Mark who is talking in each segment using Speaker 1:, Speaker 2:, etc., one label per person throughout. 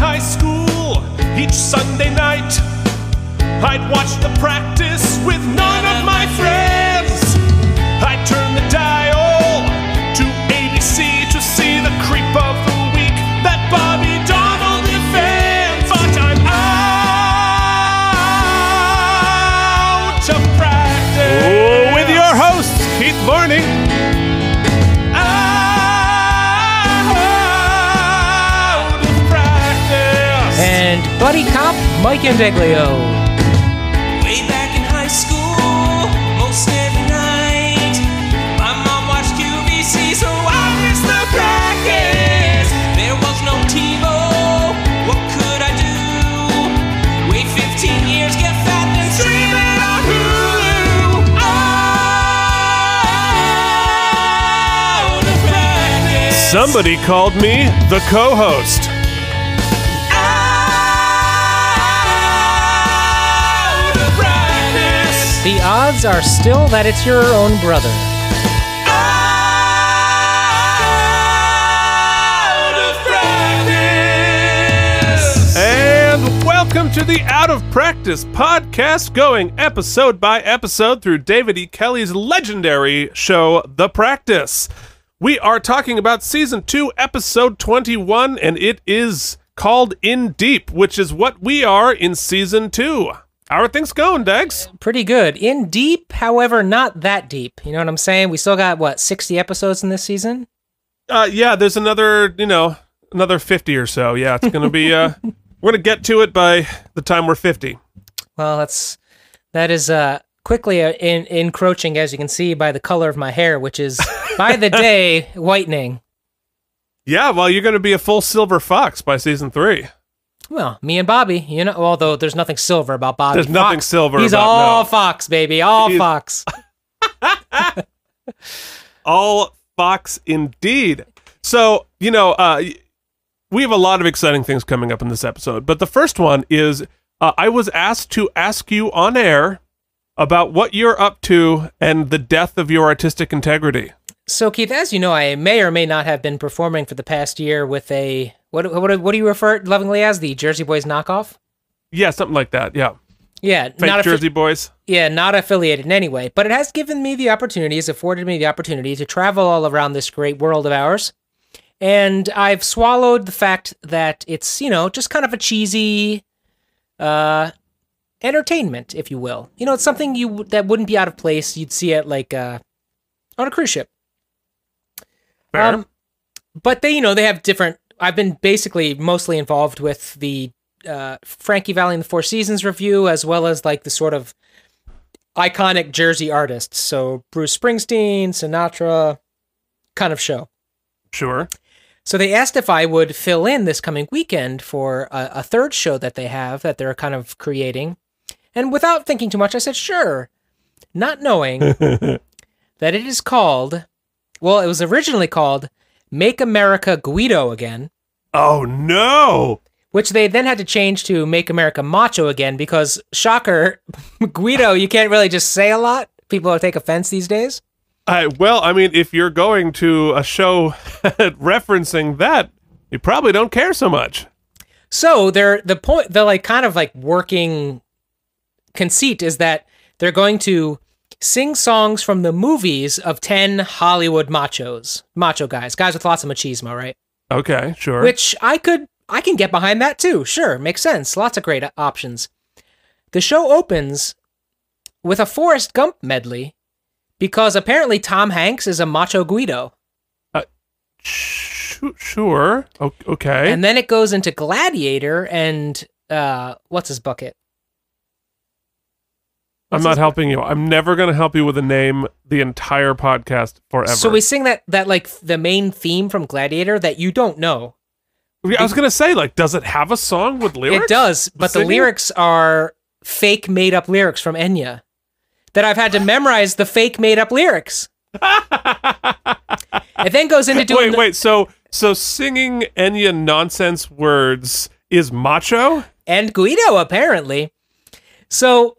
Speaker 1: high school each Sunday night. I'd watch the practice with none of my friends. I'd turn the dial to ABC to see the creep of the week that Bobby Donald defends. But I'm out of practice.
Speaker 2: Oh, With your hosts, Keith Barney.
Speaker 1: Out of practice.
Speaker 3: And Buddy Cop, Mike Indeglio.
Speaker 4: Way back in high school, most every night, my mom watched QVC, so I missed the practice. There was no TiVo. What could I do? Wait 15 years, get fat, then stream it on Hulu. Out of practice.
Speaker 2: Somebody called me the co host.
Speaker 4: Out of practice.
Speaker 3: The odds are still that it's your own brother.
Speaker 2: And welcome to the Out of Practice podcast, going episode by episode through David E. Kelly's legendary show, The Practice. We are talking about season two, episode 21, and it is called In Deep, which is what we are in season two. How are things going, Dex?
Speaker 3: Pretty good. In deep, however, not that deep. You know what I'm saying? We still got, what, 60 episodes in this season?
Speaker 2: Uh, yeah, there's another, you know, another 50 or so. Yeah, it's going to be, uh, we're going to get to it by the time we're 50.
Speaker 3: Well, that's that is uh quickly uh, in, encroaching as you can see by the color of my hair, which is by the day whitening.
Speaker 2: Yeah, well, you're going to be a full silver fox by season three.
Speaker 3: Well, me and Bobby, you know, although there's nothing silver about Bobby.
Speaker 2: There's nothing
Speaker 3: Fox.
Speaker 2: silver
Speaker 3: He's
Speaker 2: about-
Speaker 3: all
Speaker 2: no.
Speaker 3: fox, baby, all
Speaker 2: He's-
Speaker 3: fox.
Speaker 2: All fox indeed. So, you know, uh, y- we have a lot of exciting things coming up in this episode, but the first one is uh, I was asked to ask you on air about what you're up to and the death of your artistic integrity.
Speaker 3: So, Keith, as you know, I may or may not have been performing for the past year with a what what what do you refer lovingly as the Jersey Boys knockoff?
Speaker 2: Yeah, something like that. Yeah.
Speaker 3: Yeah,
Speaker 2: Fake
Speaker 3: not a
Speaker 2: Jersey Boys.
Speaker 3: Yeah, not affiliated in any way, but it has given me the opportunity, has afforded me the opportunity to travel all around this great world of ours. And I've swallowed the fact that it's, you know, just kind of a cheesy uh entertainment, if you will. You know, it's something you w- that wouldn't be out of place. You'd see it like uh on a cruise ship. Um,
Speaker 2: Fair.
Speaker 3: but they, you know, they have different. I've been basically mostly involved with the uh, Frankie Valley and the Four Seasons review, as well as like the sort of iconic Jersey artists. So Bruce Springsteen, Sinatra, kind of show.
Speaker 2: sure.
Speaker 3: So they asked if I would fill in this coming weekend for a, a third show that they have that they're kind of creating. And without thinking too much, I said, sure, not knowing that it is called, well, it was originally called Make America Guido Again,
Speaker 2: Oh, no.
Speaker 3: which they then had to change to Make America Macho Again because, shocker, Guido, you can't really just say a lot. People take offense these days.
Speaker 2: I, well, I mean, if you're going to a show referencing that, you probably don't care so much.
Speaker 3: So they're the point the like kind of like working conceit is that they're going to sing songs from the movies of 10 Hollywood machos, macho guys, guys with lots of machismo, right?
Speaker 2: Okay, sure.
Speaker 3: Which I could I can get behind that too. Sure, makes sense. Lots of great options. The show opens with a Forrest Gump medley because apparently Tom Hanks is a macho Guido.
Speaker 2: Sh- sure. O- okay.
Speaker 3: And then it goes into Gladiator and uh what's his bucket?
Speaker 2: I'm not helping you. I'm never going to help you with a name the entire podcast forever.
Speaker 3: So we sing that that like the main theme from Gladiator that you don't know.
Speaker 2: I was going to say, like, does it have a song with lyrics?
Speaker 3: It does, but the
Speaker 2: Singing?
Speaker 3: lyrics are fake made up lyrics from Enya that I've had to memorize the fake made up lyrics. it then goes into doing
Speaker 2: Wait,
Speaker 3: the-
Speaker 2: wait. So, so singing Enya nonsense words is macho?
Speaker 3: and Guido apparently. So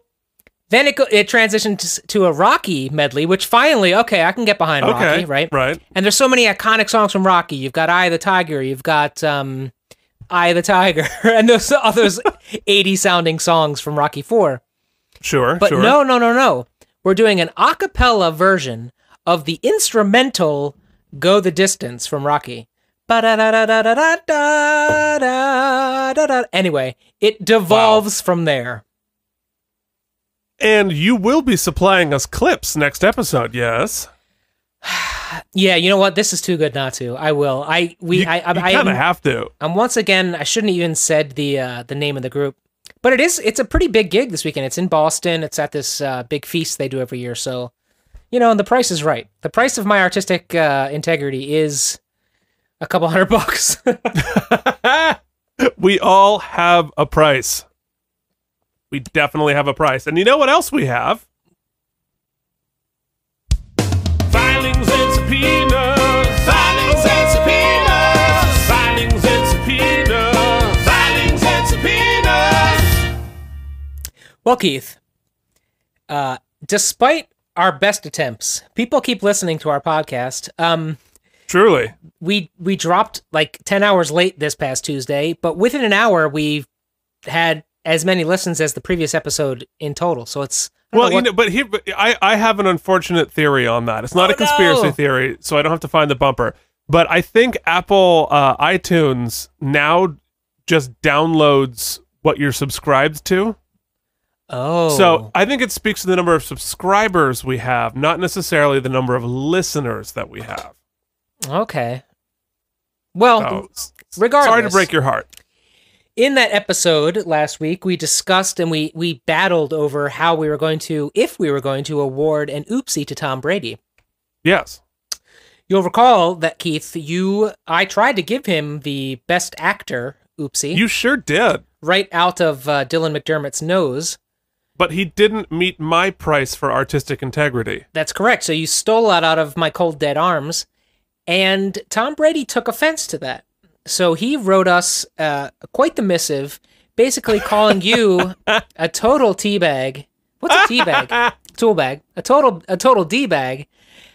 Speaker 3: then it go- it transitions to a Rocky medley, which finally okay, I can get behind
Speaker 2: Okay.
Speaker 3: Rocky, right?
Speaker 2: Right.
Speaker 3: And there's so many iconic songs from Rocky. You've got Eye of the Tiger. You've got um, Eye of the Tiger, and those others 80 sounding songs from Rocky Four.
Speaker 2: Sure,
Speaker 3: But
Speaker 2: sure.
Speaker 3: no, no, no, no. We're doing an a cappella version of the instrumental Go the Distance from Rocky. Ba-da-da-da-da-da-da-da-da-da. Anyway, it devolves from there.
Speaker 2: And you will be supplying us clips next episode, yes?
Speaker 3: Yeah, you know what? This is too good not to. I will. I we
Speaker 2: You,
Speaker 3: I I, I
Speaker 2: kind of have to.
Speaker 3: I'm once again I shouldn't even said the uh the name of the group. But it is it's a pretty big gig this weekend. It's in Boston. It's at this uh big feast they do every year. So, you know, and the price is right. The price of my artistic uh integrity is a couple hundred bucks.
Speaker 2: We all have a price. We definitely have a price. And you know what else we have?
Speaker 1: Filings and subpoenas. Filings and subpoenas. Filings and subpoenas. Filings and subpoenas.
Speaker 3: well, Keith, uh despite our best attempts, people keep listening to our podcast. Um
Speaker 2: Truly.
Speaker 3: we we dropped like 10 hours late this past Tuesday, but within an hour we had as many listens as the previous episode in total. So it's I don't
Speaker 2: Well, you
Speaker 3: what-
Speaker 2: know, but here, but I, I have an unfortunate theory on that. It's not
Speaker 3: Oh,
Speaker 2: a conspiracy
Speaker 3: no.
Speaker 2: theory, so I don't have to find the bumper. But I think Apple uh, iTunes now just downloads what you're subscribed to.
Speaker 3: oh.
Speaker 2: So I think it speaks to the number of subscribers we have, not necessarily the number of listeners that we have.
Speaker 3: okay. Well,
Speaker 2: So, Oh, s- sorry to
Speaker 3: Oh, regardless.
Speaker 2: break your heart.
Speaker 3: in that episode last week we discussed and we we battled over how we were going to if we were going to award an oopsie to Tom Brady.
Speaker 2: Yes.
Speaker 3: You'll recall that Keith, you I tried to give him the best actor oopsie
Speaker 2: You sure did.
Speaker 3: right out of uh, Dylan McDermott's nose.
Speaker 2: But he didn't meet my price for artistic integrity.
Speaker 3: That's correct. So you stole that out of my cold dead arms, and Tom Brady took offense to that. So he wrote us uh, quite the missive, basically calling you a total teabag. What's a teabag? Tool bag. A total a total d bag,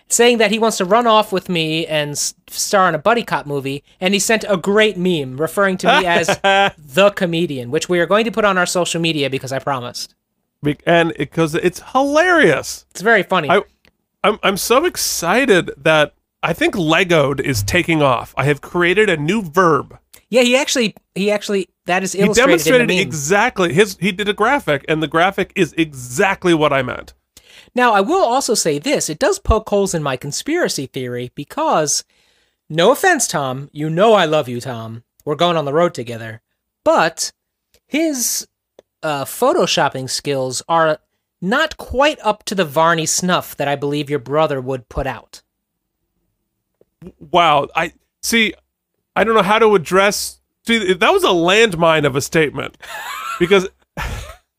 Speaker 3: saying that he wants to run off with me and s- star in a buddy cop movie. And he sent a great meme referring to me as the comedian, which we are going to put on our social media because I promised.
Speaker 2: Be- And because it's hilarious.
Speaker 3: It's very funny.
Speaker 2: I- I'm I'm so excited that I think legoed is taking off. I have created a new verb.
Speaker 3: Yeah, he actually he actually that is
Speaker 2: He
Speaker 3: illustrated in
Speaker 2: demonstrated
Speaker 3: the meme.
Speaker 2: exactly his he did a graphic and the graphic is exactly what I meant.
Speaker 3: now, I will also say this: it does poke holes in my conspiracy theory because, no offense, Tom, you know I love you, Tom. We're going on the road together, but his uh, photoshopping skills are not quite up to the Varney snuff that I believe your brother would put out.
Speaker 2: Wow. I see I don't know how to address see that was a landmine of a statement. Because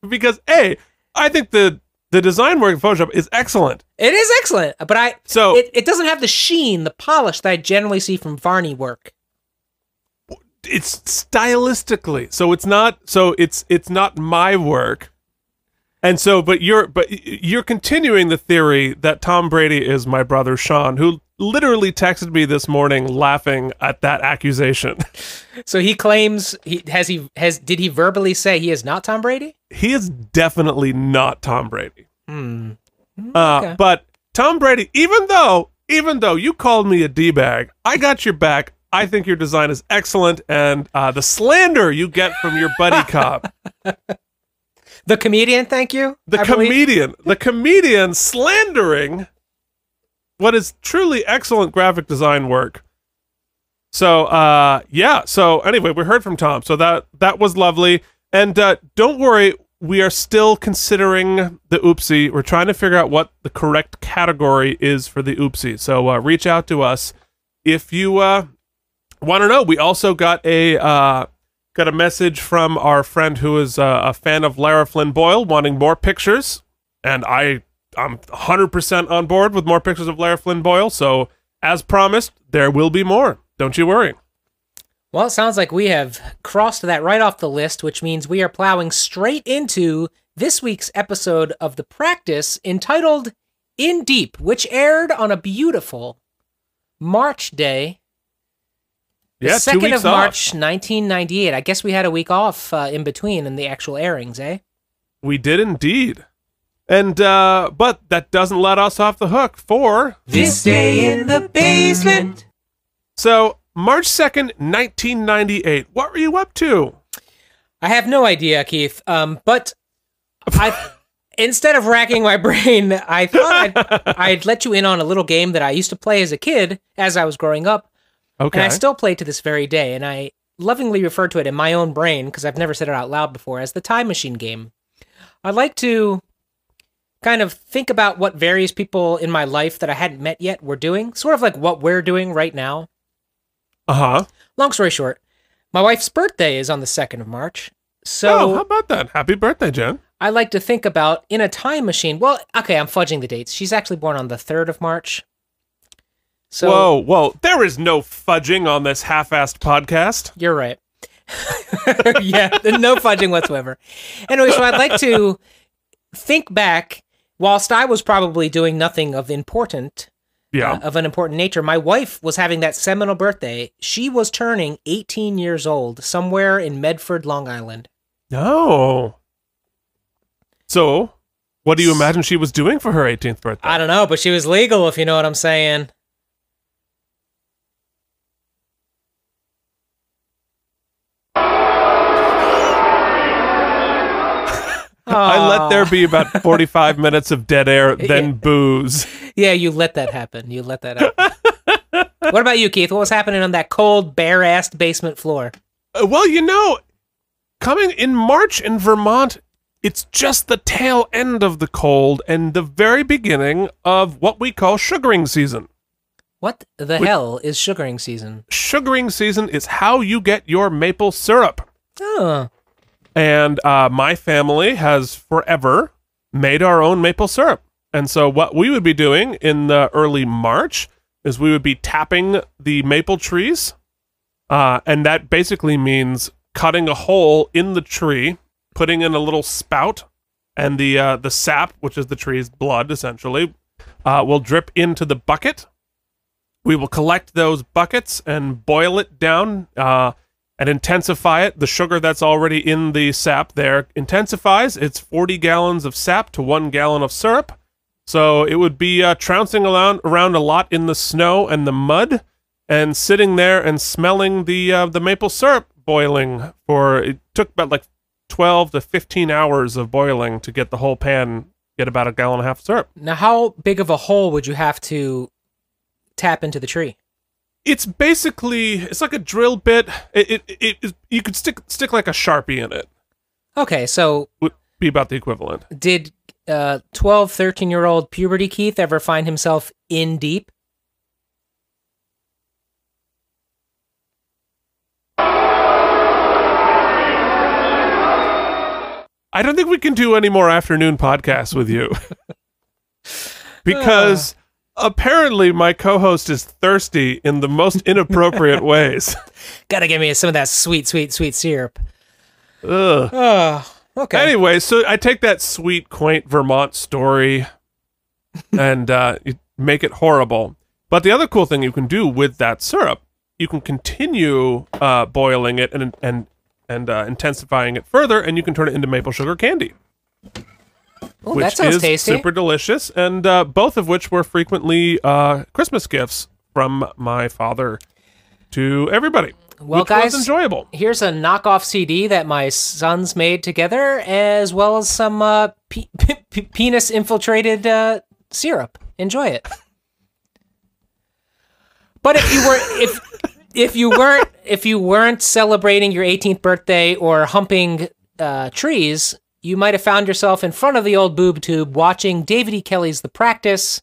Speaker 2: because A, I think the the design work in Photoshop is excellent.
Speaker 3: It is excellent, but I
Speaker 2: So-
Speaker 3: it, it doesn't have the sheen, the polish that I generally see from Varney work.
Speaker 2: it's stylistically so it's not so it's it's not my work and so but you're but y- you're continuing the theory that tom brady is my brother sean who literally texted me this morning laughing at that accusation
Speaker 3: So he claims he has he has did he verbally say he is not Tom Brady?
Speaker 2: he is definitely not tom brady
Speaker 3: Hmm. okay.
Speaker 2: uh, but tom brady even though even though you called me a d-bag i got your back i think your design is excellent and uh, the slander you get from your buddy cop
Speaker 3: The comedian, thank you.
Speaker 2: the
Speaker 3: I believe.
Speaker 2: comedian the comedian slandering what is truly excellent graphic design work so uh yeah so anyway we heard from tom so that that was lovely and uh don't worry we are still considering the oopsie we're trying to figure out what the correct category is for the oopsie so uh reach out to us if you uh want to know we also got a uh got a message from our friend who is uh, a fan of Lara Flynn Boyle wanting more pictures and I I'm 100% on board with more pictures of Lara Flynn Boyle so as promised there will be more don't you worry
Speaker 3: Well, it sounds like we have crossed that right off the list, which means we are plowing straight into this week's episode of The Practice entitled In Deep, which aired on a beautiful March day The
Speaker 2: yeah, two
Speaker 3: 2nd
Speaker 2: weeks
Speaker 3: of
Speaker 2: off.
Speaker 3: March, 1998. I guess we had a week off uh, in between in the actual airings, eh?
Speaker 2: We did indeed. And uh but that doesn't let us off the hook for
Speaker 4: This day in the basement.
Speaker 2: so March 2nd, 1998. What were you up to?
Speaker 3: I have no idea, Keith. Um, but I, instead of racking my brain, I thought I'd, I'd let you in on a little game that I used to play as a kid, as I was growing up,
Speaker 2: Okay.
Speaker 3: and I still play to this very day. And I lovingly refer to it in my own brain because I've never said it out loud before as the time machine game. I like to kind of think about what various people in my life that I hadn't met yet were doing, sort of like what we're doing right now.
Speaker 2: uh-huh.
Speaker 3: Long story short, my wife's birthday is on the 2nd of March.
Speaker 2: oh, how
Speaker 3: So
Speaker 2: about that? Happy birthday, Jen.
Speaker 3: I like to think about in a time machine. Well, okay, I'm fudging the dates. She's actually born on the 3rd of March. So
Speaker 2: whoa, whoa. There is no fudging on this half-assed podcast.
Speaker 3: you're right. yeah, no fudging whatsoever. Anyway, so I'd like to think back whilst I was probably doing nothing of important
Speaker 2: Yeah.
Speaker 3: uh, of an important nature. My wife was having that seminal birthday. She was turning 18 years old somewhere in Medford, Long Island.
Speaker 2: no. So, what do you imagine she was doing for her 18th birthday?
Speaker 3: I don't know, but she was legal, if you know what I'm saying.
Speaker 2: I let there be about 45 minutes of dead air, then
Speaker 3: Yeah.
Speaker 2: booze.
Speaker 3: Yeah, you let that happen. You let that happen. what about you, Keith? What was happening on that cold, bare-assed basement floor?
Speaker 2: Uh, Well, you know, coming in March in Vermont, it's just the tail end of the cold and the very beginning of what we call sugaring season.
Speaker 3: What the hell is sugaring season?
Speaker 2: Sugaring season is how you get your maple syrup.
Speaker 3: Oh,
Speaker 2: And uh, my family has forever made our own maple syrup. And so, what we would be doing in the early March is we would be tapping the maple trees. Uh, and that basically means cutting a hole in the tree, putting in a little spout, and the, uh, the sap, which is the tree's blood essentially, uh, will drip into the bucket. We will collect those buckets and boil it down. Uh, and intensify it. The sugar that's already in the sap there intensifies. It's 40 gallons of sap to one gallon of syrup. So it would be uh, trouncing around, around a lot in the snow and the mud and sitting there and smelling the, uh, the maple syrup boiling for it took about like 12 to 15 hours of boiling to get the whole pan, get about a gallon and a half of syrup.
Speaker 3: now how big of a hole would you have to tap into the tree?
Speaker 2: it's basically it's like a drill bit. It it, it, it you could stick stick like a sharpie in it.
Speaker 3: Okay, so
Speaker 2: Would be about the equivalent.
Speaker 3: did uh 12, 13-year-old puberty Keith ever find himself in deep?
Speaker 2: I don't think we can do any more afternoon podcasts with you because
Speaker 3: Ah.
Speaker 2: apparently my co-host is thirsty in the most inappropriate ways.
Speaker 3: Gotta give me some of that sweet, sweet, sweet syrup.
Speaker 2: Ugh.
Speaker 3: Oh, okay.
Speaker 2: Anyway, so I take that sweet, quaint Vermont story and uh, you make it horrible. But the other cool thing you can do with that syrup, you can continue uh, boiling it and and and uh, intensifying it further, and you can turn it into maple sugar candy.
Speaker 3: Ooh,
Speaker 2: which
Speaker 3: Oh, that sounds
Speaker 2: is
Speaker 3: tasty.
Speaker 2: super delicious, and uh, both of which were frequently uh, Christmas gifts from my father to everybody.
Speaker 3: Well,
Speaker 2: which
Speaker 3: guys-
Speaker 2: was enjoyable.
Speaker 3: Here's a knockoff CD that my sons made together, as well as some uh, pe- pe- pe- penis infiltrated uh, syrup. Enjoy it. But if you were if if you weren't if you weren't celebrating your 18th birthday or humping uh, trees, you might have found yourself in front of the old boob tube watching David E. Kelly's The Practice.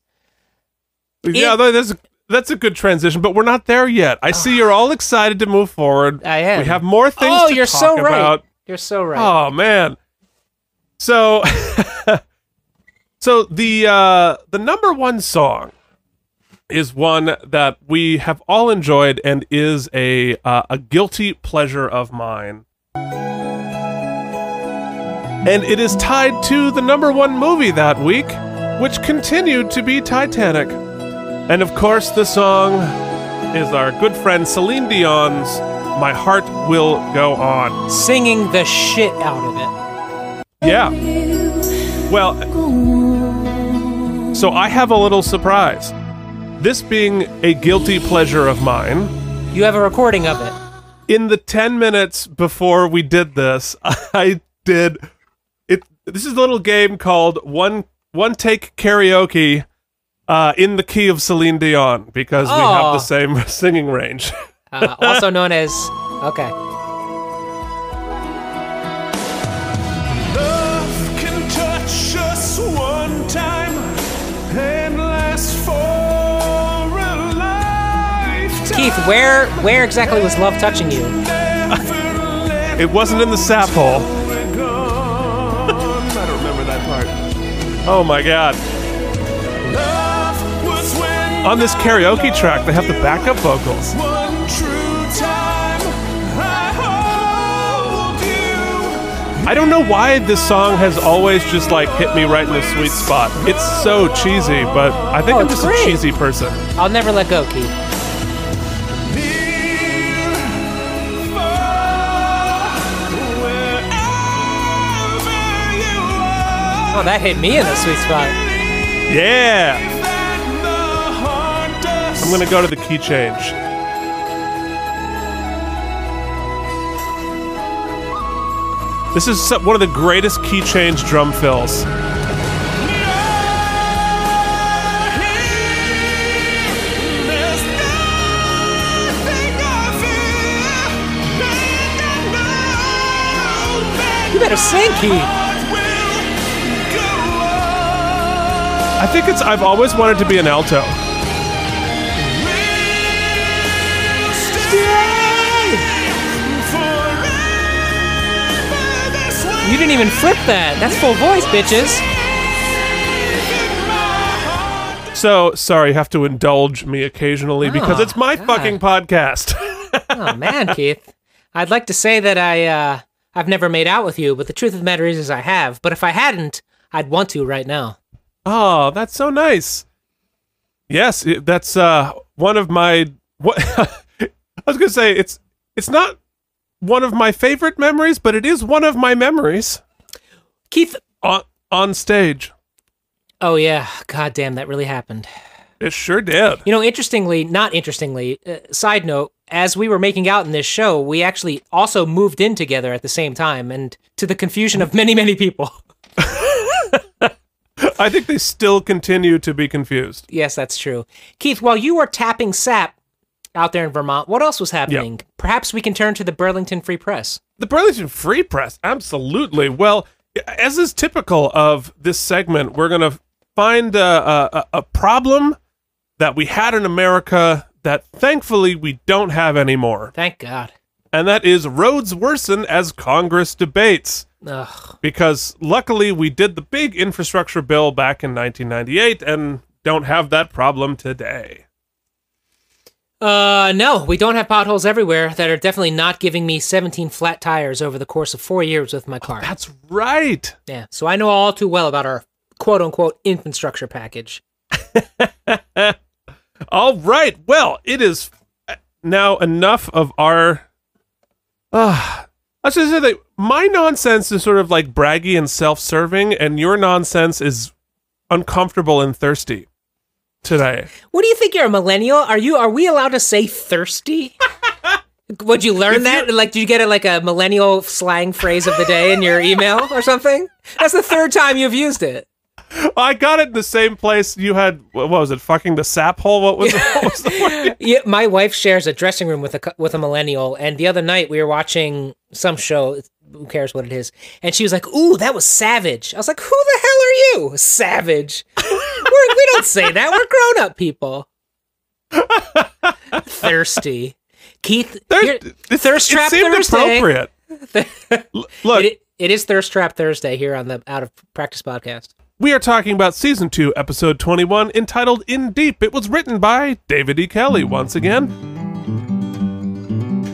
Speaker 2: yeah, tha- that's that's a good transition, but we're not there yet. I see you're all excited to move forward.
Speaker 3: I am.
Speaker 2: We have more things.
Speaker 3: oh,
Speaker 2: to
Speaker 3: you're
Speaker 2: talk
Speaker 3: so right.
Speaker 2: about.
Speaker 3: You're so right.
Speaker 2: Oh man. So So the uh the number one song is one that we have all enjoyed and is a uh, a guilty pleasure of mine. And it is tied to the number one movie that week, which continued to be Titanic. And of course the song is our good friend Celine Dion's My Heart Will Go On.
Speaker 3: Singing the shit
Speaker 2: Oh.
Speaker 3: out of it.
Speaker 2: Yeah.
Speaker 1: Uh,
Speaker 2: Well, so I have a little surprise. This being a guilty pleasure of mine,
Speaker 3: You have a recording of it.
Speaker 2: in the 10 minutes before we did this i did it this is a little game called one one take karaoke uh, in the key of Celine Dion because we have
Speaker 3: Oh.
Speaker 2: the same singing range.
Speaker 3: Uh, also known as. Okay.
Speaker 1: Love can touch us one time and last for a lifetime.
Speaker 3: Keith, where where exactly was love touching you?
Speaker 1: Never let
Speaker 2: It wasn't in the sap hole.
Speaker 1: it go. I don't Um, remember that part.
Speaker 2: Oh my god.
Speaker 1: Love was when
Speaker 2: On this karaoke track, they have the backup vocals.
Speaker 1: one true time I hold you.
Speaker 2: I don't know why this song has always just like hit me right in the sweet spot. It's so cheesy, but I think
Speaker 3: Oh,
Speaker 2: I'm
Speaker 3: it's
Speaker 2: just a
Speaker 3: great.
Speaker 2: cheesy person.
Speaker 3: I'll never let go, Keith.
Speaker 1: Near, far, wherever you are.
Speaker 3: Oh, that hit me in the sweet spot.
Speaker 2: Yeah!
Speaker 1: That the heart does
Speaker 2: I'm gonna go to the key change. This is so- one of the greatest key change drum fills.
Speaker 3: You better sing, Keith.
Speaker 2: I think it's I've always wanted to be an alto.
Speaker 3: You didn't even flip that. That's full voice, bitches.
Speaker 2: So sorry, you have to indulge me occasionally because
Speaker 3: Ah,
Speaker 2: it's my
Speaker 3: God.
Speaker 2: fucking podcast.
Speaker 3: Oh man, Keith. I'd like to say that I uh I've never made out with you, but the truth of the matter is, is I have. But if I hadn't, I'd want to right now.
Speaker 2: oh, that's so nice. Yes, it- that's uh one of my what I was gonna say it's it's not one of my favorite memories, but it is one of my memories
Speaker 3: Keith
Speaker 2: on on stage.
Speaker 3: Oh yeah, god damn, that really happened.
Speaker 2: It sure did.
Speaker 3: You know, interestingly, not interestingly, uh, side note, as we were making out in this show, we actually also moved in together at the same time and to the confusion of many, many people.
Speaker 2: I think they still continue to be confused.
Speaker 3: yes, that's true. Keith, while you were tapping sap out there in Vermont, what else was happening? Perhaps we can turn to the Burlington Free Press.
Speaker 2: The Burlington Free Press, absolutely. Well, as is typical of this segment, we're going to find a, a, a problem that we had in America that thankfully we don't have anymore.
Speaker 3: Thank God.
Speaker 2: And that is roads worsen as Congress debates.
Speaker 3: Ugh.
Speaker 2: Because luckily we did the big infrastructure bill back in 1998 and don't have that problem today.
Speaker 3: Uh, no, we don't have potholes everywhere that are definitely not giving me 17 flat tires over the course of four years with my car.
Speaker 2: Oh, That's right.
Speaker 3: yeah, so I know all too well about our quote unquote infrastructure package.
Speaker 2: All right. Well, it is now enough of our. Ah, I was going to say that my nonsense is sort of like braggy and self serving, and your nonsense is uncomfortable and thirsty today.
Speaker 3: What do you think? You're a millennial? Are you? Are we allowed to say thirsty? Would you learn that? Like, did you get a, like a millennial slang phrase of the day in your email or something? That's the third time you've used it.
Speaker 2: I got it in the same place you had. What was it? Fucking the sap hole? What was, what was the word?
Speaker 3: Yeah, my wife shares a dressing room with a cou- with a millennial, and the other night we were watching some show. Who cares what it is? And she was like, "Ooh, that was savage." I was like, "Who the hell are you, savage?" we're, we don't say that. We're grown up people. Thirsty, Keith. here-
Speaker 2: it-
Speaker 3: thirst
Speaker 2: it
Speaker 3: trap
Speaker 2: seemed
Speaker 3: Thursday.
Speaker 2: appropriate. L- Look,
Speaker 3: It, it is Thirst Trap Thursday here on the Out of Practice podcast.
Speaker 2: we are talking about season 2, episode 21, entitled In Deep. It was written by David E. Kelly once again.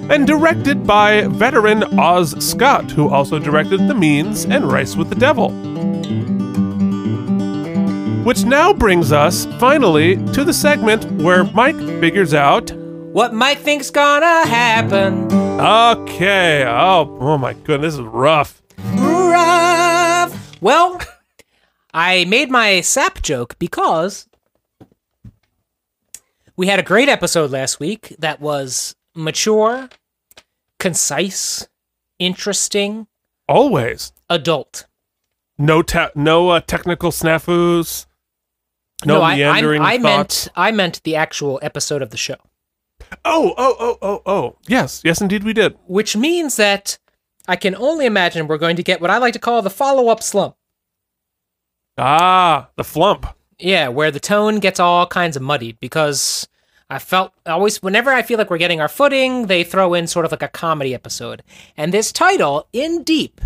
Speaker 2: and directed by veteran Oz Scott, who also directed The Means and Rice with the Devil. Which now brings us, finally, to the segment where Mike figures out
Speaker 3: What Mike thinks gonna happen.
Speaker 2: Okay. Oh, oh my goodness, this is rough.
Speaker 3: Rough. Well, I made my sap joke because we had a great episode last week that was mature, concise, interesting,
Speaker 2: Always.
Speaker 3: adult.
Speaker 2: No ta- no uh, technical snafus. No,
Speaker 3: I, I,
Speaker 2: meandering
Speaker 3: I
Speaker 2: thoughts.
Speaker 3: meant I meant the actual episode of the show,
Speaker 2: Oh, oh, oh, oh, oh. Yes, yes, indeed, we did.
Speaker 3: which means that I can only imagine we're going to get what I like to call the follow-up slump.
Speaker 2: Ah, the flump.
Speaker 3: Yeah, where the tone gets all kinds of muddied because I felt always whenever I feel like we're getting our footing, they throw in sort of like a comedy episode. And this title, In Deep,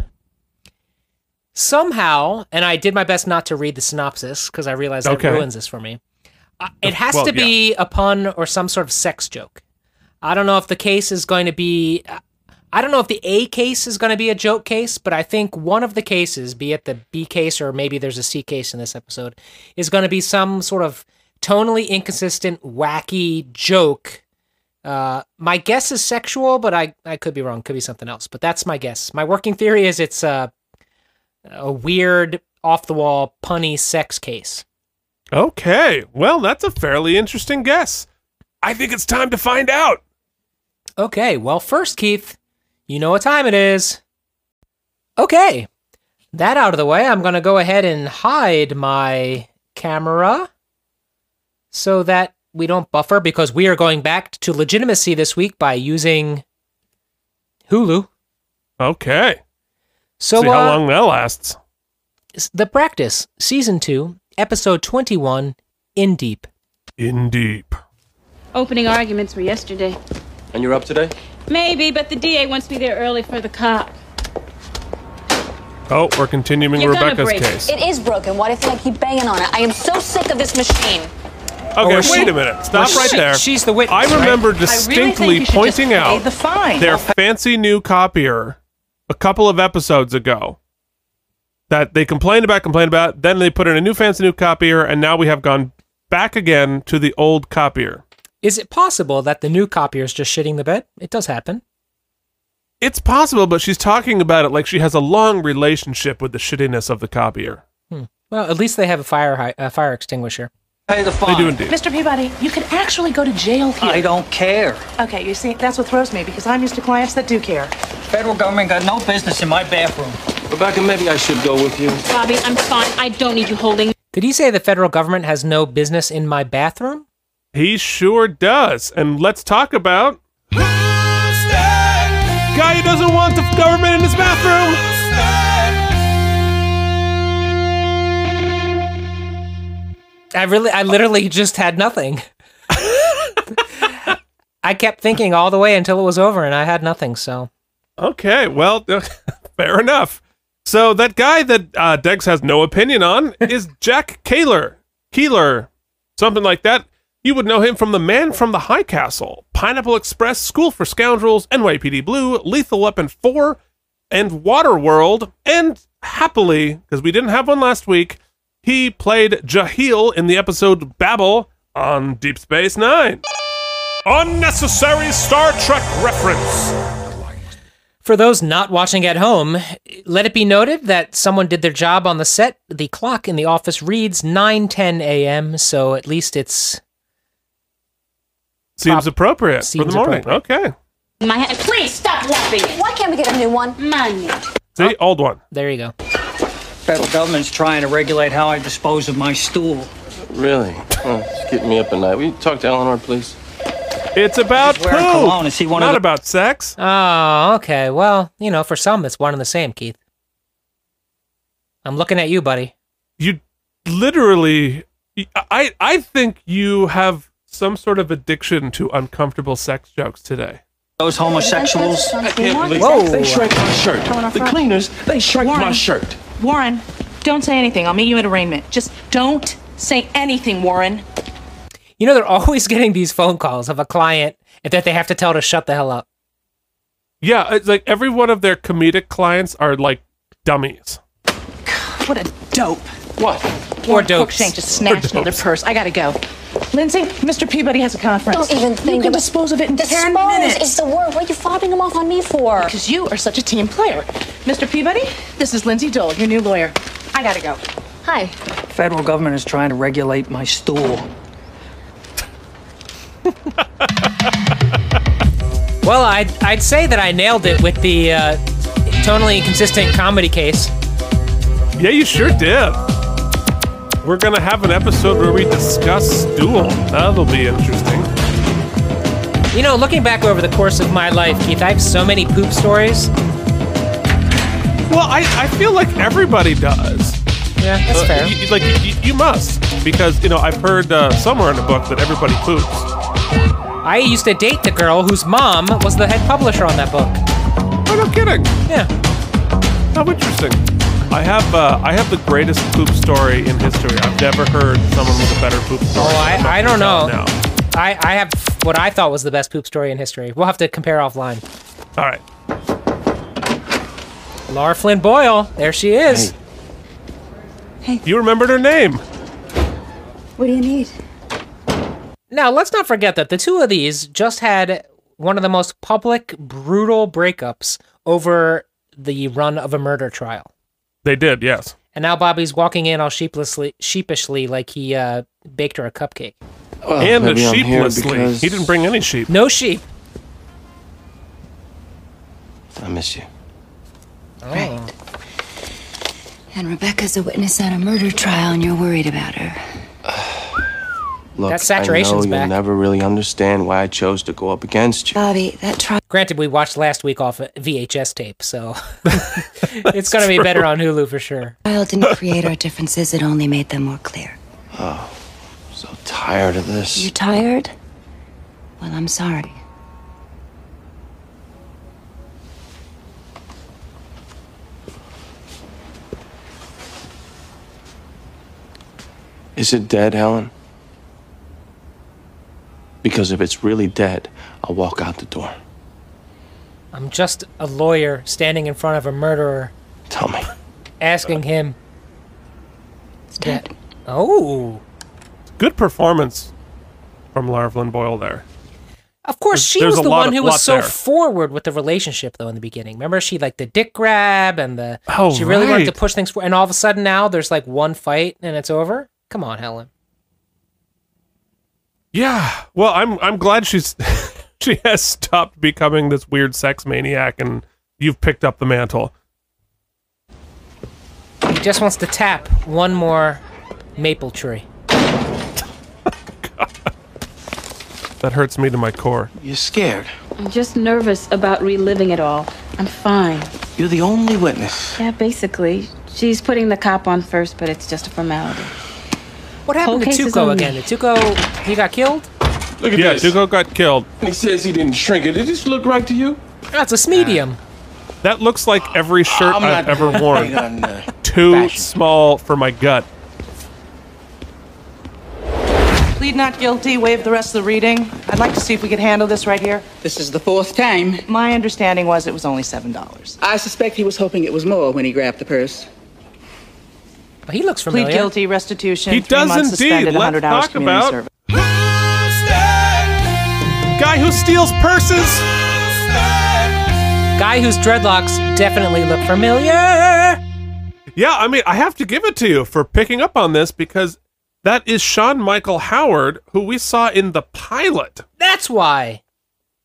Speaker 3: somehow, and I did my best not to read the synopsis because I realized
Speaker 2: Okay.
Speaker 3: that ruins this for me. Uh, it has
Speaker 2: well,
Speaker 3: to be a pun or some sort of sex joke. I don't know if the case is going to be. uh, I don't know if the A case is going to be a joke case, but I think one of the cases, be it the B case or maybe there's a C case in this episode, is going to be some sort of tonally inconsistent, wacky joke. Uh, my guess is sexual, but I, I could be wrong. Could be something else, but that's my guess. My working theory is it's a, a weird, off the wall, punny sex case.
Speaker 2: Okay. Well, that's a fairly interesting guess. I think it's time to find out.
Speaker 3: Okay, well, first, Keith, you know what time it is. Okay, that out of the way, I'm going to go ahead and hide my camera so that we don't buffer because we are going back to legitimacy this week by using Hulu.
Speaker 2: Okay.
Speaker 3: So,
Speaker 2: See how
Speaker 3: uh,
Speaker 2: long that lasts.
Speaker 3: s- The Practice, Season 2, Episode 21, In Deep.
Speaker 2: In deep.
Speaker 5: Opening arguments were yesterday.
Speaker 6: And you're up today?
Speaker 5: Maybe, but the DA wants me there early for the cop.
Speaker 2: Oh, we're continuing
Speaker 5: You're gonna
Speaker 2: Rebecca's
Speaker 5: break it.
Speaker 2: case.
Speaker 7: It is broken. Why do you think I keep banging on it? I am so sick of this machine.
Speaker 2: Okay,
Speaker 3: or
Speaker 2: wait
Speaker 3: she-
Speaker 2: a minute. Stop
Speaker 3: or
Speaker 2: right
Speaker 3: she-
Speaker 2: there.
Speaker 3: she's the witness,
Speaker 2: I
Speaker 3: right?
Speaker 2: remember
Speaker 8: I really
Speaker 2: distinctly
Speaker 8: think you should just
Speaker 2: pointing
Speaker 8: pay
Speaker 2: out
Speaker 8: the fine.
Speaker 2: their fancy new copier a couple of episodes ago that they complained about, complained about. Then they put in a new fancy new copier, and now we have gone back again to the old copier.
Speaker 3: Is it possible that the new copier is just shitting the bed? It does happen.
Speaker 2: It's possible, but she's talking about it like she has a long relationship with the shittiness of the copier.
Speaker 3: Well, at least they have a fire, hi- uh, fire extinguisher.
Speaker 6: Pay the
Speaker 2: They
Speaker 6: fine.
Speaker 2: do indeed.
Speaker 8: Mr. Peabody, you could actually go to jail here.
Speaker 6: I don't care.
Speaker 8: Okay, you see, that's what throws me because I'm used to clients that do care.
Speaker 6: Federal government got no business in my bathroom. Rebecca, maybe I should go with you.
Speaker 5: Bobby, I'm fine. I don't need you holding
Speaker 3: Did he say the federal government has no business in my bathroom?
Speaker 2: He sure does. And let's talk about
Speaker 1: Who's that?
Speaker 2: guy who doesn't want the government in his bathroom.
Speaker 1: Who's that?
Speaker 3: I really, I literally just had nothing. I kept thinking all the way until it was over and I had nothing. So,
Speaker 2: Okay, well, fair enough. So that guy that uh, Dex has no opinion on is Jack Kaler, Keeler, something like that. You would know him from The Man from the High Castle, Pineapple Express, School for Scoundrels, NYPD Blue, Lethal Weapon 4, and Waterworld. And happily, because we didn't have one last week, he played Jahil in the episode Babel on Deep Space Nine.
Speaker 1: Unnecessary Star Trek reference.
Speaker 3: for those not watching at home, let it be noted that someone did their job on the set. The clock in the office reads 9:10 a.m., so at least it's
Speaker 2: Seems
Speaker 3: Prob-
Speaker 2: appropriate for the
Speaker 3: seems
Speaker 2: morning. Okay.
Speaker 5: my hand. Please stop whopping it.
Speaker 7: Why can't we get a new one?
Speaker 5: Money.
Speaker 2: See, old one.
Speaker 3: there you go.
Speaker 6: Federal government's trying to regulate how I dispose of my stool.
Speaker 9: Really? Oh, it's getting me up at night. Will you talk to Eleanor, please?
Speaker 2: It's about
Speaker 6: Just wear a
Speaker 2: poop.
Speaker 6: cologne and see one
Speaker 2: Not
Speaker 6: of the-
Speaker 2: about sex.
Speaker 3: Oh, okay. Well, you know, for some it's one and the same, Keith. I'm looking at you, buddy.
Speaker 2: You literally, I I think you have some sort of addiction to uncomfortable sex jokes today.
Speaker 6: Those homosexuals.
Speaker 3: Whoa.
Speaker 9: my shirt.
Speaker 8: Eleanor Frye.
Speaker 9: cleaners, they shrank
Speaker 8: Warren. Warren, don't say anything. I'll meet you at arraignment. Just don't say anything, Warren.
Speaker 3: You know, they're always getting these phone calls of a client that they have to tell to shut the hell up.
Speaker 2: Yeah, it's like every one of their comedic clients are like dummies.
Speaker 8: What a dope.
Speaker 9: What?
Speaker 3: Or
Speaker 8: Crookshank
Speaker 3: dopes.
Speaker 8: just snatched another purse. I gotta go. Lindsay, Mr. Peabody has a conference.
Speaker 7: Don't even think
Speaker 8: You can
Speaker 7: about-
Speaker 8: dispose of it in
Speaker 7: Dispose
Speaker 8: 10 minutes.
Speaker 7: is the word. What are you fobbing them off on me for?
Speaker 8: Because you are such a team player. Mr. Peabody, this is Lindsay Dole, your new lawyer. I gotta go.
Speaker 7: Hi.
Speaker 6: Federal government is trying to regulate my stool.
Speaker 3: Well, I'd, I'd say that I nailed it with the uh, tonally inconsistent comedy case.
Speaker 2: Yeah, you sure did. We're gonna have an episode where we discuss Duel. That'll be interesting.
Speaker 3: You know, looking back over the course of my life, Keith, I have so many poop stories.
Speaker 2: Well, I, I feel like everybody does.
Speaker 3: Yeah, that's
Speaker 2: Uh,
Speaker 3: fair.
Speaker 2: you- like you, you- you must because you know I've heard uh, somewhere in a book that everybody poops.
Speaker 3: I used to date the girl whose mom was the head publisher on that book.
Speaker 2: Oh, no kidding.
Speaker 3: Yeah.
Speaker 2: How interesting. I have uh, I have the greatest poop story in history. I've never heard someone with a better poop story.
Speaker 3: Oh,
Speaker 2: I'm not
Speaker 3: I, I don't know.
Speaker 2: gonna tell it
Speaker 3: I, I have what I thought was the best poop story in history. We'll have to compare offline.
Speaker 2: Now. All right.
Speaker 3: Laura Flynn Boyle, there she is.
Speaker 2: You remembered her name.
Speaker 10: What do you need?
Speaker 3: Now, let's not forget that the two of these just had one of the most public, brutal breakups over the run of a murder trial.
Speaker 2: They did. Yes.
Speaker 3: And now Bobby's walking in all sheepishly, sheepishly like he uh, baked her a cupcake.
Speaker 9: Well,
Speaker 2: and the
Speaker 9: maybe I'm here
Speaker 2: sheeplessly.
Speaker 9: because
Speaker 2: He didn't bring any sheep.
Speaker 3: No sheep.
Speaker 9: I miss you.
Speaker 7: Oh.
Speaker 10: And Rebecca's a witness on a murder trial, and you're worried about her.
Speaker 9: Look,
Speaker 3: That saturation's
Speaker 9: I know you'll
Speaker 3: back.
Speaker 9: never really understand why I chose to go up against you.
Speaker 10: Bobby, that trial
Speaker 3: Granted, we watched last week off a VHS tape, so it's going to be better on Hulu for sure.
Speaker 10: didn't create our differences, it only made them more clear.
Speaker 2: Oh.
Speaker 9: so tired of this.
Speaker 10: You tired? Well, I'm sorry.
Speaker 9: Is it dead, Helen? Because if it's really dead, I'll walk out the door.
Speaker 3: I'm just a lawyer standing in front of a murderer
Speaker 9: Tell me.
Speaker 3: asking him.
Speaker 10: It's dead.
Speaker 3: Oh.
Speaker 2: Good performance from Lara Flynn Boyle there.
Speaker 3: Of course, she
Speaker 2: there's
Speaker 3: was
Speaker 2: a
Speaker 3: the
Speaker 2: lot
Speaker 3: one
Speaker 2: of
Speaker 3: who was
Speaker 2: plot
Speaker 3: so
Speaker 2: there.
Speaker 3: forward with the relationship, though, in the beginning. Remember, she like the dick grab and the.
Speaker 2: Oh,
Speaker 3: she really wanted to
Speaker 2: right.
Speaker 3: push things for, and all of a sudden now there's like one fight and it's over. Come on, Helen.
Speaker 2: Yeah. Well, I'm I'm glad she's she has stopped becoming this weird sex maniac, and you've picked up the mantle.
Speaker 3: He just wants to tap one more maple tree.
Speaker 2: That hurts me to my core.
Speaker 9: You're scared.
Speaker 5: I'm just nervous about reliving it all. I'm fine.
Speaker 9: You're the only witness.
Speaker 5: Yeah, basically. She's putting the cop on first, but it's just a formality.
Speaker 3: What happened
Speaker 5: case
Speaker 3: to
Speaker 5: is
Speaker 3: Tuco
Speaker 5: on me.
Speaker 3: again? Did Tuco he got killed?
Speaker 9: Look at
Speaker 2: Yeah,
Speaker 9: this.
Speaker 2: Duco got killed.
Speaker 9: He says he didn't shrink it. Did this look right to you?
Speaker 3: That's a smedium.
Speaker 2: That looks like every shirt
Speaker 9: I'm
Speaker 2: I've
Speaker 9: not-
Speaker 2: ever
Speaker 9: Hang
Speaker 2: worn.
Speaker 9: on, uh,
Speaker 2: Too
Speaker 9: Fashion.
Speaker 2: small for my gut.
Speaker 8: Plead not guilty, waive the rest of the reading. I'd like to see if we could handle this right here.
Speaker 11: This is the fourth time.
Speaker 8: My understanding was it was only $7.
Speaker 11: I suspect he was hoping it was more when he grabbed the purse.
Speaker 3: But he looks
Speaker 8: Plead
Speaker 3: familiar.
Speaker 8: guilty, restitution,
Speaker 2: He
Speaker 8: three
Speaker 2: does
Speaker 8: months
Speaker 2: indeed.
Speaker 8: suspended,
Speaker 2: Let's
Speaker 8: 100 hours
Speaker 2: talk
Speaker 8: community
Speaker 2: about-
Speaker 8: service.
Speaker 2: Guy who steals purses.
Speaker 3: Guy whose dreadlocks definitely look familiar.
Speaker 2: Yeah, I mean, I have to give it to you for picking up on this because that is Sean Michael Howard, who we saw in the pilot.
Speaker 3: That's why.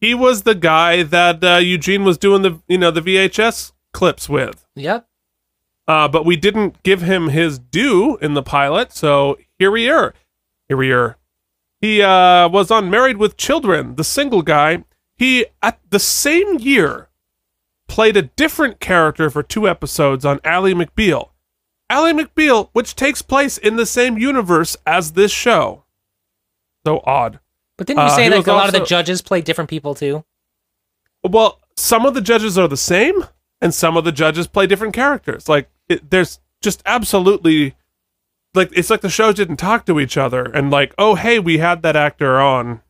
Speaker 2: He was the guy that uh, Eugene was doing the you know the VHS clips with.
Speaker 3: Yep.
Speaker 2: Uh, but we didn't give him his due in the pilot, so here we are. Here we are. He uh, was on Married with Children, the single guy. He, at the same year, played a different character for two episodes on Ally McBeal. Ally McBeal, which takes place in the same universe as this show. So odd.
Speaker 3: But didn't you
Speaker 2: Uh,
Speaker 3: say
Speaker 2: he
Speaker 3: that
Speaker 2: was
Speaker 3: a lot of the
Speaker 2: also-
Speaker 3: judges play different people too?
Speaker 2: Well, some of the judges are the same, and some of the judges play different characters. Like, it, there's just absolutely, like, it's like the shows didn't talk to each other, and like, oh hey, we had that actor on,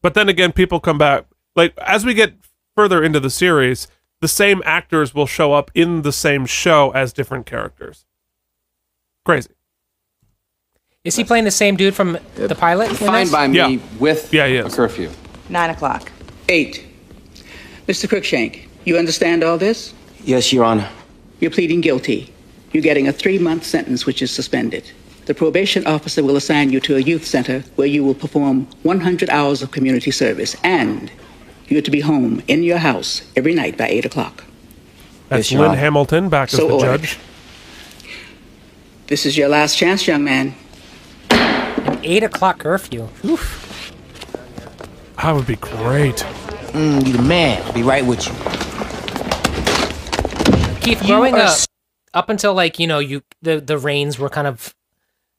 Speaker 2: but then again, people come back. Like, as we get further into the series, the same actors will show up in the same show as different characters. Crazy.
Speaker 3: Is he playing the same dude from the pilot? in
Speaker 11: Fine
Speaker 3: this?
Speaker 11: by me.
Speaker 2: Yeah.
Speaker 9: With
Speaker 2: yeah, yeah. a
Speaker 9: curfew.
Speaker 8: Nine o'clock.
Speaker 11: Eight. Mr. Cruikshank, you understand all this?
Speaker 6: Yes, Your Honor.
Speaker 11: You're pleading guilty. You're getting a three month sentence, which is suspended. The probation officer will assign you to a youth center where you will perform 100 hours of community service, and you're to be home in your house every night by 8 o'clock.
Speaker 2: That's
Speaker 11: Yes, Your
Speaker 2: Lynn
Speaker 11: Honor.
Speaker 2: Hamilton back
Speaker 11: So
Speaker 2: as the
Speaker 11: ordered.
Speaker 2: judge.
Speaker 11: This is your last chance, young man.
Speaker 3: An eight o'clock curfew. Oof.
Speaker 2: That would be great.
Speaker 12: Mm, you the man. I'll be right with you.
Speaker 3: Keith,
Speaker 12: You
Speaker 3: growing
Speaker 12: are
Speaker 3: up,
Speaker 12: s-
Speaker 3: up until like you know you the the reins were kind of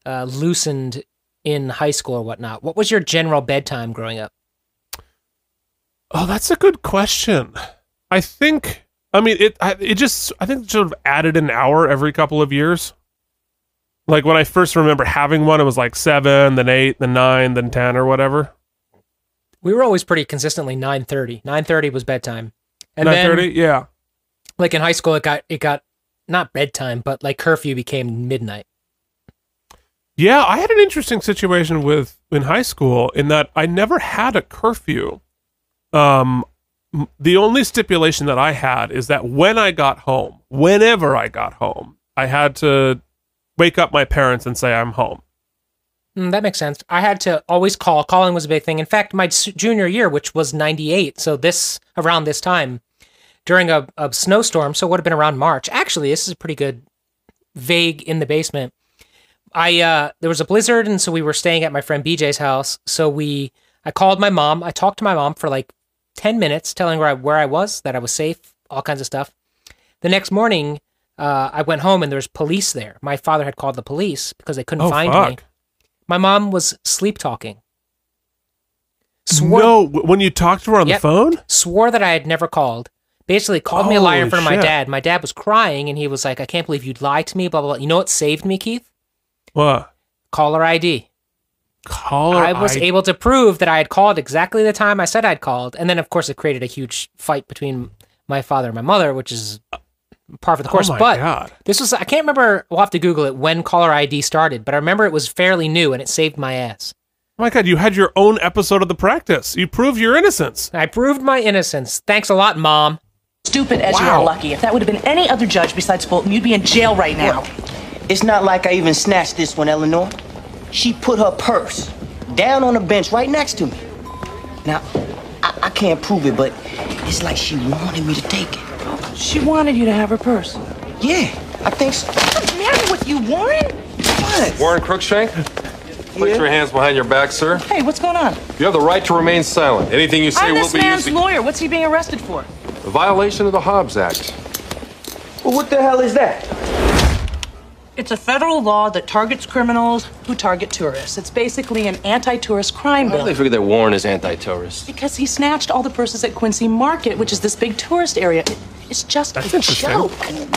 Speaker 3: uh, loosened in high school or whatnot. What was your general bedtime growing up?
Speaker 2: Oh, that's a good question. I think. I mean, it. I, it just. I think it sort of added an hour every couple of years. Like when I first remember having one, it was like seven, then eight, then nine, then ten, or whatever.
Speaker 3: We were always pretty consistently 9:30. 9:30 was bedtime. And
Speaker 2: Nine thirty.
Speaker 3: then
Speaker 2: Yeah.
Speaker 3: like in high school it got it got not bedtime, but like curfew became midnight.
Speaker 2: Yeah, I had an interesting situation with in high school in that I never had a curfew. Um, m- the only stipulation that I had is that when I got home, whenever I got home, I had to wake up my parents and say I'm home.
Speaker 3: Mm, that makes sense. I had to always call. Calling was a big thing. In fact, my s- junior year, which was 98, so this around this time during a, a snowstorm, so it would have been around March. Actually, this is pretty good vague in the basement. I uh there was a blizzard and so we were staying at my friend BJ's house. So we I called my mom. I talked to my mom for like 10 minutes telling her I, where I was, that I was safe, all kinds of stuff. The next morning, uh, I went home and there was police there. My father had called the police because they couldn't
Speaker 2: Oh,
Speaker 3: find me.
Speaker 2: fuck.
Speaker 3: My mom was sleep talking.
Speaker 2: No, w- when you talked to her on
Speaker 3: Yep.
Speaker 2: the phone,
Speaker 3: Swore that I had never called. Basically called me a liar in
Speaker 2: Holy
Speaker 3: front of my
Speaker 2: shit.
Speaker 3: dad. My dad was crying and he was like, I can't believe you'd lie to me, blah, blah, blah. You know what saved me, Keith?
Speaker 2: what?
Speaker 3: Caller ID.
Speaker 2: Caller
Speaker 3: I was
Speaker 2: ID.
Speaker 3: able to prove that I had called exactly the time I said I'd called, and then of course it created a huge fight between my father and my mother, which is par for the
Speaker 2: Oh
Speaker 3: course.
Speaker 2: my
Speaker 3: but
Speaker 2: God.
Speaker 3: this was I can't remember. We'll have to Google it when caller ID started, but I remember it was fairly new and it saved my ass.
Speaker 2: Oh my god, you had your own episode of the practice. You proved your innocence.
Speaker 3: I proved my innocence. Thanks a lot, mom.
Speaker 8: Stupid as you
Speaker 3: Wow.
Speaker 8: are lucky. If that would have been any other judge besides Bolton, you'd be in jail right now.
Speaker 12: It's not like I even snatched this one, Eleanor. She put her purse down on the bench right next to me. Now, I, I can't prove it, but it's like she wanted me to take it.
Speaker 8: She wanted you to have her purse.
Speaker 12: Yeah, I think so.
Speaker 8: What's the matter with you, Warren?
Speaker 13: Warren Crookshank? Place your hands behind your back, sir.
Speaker 8: Hey, what's going on?
Speaker 13: You have the right to remain silent. Anything you say
Speaker 8: I'm
Speaker 13: will
Speaker 8: this
Speaker 13: be
Speaker 8: man's
Speaker 13: used in
Speaker 8: lawyer. What's he being arrested for?
Speaker 13: violation of the Hobbs Act.
Speaker 12: Well, what the hell is that?
Speaker 8: It's a federal law that targets criminals who target tourists. It's basically an anti-tourist crime
Speaker 9: How did they
Speaker 8: bill.
Speaker 9: figure that Warren is anti-terrorist?
Speaker 8: Because he snatched all the purses at Quincy Market, which is this big tourist area. It- It's just a joke.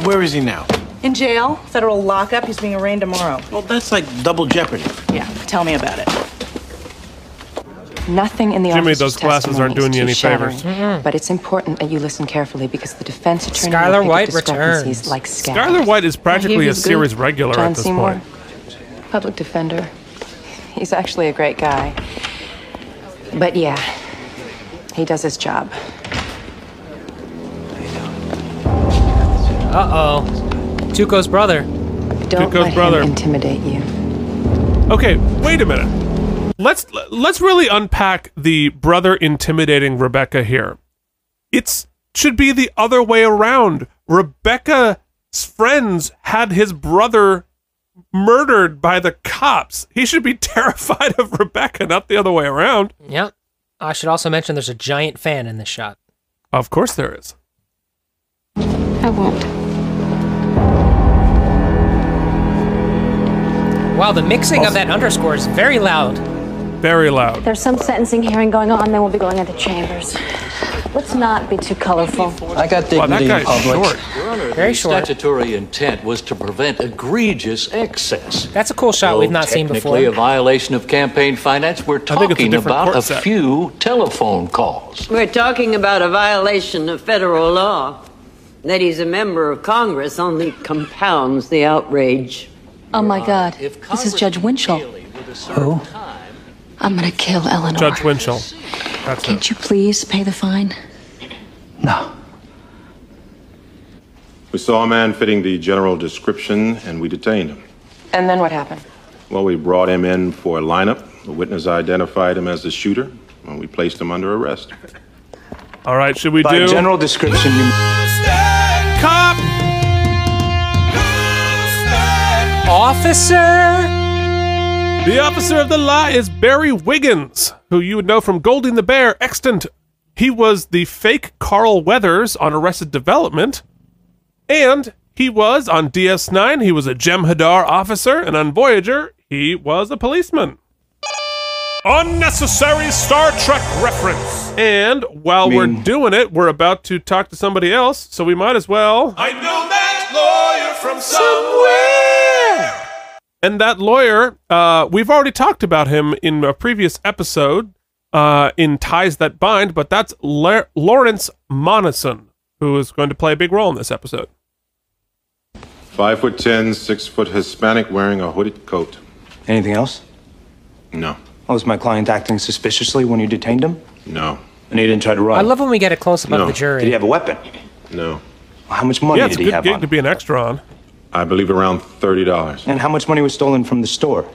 Speaker 12: Where is he now?
Speaker 8: In jail, federal lockup. He's being arraigned tomorrow.
Speaker 12: Well, that's like double jeopardy.
Speaker 8: Yeah, tell me about it. Nothing in the
Speaker 2: Jimmy, officer's those glasses aren't testimony doing is you any too favors.
Speaker 14: But it's important that you listen carefully because the defense attorney will
Speaker 3: Mm-hmm. Skylar
Speaker 14: pick up
Speaker 3: White
Speaker 14: discrepancies
Speaker 3: returns.
Speaker 14: like scabs.
Speaker 2: Skylar White is practically
Speaker 14: He
Speaker 2: a
Speaker 14: was good.
Speaker 2: series regular
Speaker 14: John
Speaker 2: at this
Speaker 14: Seymour,
Speaker 2: point.
Speaker 14: Public defender. He's actually a great guy. But yeah, he does his job.
Speaker 3: Uh oh, Tuco's brother.
Speaker 14: Don't
Speaker 2: Tuco's
Speaker 14: let
Speaker 2: brother.
Speaker 14: him intimidate you.
Speaker 2: Okay, wait a minute. Let's let's really unpack the brother intimidating Rebecca here. It's should be the other way around. Rebecca's friends had his brother murdered by the cops. He should be terrified of Rebecca, not the other way around.
Speaker 3: Yep. I should also mention there's a giant fan in this shot.
Speaker 2: Of course there is.
Speaker 5: I won't.
Speaker 3: Wow, the mixing of that underscore is very loud.
Speaker 2: Very loud.
Speaker 7: There's some sentencing hearing going on, then we'll be going into chambers. Let's not be too colorful.
Speaker 15: I got dignity in public.
Speaker 7: Your Honor,
Speaker 3: Very
Speaker 15: the
Speaker 3: short.
Speaker 15: statutory intent was to prevent egregious excess.
Speaker 3: That's a cool shot
Speaker 15: Though
Speaker 3: we've not seen before.
Speaker 15: Technically, a violation of campaign finance. We're
Speaker 3: think it's a
Speaker 15: talking
Speaker 3: different
Speaker 15: about
Speaker 3: court
Speaker 15: a
Speaker 3: set.
Speaker 15: few telephone calls.
Speaker 16: We're talking about a violation of federal law. That he's a member of Congress only compounds the outrage.
Speaker 10: Oh my God. This is Judge Winchell.
Speaker 2: Who?
Speaker 10: I'm gonna kill Eleanor.
Speaker 2: Judge Winchell. That's
Speaker 10: Can't you please pay the fine?
Speaker 17: We saw a man fitting the general description and we detained him.
Speaker 14: And then what happened?
Speaker 17: Well, we brought him in for a lineup. The witness identified him as the shooter and we placed him under arrest.
Speaker 2: All right, should we
Speaker 17: By
Speaker 2: do
Speaker 17: general
Speaker 2: description? You...
Speaker 3: Cop! Officer!
Speaker 2: The officer of the law is Barry Wiggins, who you would know from Golding the Bear extant. He was the fake Carl Weathers on Arrested Development, and he was on DS9. He was a Jem'Hadar officer, and on Voyager, he was a policeman.
Speaker 1: Unnecessary Star Trek reference.
Speaker 2: And while we're doing it, we're about to talk to somebody else, so we might as well.
Speaker 1: I know that lawyer from somewhere.
Speaker 2: And that lawyer, uh, we've already talked about him in a previous episode uh, in Ties That Bind, but that's La- Lawrence Monison, who is going to play a big role in this episode.
Speaker 17: Five foot ten, six foot Hispanic wearing a hooded coat.
Speaker 6: Anything else? Oh,
Speaker 17: No.
Speaker 6: Was my client acting suspiciously when you detained him?
Speaker 17: No.
Speaker 6: And he didn't try to run.
Speaker 3: I love when we get a close up
Speaker 6: No.
Speaker 3: of the jury.
Speaker 6: Did he have a weapon?
Speaker 17: No.
Speaker 6: How much money
Speaker 17: Yeah, it's
Speaker 6: did he
Speaker 17: a good
Speaker 6: have
Speaker 17: gig
Speaker 6: on?
Speaker 2: to be an extra on.
Speaker 17: I believe around thirty dollars,
Speaker 6: And how much money was stolen from the store?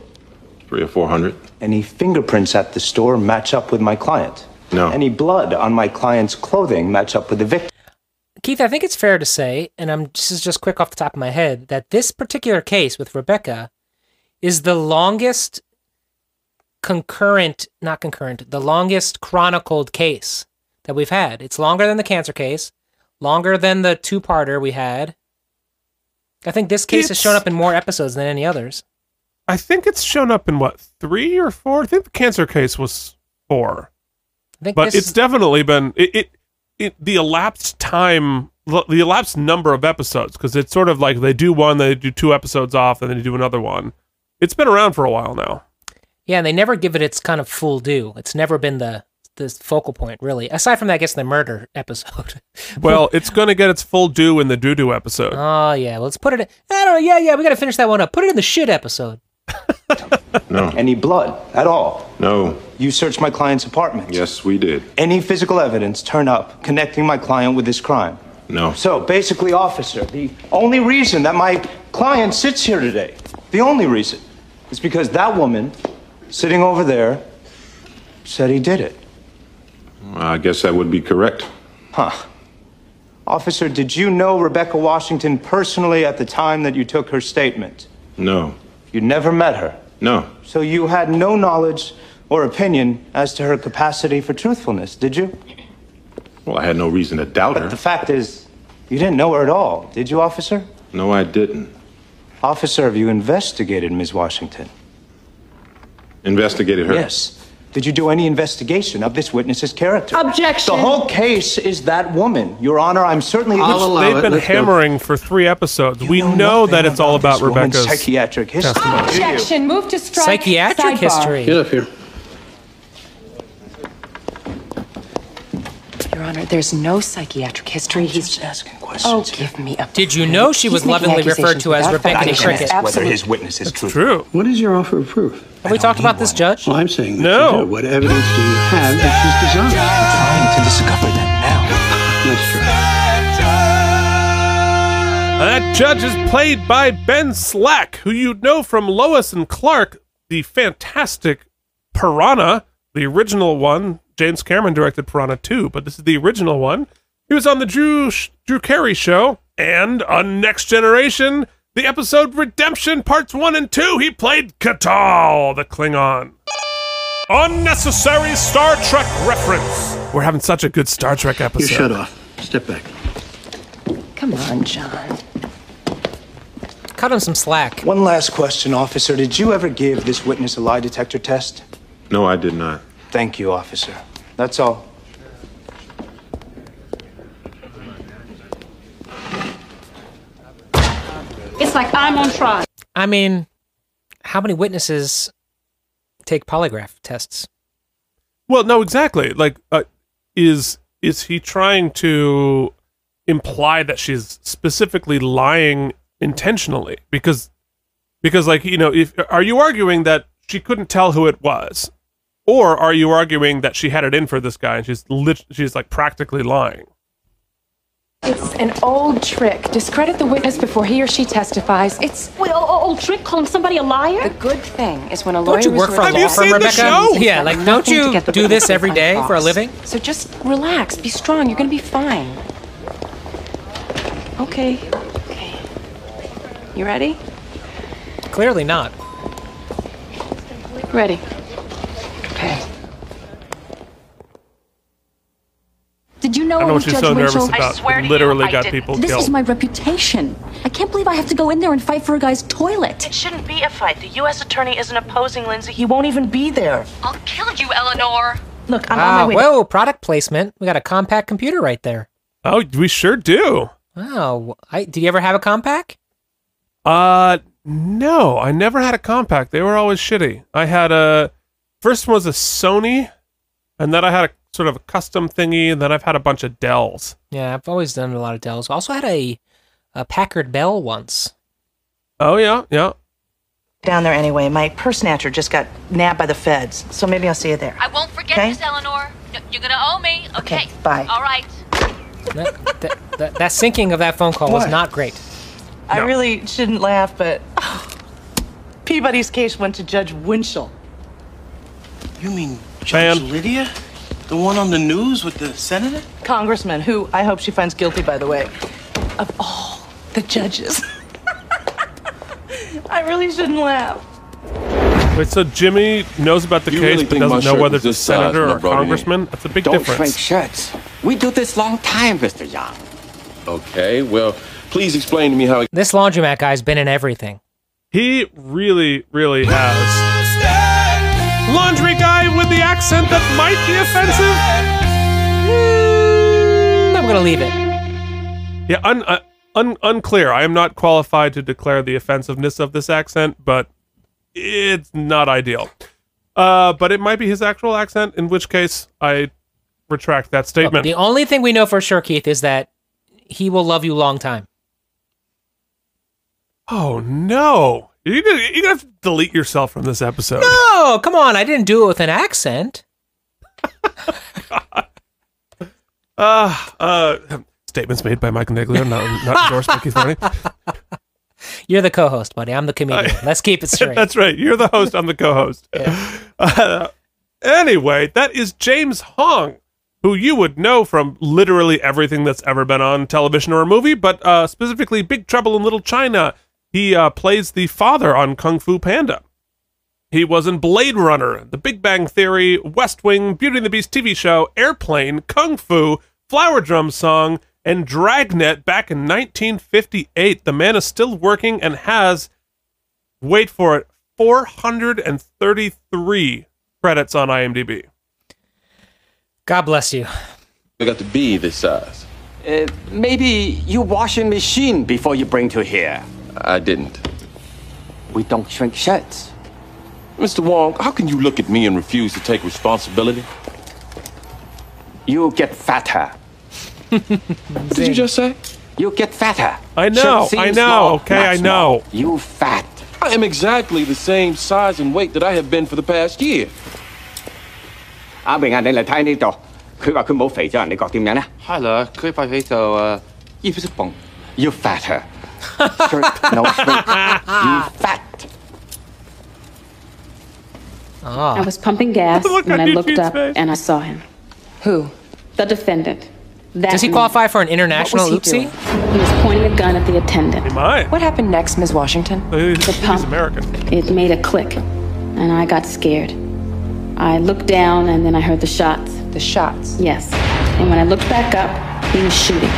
Speaker 17: three or four hundred.
Speaker 6: Any fingerprints at the store match up with my client?
Speaker 17: No.
Speaker 6: Any blood on my client's clothing match up with the victim?
Speaker 3: Keith, I think it's fair to say, and I'm this is just quick off the top of my head, that this particular case with Rebecca is the longest concurrent, not concurrent, the longest chronicled case that we've had. It's longer than the cancer case, longer than the two-parter we had. I think this case has shown up in more episodes than any others.
Speaker 2: I think it's shown up in what, three or four? I think the cancer case was four.
Speaker 3: I think
Speaker 2: but
Speaker 3: this-
Speaker 2: it's definitely been it, it, it the elapsed time the the elapsed number of episodes because it's sort of like they do one they do two episodes off and then they do another one it's been around for a while now
Speaker 3: Yeah, and they never give it its kind of full due. It's never been the the focal point, really. Aside from that, I guess the murder episode.
Speaker 2: well it's going to get its full due in the doo-doo episode
Speaker 3: Oh yeah, let's put it. In, I don't know. Yeah, yeah, we gotta finish that one up. Put it in the shit episode.
Speaker 17: No.
Speaker 6: Any blood at all?
Speaker 17: No.
Speaker 6: You searched my client's apartment.
Speaker 17: Yes, we did.
Speaker 6: Any physical evidence turn up connecting my client with this crime?
Speaker 17: No.
Speaker 6: So basically, officer, the only reason that my client sits here today, the only reason, is because that woman sitting over there said he did it.
Speaker 17: I guess that would be correct.
Speaker 6: Huh. Officer, did you know Rebecca Washington personally at the time that you took her statement?
Speaker 17: No.
Speaker 6: You never met her.
Speaker 17: No.
Speaker 6: So you had no knowledge or opinion as to her capacity for truthfulness, did you?
Speaker 17: Well, I had no reason to doubt her.
Speaker 6: The fact is, you didn't know her at all, did you, officer?
Speaker 17: No, I didn't.
Speaker 6: Officer, have you investigated Ms. Washington?
Speaker 17: Investigated her.
Speaker 6: Yes. Did you do any investigation of this witness's character? Objection. The whole case is that woman, Your Honor. I'm certainly.
Speaker 2: Which they've been hammering for three episodes we know, that it's all about
Speaker 6: this woman's
Speaker 2: rebecca's
Speaker 6: psychiatric history
Speaker 18: Objection. Move to strike.
Speaker 3: Psychiatric
Speaker 18: sidebar.
Speaker 3: history.
Speaker 15: Get up here.
Speaker 14: Your Honor, there's no psychiatric history. He's just asking questions. Oh, give me a.
Speaker 3: Did you know she was lovingly referred to as Rebecca the Cricket?
Speaker 6: witness is true.
Speaker 2: True.
Speaker 19: What is your offer of proof?
Speaker 3: Have we talked about this, Judge?
Speaker 19: Well, I'm saying that
Speaker 2: No.
Speaker 19: you do. What evidence do you have that she's dishonest? Trying to discover that now. That's true.
Speaker 2: That judge is played by Ben Slack, who you know from Lois and Clark, the fantastic Piranha, the original one. James Cameron directed Piranha 2, but this is the original one. He was on the Drew Drew Carey show and on Next Generation, the episode Redemption Parts 1 and 2. He played Katal, the Klingon.
Speaker 1: Unnecessary Star Trek reference.
Speaker 2: We're having such a good Star Trek episode.
Speaker 19: You shut off. Step back.
Speaker 14: Come on, John.
Speaker 3: Cut him some slack.
Speaker 6: One last question, officer. Did you ever give this witness a lie detector test?
Speaker 17: No, I did not.
Speaker 6: Thank you, officer. That's all.
Speaker 18: It's like I'm on trial.
Speaker 3: I mean, how many witnesses take polygraph tests?
Speaker 2: Well, no, exactly. Like, uh, is is he trying to imply that she's specifically lying intentionally? Because because like you know if are you arguing that she couldn't tell who it was or are you arguing that she had it in for this guy and she's lit- she's like practically lying
Speaker 18: It's an old trick. Discredit the witness before he or she testifies. It's wait, o- o- old trick calling somebody a liar. The
Speaker 14: good thing is when a
Speaker 3: Don't you work for a law firm, Rebecca? Yeah, like don't you do this every day for a living?
Speaker 14: So just relax, be strong, you're gonna be fine. Okay. Okay. You ready?
Speaker 3: Clearly not.
Speaker 18: Ready.
Speaker 20: Did you know
Speaker 2: I don't know
Speaker 20: I
Speaker 2: what
Speaker 20: was
Speaker 2: she's
Speaker 20: judgmental?
Speaker 2: so nervous about. literally got people
Speaker 20: This
Speaker 2: killed.
Speaker 20: is my reputation. I can't believe I have to go in there and fight for a guy's toilet.
Speaker 8: It shouldn't be a fight. The U.S. attorney isn't opposing Lindsay. He won't even be there.
Speaker 20: I'll kill you, Eleanor.
Speaker 8: Look, I'm
Speaker 3: Wow,
Speaker 8: on my way.
Speaker 3: Ah, whoa, product placement. We got a compact computer right there.
Speaker 2: oh we sure do
Speaker 3: Wow. I, do you ever have a compact?
Speaker 2: uh no i never had a compact they were always shitty i had a first one was a sony and then i had a sort of a custom thingy and then i've had a bunch of dells
Speaker 3: Yeah, I've always done a lot of Dells. I also had a, a Packard Bell once.
Speaker 2: oh yeah yeah
Speaker 8: Down there anyway. My purse snatcher just got nabbed by the feds, so maybe I'll see you there.
Speaker 21: I won't forget
Speaker 8: Okay.
Speaker 21: this, Eleanor. No, you're gonna owe me. Okay.
Speaker 8: Okay, bye.
Speaker 21: All right.
Speaker 3: That, that, that, that syncing of that phone call was
Speaker 8: What?
Speaker 3: not great.
Speaker 8: I really shouldn't laugh, but Peabody's case went to Judge Winchell.
Speaker 12: You mean Judge Lydia? The one on the news with the senator?
Speaker 8: Congressman, who I hope she finds guilty, by the way, of all the judges. I really shouldn't laugh.
Speaker 2: Wait, so Jimmy knows about the
Speaker 22: You
Speaker 2: case
Speaker 22: really
Speaker 2: but
Speaker 22: think my
Speaker 2: doesn't know
Speaker 22: shirt
Speaker 2: whether
Speaker 22: was
Speaker 2: it's a
Speaker 22: this size
Speaker 2: senator
Speaker 22: when I
Speaker 2: or
Speaker 22: brought it in?
Speaker 2: congressman? That's a big
Speaker 22: Don't
Speaker 2: difference.
Speaker 22: shrink shirts. We do this long time, Mr. Young.
Speaker 9: Okay, well, please explain to me how.
Speaker 3: This laundromat guy's been in everything.
Speaker 2: He really, really has. Laundry guy with the accent that might be offensive.
Speaker 3: Hmm, I'm gonna leave it.
Speaker 2: Yeah, un, uh, un, unclear. I am not qualified to declare the offensiveness of this accent, but it's not ideal. Uh, but it might be his actual accent, in which case I retract that statement.
Speaker 3: The only thing we know for sure, Keith, is that he will love you long time.
Speaker 2: oh no! You're gonna, you're gonna have to delete yourself from this episode.
Speaker 3: No, Oh, come on. I didn't do it with an accent.
Speaker 2: Uh, uh, statements made by Mike Niglio, not, not endorsed by Keith Varney.
Speaker 3: You're the co-host, buddy. I'm the comedian. Let's keep it straight.
Speaker 2: That's right. You're the host. I'm the co-host. Uh, anyway, that is James Hong, who you would know from literally everything that's ever been on television or a movie, but uh, specifically Big Trouble in Little China. He uh, plays the father on Kung Fu Panda. He was in Blade Runner, The Big Bang Theory, West Wing, Beauty and the Beast TV show, Airplane, Kung Fu, Flower Drum Song, and Dragnet back in 1958. The man is still working and has, wait for it, 433 credits on IMDb.
Speaker 3: God bless you.
Speaker 9: I got to be this size.
Speaker 22: Uh, maybe you wash a machine before you bring to here.
Speaker 9: I didn't.
Speaker 22: We don't shrink shirts.
Speaker 9: Mr. Wong, how can you look at me and refuse to take responsibility?
Speaker 22: You get fatter.
Speaker 9: Did you just say?
Speaker 22: You get fatter.
Speaker 2: I know,
Speaker 9: Shirt seems
Speaker 2: I know,
Speaker 9: small,
Speaker 2: okay,
Speaker 9: not
Speaker 2: I
Speaker 9: small.
Speaker 2: know.
Speaker 22: You fat.
Speaker 9: I am exactly the same size and weight that I have been for the past year.
Speaker 22: 阿明啊，你嚟睇呢度，佢話佢冇肥咗人，你覺點樣呢？You fatter. Shirt, no shrink. You fat.
Speaker 5: I was pumping gas
Speaker 3: Ah. Look
Speaker 5: when
Speaker 3: at
Speaker 5: I
Speaker 3: Eugene's
Speaker 5: looked up
Speaker 3: face.
Speaker 5: and I saw him. Who? The defendant. That
Speaker 3: Does he
Speaker 5: man.
Speaker 3: qualify for an international
Speaker 5: What was he
Speaker 3: oopsie?
Speaker 5: doing? He was pointing a gun at the attendant.
Speaker 14: What happened next, Ms. Washington?
Speaker 5: The pump. It made a click, and I got scared. I looked down, and then I heard the shots. The shots? Yes. And when I looked back up, he was shooting.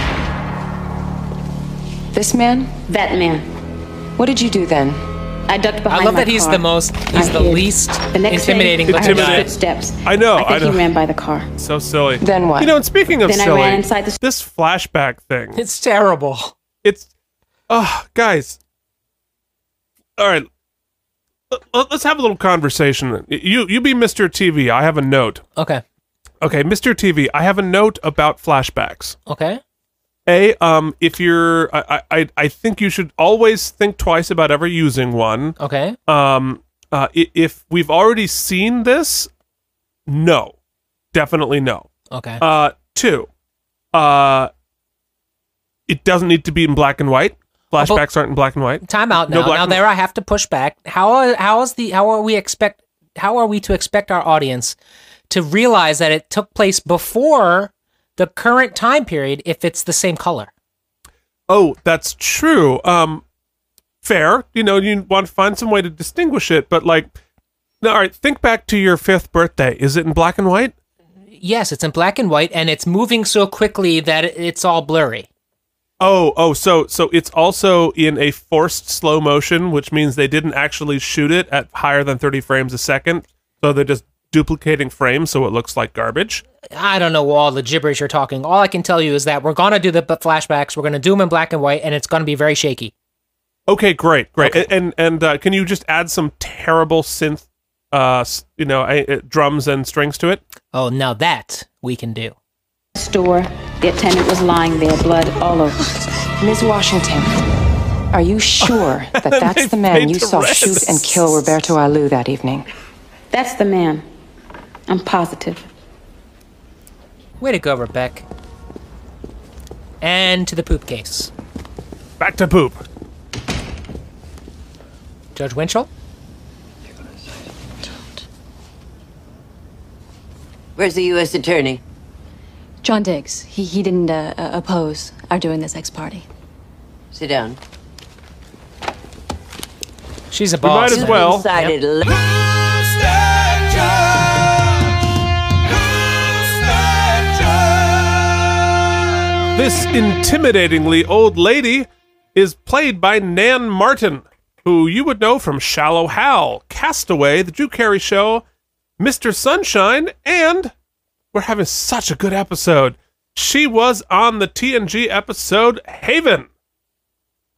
Speaker 14: This man?
Speaker 5: That man.
Speaker 14: What did you do then?
Speaker 5: I ducked behind
Speaker 3: I love
Speaker 5: my
Speaker 3: that he's
Speaker 5: car.
Speaker 3: the most, he's the least
Speaker 5: The next
Speaker 3: intimidating
Speaker 5: day,
Speaker 3: looking
Speaker 5: I heard
Speaker 3: guy.
Speaker 5: footsteps.
Speaker 2: I know,
Speaker 5: I think
Speaker 2: I know.
Speaker 5: he ran by the car.
Speaker 2: So silly.
Speaker 5: Then what?
Speaker 2: You know, and speaking of
Speaker 5: Then I
Speaker 2: silly,
Speaker 5: ran inside the-
Speaker 2: this flashback thing.
Speaker 3: It's terrible.
Speaker 2: It's, oh, guys. All right, Let- let's have a little conversation. You you be Mr. TV. I have a note.
Speaker 3: Okay.
Speaker 2: Okay, Mr. TV, I have a note about flashbacks.
Speaker 3: Okay.
Speaker 2: A, um, if you're, I, I, I think you should always think twice about ever using one.
Speaker 3: Okay.
Speaker 2: Um, uh, i- if we've already seen this, no, definitely no.
Speaker 3: Okay.
Speaker 2: Uh, two, uh, it doesn't need to be in black and white. Flashbacks aren't in black and white.
Speaker 3: Oh, Time out
Speaker 2: No
Speaker 3: now.
Speaker 2: black
Speaker 3: now
Speaker 2: and-
Speaker 3: there, I have to push back. How are, how is the how are we expect how are we to expect our audience to realize that it took place before the current time period if it's the same color?
Speaker 2: Oh, that's true. Um, fair. You know, you want to find some way to distinguish it, but like, no, all right. Think back to your fifth birthday. Is it in black and white?
Speaker 3: Yes, it's in black and white, and it's moving so quickly that it- it's all blurry.
Speaker 2: Oh, oh, so so it's also in a forced slow motion, which means they didn't actually shoot it at higher than thirty frames a second. So they're just duplicating frames, so it looks like garbage.
Speaker 3: I don't know all the gibberish you're talking. All I can tell you is that we're gonna do the b- flashbacks. We're gonna do them in black and white, and it's gonna be very shaky.
Speaker 2: Okay, great, great. A- And and uh, can you just add some terrible synth, uh, s- you know, I, uh, drums and strings to it?
Speaker 3: Oh, now that we can do.
Speaker 5: Store. The attendant was lying there, blood all over.
Speaker 14: Ms. Washington, are you sure that that's the man you saw shoot and kill Roberto Alou that evening?
Speaker 5: That's the man. I'm positive.
Speaker 3: Way to go, Rebecca. And to the poop case.
Speaker 2: Back to poop.
Speaker 3: Judge Winchell?
Speaker 16: Where's the U.S. attorney?
Speaker 20: John Diggs, he, he didn't uh, uh, oppose our doing this ex party.
Speaker 16: Sit down.
Speaker 3: She's a
Speaker 2: We might
Speaker 3: boss.
Speaker 2: as
Speaker 3: man.
Speaker 2: well.
Speaker 16: Decided la-
Speaker 2: This intimidatingly old lady is played by Nan Martin, who you would know from Shallow Hal, Castaway, The Drew Carey Show, Mr. Sunshine, and we're having such a good episode. She was on the TNG episode Haven.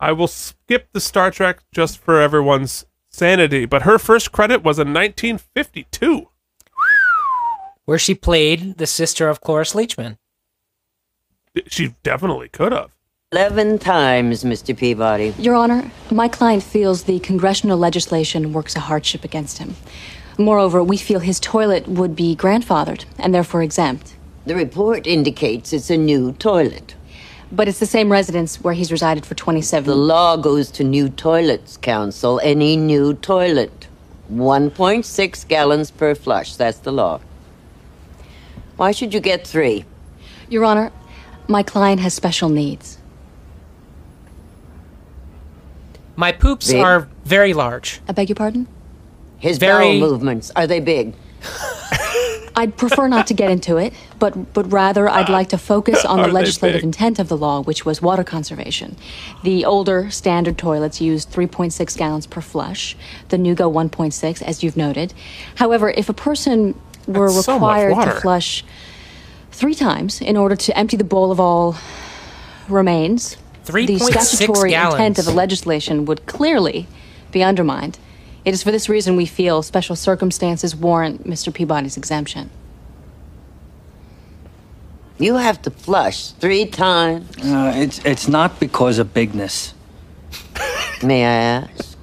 Speaker 2: I will skip the Star Trek just for everyone's sanity, but her first credit was in 1952.
Speaker 3: Where she played the sister of Cloris Leachman.
Speaker 2: She definitely could have.
Speaker 16: eleven times, Mr. Peabody.
Speaker 20: Your Honor, my client feels the congressional legislation works a hardship against him. Moreover, we feel his toilet would be grandfathered and therefore exempt.
Speaker 16: The report indicates it's a new toilet.
Speaker 20: But it's the same residence where he's resided for 27
Speaker 16: The law goes to new toilets, counsel. Any new toilet. 1.6 gallons per flush. That's the law. Why should you get three?
Speaker 20: Your Honor, my client has special needs.
Speaker 3: My poops
Speaker 16: Big.
Speaker 3: are very large.
Speaker 20: I beg your pardon?
Speaker 16: His bowel
Speaker 3: Very-
Speaker 16: movements, are they big?
Speaker 20: I'd prefer not to get into it, but but rather I'd like to focus on
Speaker 16: Are
Speaker 20: the
Speaker 16: they
Speaker 20: legislative
Speaker 16: big?
Speaker 20: intent of the law, which was water conservation. The older standard toilets used 3.6 gallons per flush. The new go 1.6, as you've noted. However, if a person were
Speaker 4: That's so much
Speaker 20: required to
Speaker 4: water.
Speaker 20: flush three times in order to empty the bowl of all remains, the
Speaker 3: 3.6
Speaker 20: statutory intent
Speaker 3: gallons.
Speaker 20: of the legislation would clearly be undermined. It is for this reason we feel special circumstances warrant Mr. Peabody's exemption.
Speaker 16: You have to flush three times.
Speaker 4: Uh, it's it's not because of bigness.
Speaker 16: May I ask?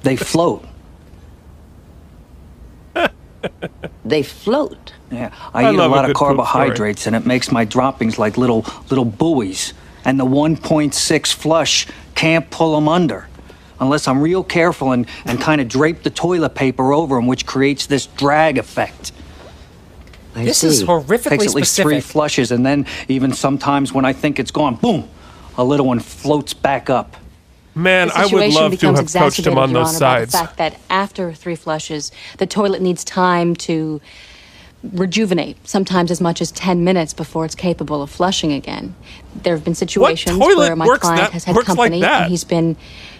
Speaker 4: They float.
Speaker 16: They float.
Speaker 4: Yeah, I,
Speaker 16: I
Speaker 4: eat a
Speaker 16: love a
Speaker 4: lot
Speaker 16: good
Speaker 4: of
Speaker 16: poop story.
Speaker 4: carbohydrates, and it makes my droppings like little little buoys. And the 1.6 flush can't pull them under, unless I'm real careful and, and kind of drape the toilet paper over them, which creates this drag effect.
Speaker 3: This is see. horrifically
Speaker 4: Takes at least three
Speaker 3: specific.
Speaker 4: flushes, and then even sometimes when I think it's gone, boom, a little one floats back up.
Speaker 2: Man,
Speaker 20: The situation becomes exacerbated, Your Honor, by The fact that after three flushes, the toilet needs time to rejuvenate, sometimes as much as 10 minutes before it's capable of flushing again. There have been situations
Speaker 11: toilet
Speaker 20: where my
Speaker 11: works
Speaker 20: client
Speaker 11: that-
Speaker 20: has had
Speaker 11: works like
Speaker 20: company
Speaker 11: that?
Speaker 20: and he's been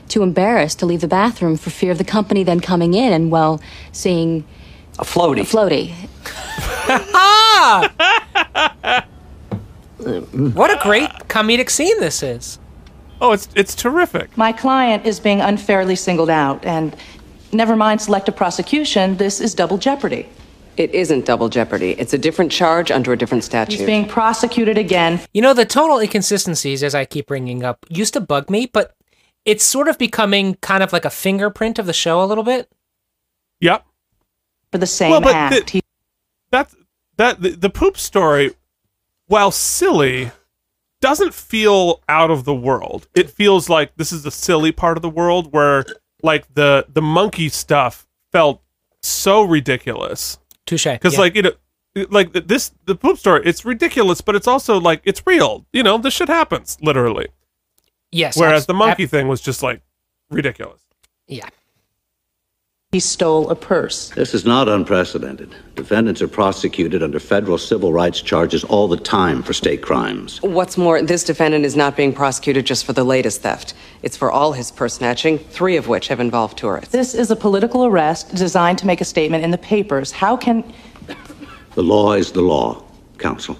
Speaker 20: too embarrassed to leave the bathroom for fear of the company then coming in and, well, seeing
Speaker 4: A floaty.
Speaker 20: a floaty.
Speaker 3: ah! what a great comedic scene this is.
Speaker 2: Oh, it's it's terrific.
Speaker 8: My client is being unfairly singled out, and never mind selective prosecution, this is double jeopardy.
Speaker 11: It isn't double jeopardy. It's a different charge under a different statute.
Speaker 8: He's being prosecuted again.
Speaker 3: You know, the total inconsistencies, as I keep bringing up, used to bug me, but it's sort of becoming kind of like a fingerprint of the show a little bit.
Speaker 2: Yep.
Speaker 8: For the same
Speaker 2: Well, but
Speaker 8: act.
Speaker 2: the- that that the, the poop story, while silly, doesn't feel out of the world. It feels like this is the silly part of the world where like the the monkey stuff felt so ridiculous.
Speaker 3: Touche.
Speaker 2: Because
Speaker 3: yeah.
Speaker 2: like you know. Like th- this, the poop story. It's ridiculous, but it's also like it's real. You know, this shit happens literally.
Speaker 3: Yes.
Speaker 2: Whereas
Speaker 3: abs-
Speaker 2: the monkey thing was just like ridiculous.
Speaker 3: Yeah.
Speaker 8: He stole a purse.
Speaker 13: This is not unprecedented. Defendants are prosecuted under federal civil rights charges all the time for state crimes.
Speaker 11: What's more, this defendant is not being prosecuted just for the latest theft. It's for all his purse snatching, three of which have involved tourists.
Speaker 8: This is a political arrest designed to make a statement in the papers. How can
Speaker 13: The law is the law, counsel.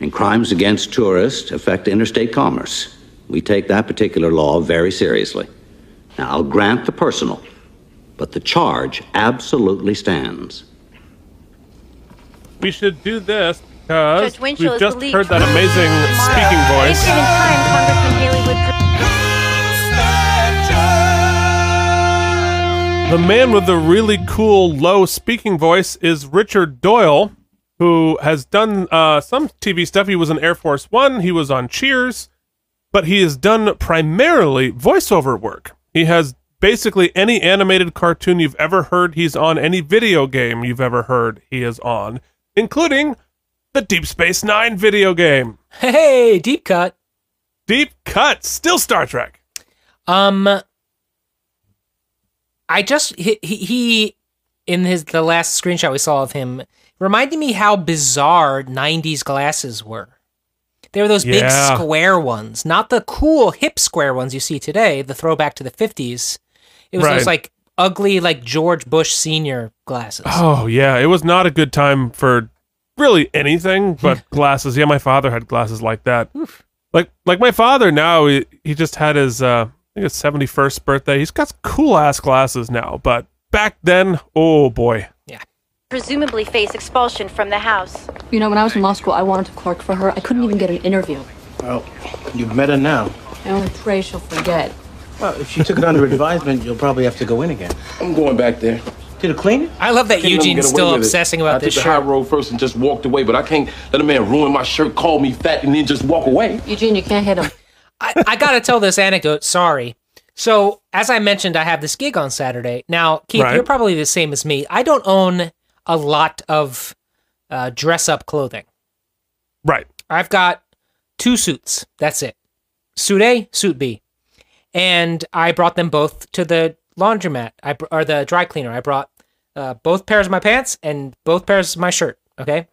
Speaker 13: And crimes against tourists affect interstate commerce. We take that particular law very seriously. Now, I'll grant the personal, but the charge absolutely stands.
Speaker 2: We should do this because
Speaker 23: Judge
Speaker 2: we've
Speaker 23: Winchell is
Speaker 2: just
Speaker 23: the lead
Speaker 2: heard that amazing speaking voice. The man with the really cool low speaking voice is Richard Doyle, who has done uh, some TV stuff. He was in Air Force One, he was on Cheers, but he has done primarily voiceover work. He has basically any animated cartoon you've ever heard, he's on any video game you've ever heard, he is on, including the Deep Space Nine video game.
Speaker 3: Hey, deep cut.
Speaker 2: Deep cut. Still Star Trek.
Speaker 3: Um, I just he, he he in his the last screenshot we saw of him reminded me how bizarre '90s glasses were. They were those big
Speaker 24: Yeah.
Speaker 3: square ones, not the cool hip square ones you see today. The throwback to the '50s. It was
Speaker 2: Right.
Speaker 3: those like ugly, like George Bush senior glasses.
Speaker 2: Oh yeah, it was not a good time for really anything but glasses. Yeah, my father had glasses like that. Like like my father now he, he just had his uh I think it's 71st birthday. He's got cool ass glasses now, but back then, oh boy.
Speaker 23: Presumably face expulsion from the house.
Speaker 20: You know, when I was in law school, I wanted to clerk for her. I couldn't even get an interview.
Speaker 25: Well, you've met her now.
Speaker 20: Oh, pray she'll forget.
Speaker 25: Well, if you took it under advisement, you'll probably have to go in again. I'm going back there. To the cleaner?
Speaker 3: I love that
Speaker 25: Didn't let him
Speaker 3: Eugene's
Speaker 25: get away
Speaker 3: still
Speaker 25: with it.
Speaker 3: obsessing about
Speaker 25: I
Speaker 3: this
Speaker 25: took
Speaker 3: shirt.
Speaker 25: the
Speaker 9: I rode first and just walked away, but I can't let a man ruin my shirt, call me fat, and then just walk away.
Speaker 20: Eugene, you can't hit him.
Speaker 3: I, I gotta tell this anecdote. Sorry. So, as I mentioned, I have this gig on Saturday. Now, Keith,
Speaker 24: Right.
Speaker 3: you're probably the same as me. I don't own a lot of uh, dress up clothing.
Speaker 2: Right.
Speaker 3: I've got two suits. That's it. Suit A, suit B. And I brought them both to the laundromat I, br- or the dry cleaner. I brought uh, both pairs of my pants and both pairs of my shirt. Okay.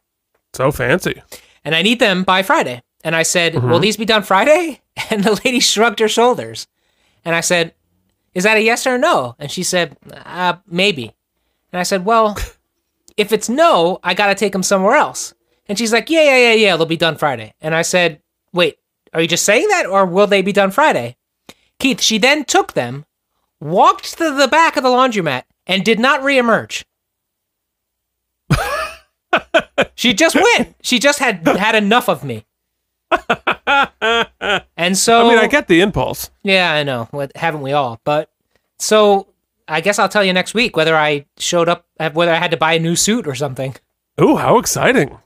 Speaker 2: So fancy.
Speaker 3: And I need them by Friday. And I said,
Speaker 2: Mhm.
Speaker 3: Will these be done Friday? And the lady shrugged her shoulders. And I said, Is that a yes or a no? And she said, uh, Maybe. And I said, Well, if it's no, I got to take them somewhere else. And she's like, Yeah, yeah, yeah, yeah, they'll be done Friday. And I said, Wait, are you just saying that or will they be done Friday? Keith, she then took them, walked to the back of the laundromat, and did not reemerge. she just went. She just had had enough of me. and so
Speaker 2: I mean, I get the impulse.
Speaker 3: yeah, I know. What haven't we all? But so I guess I'll tell you next week whether I showed up, whether I had to buy a new suit or something.
Speaker 2: Ooh, how exciting!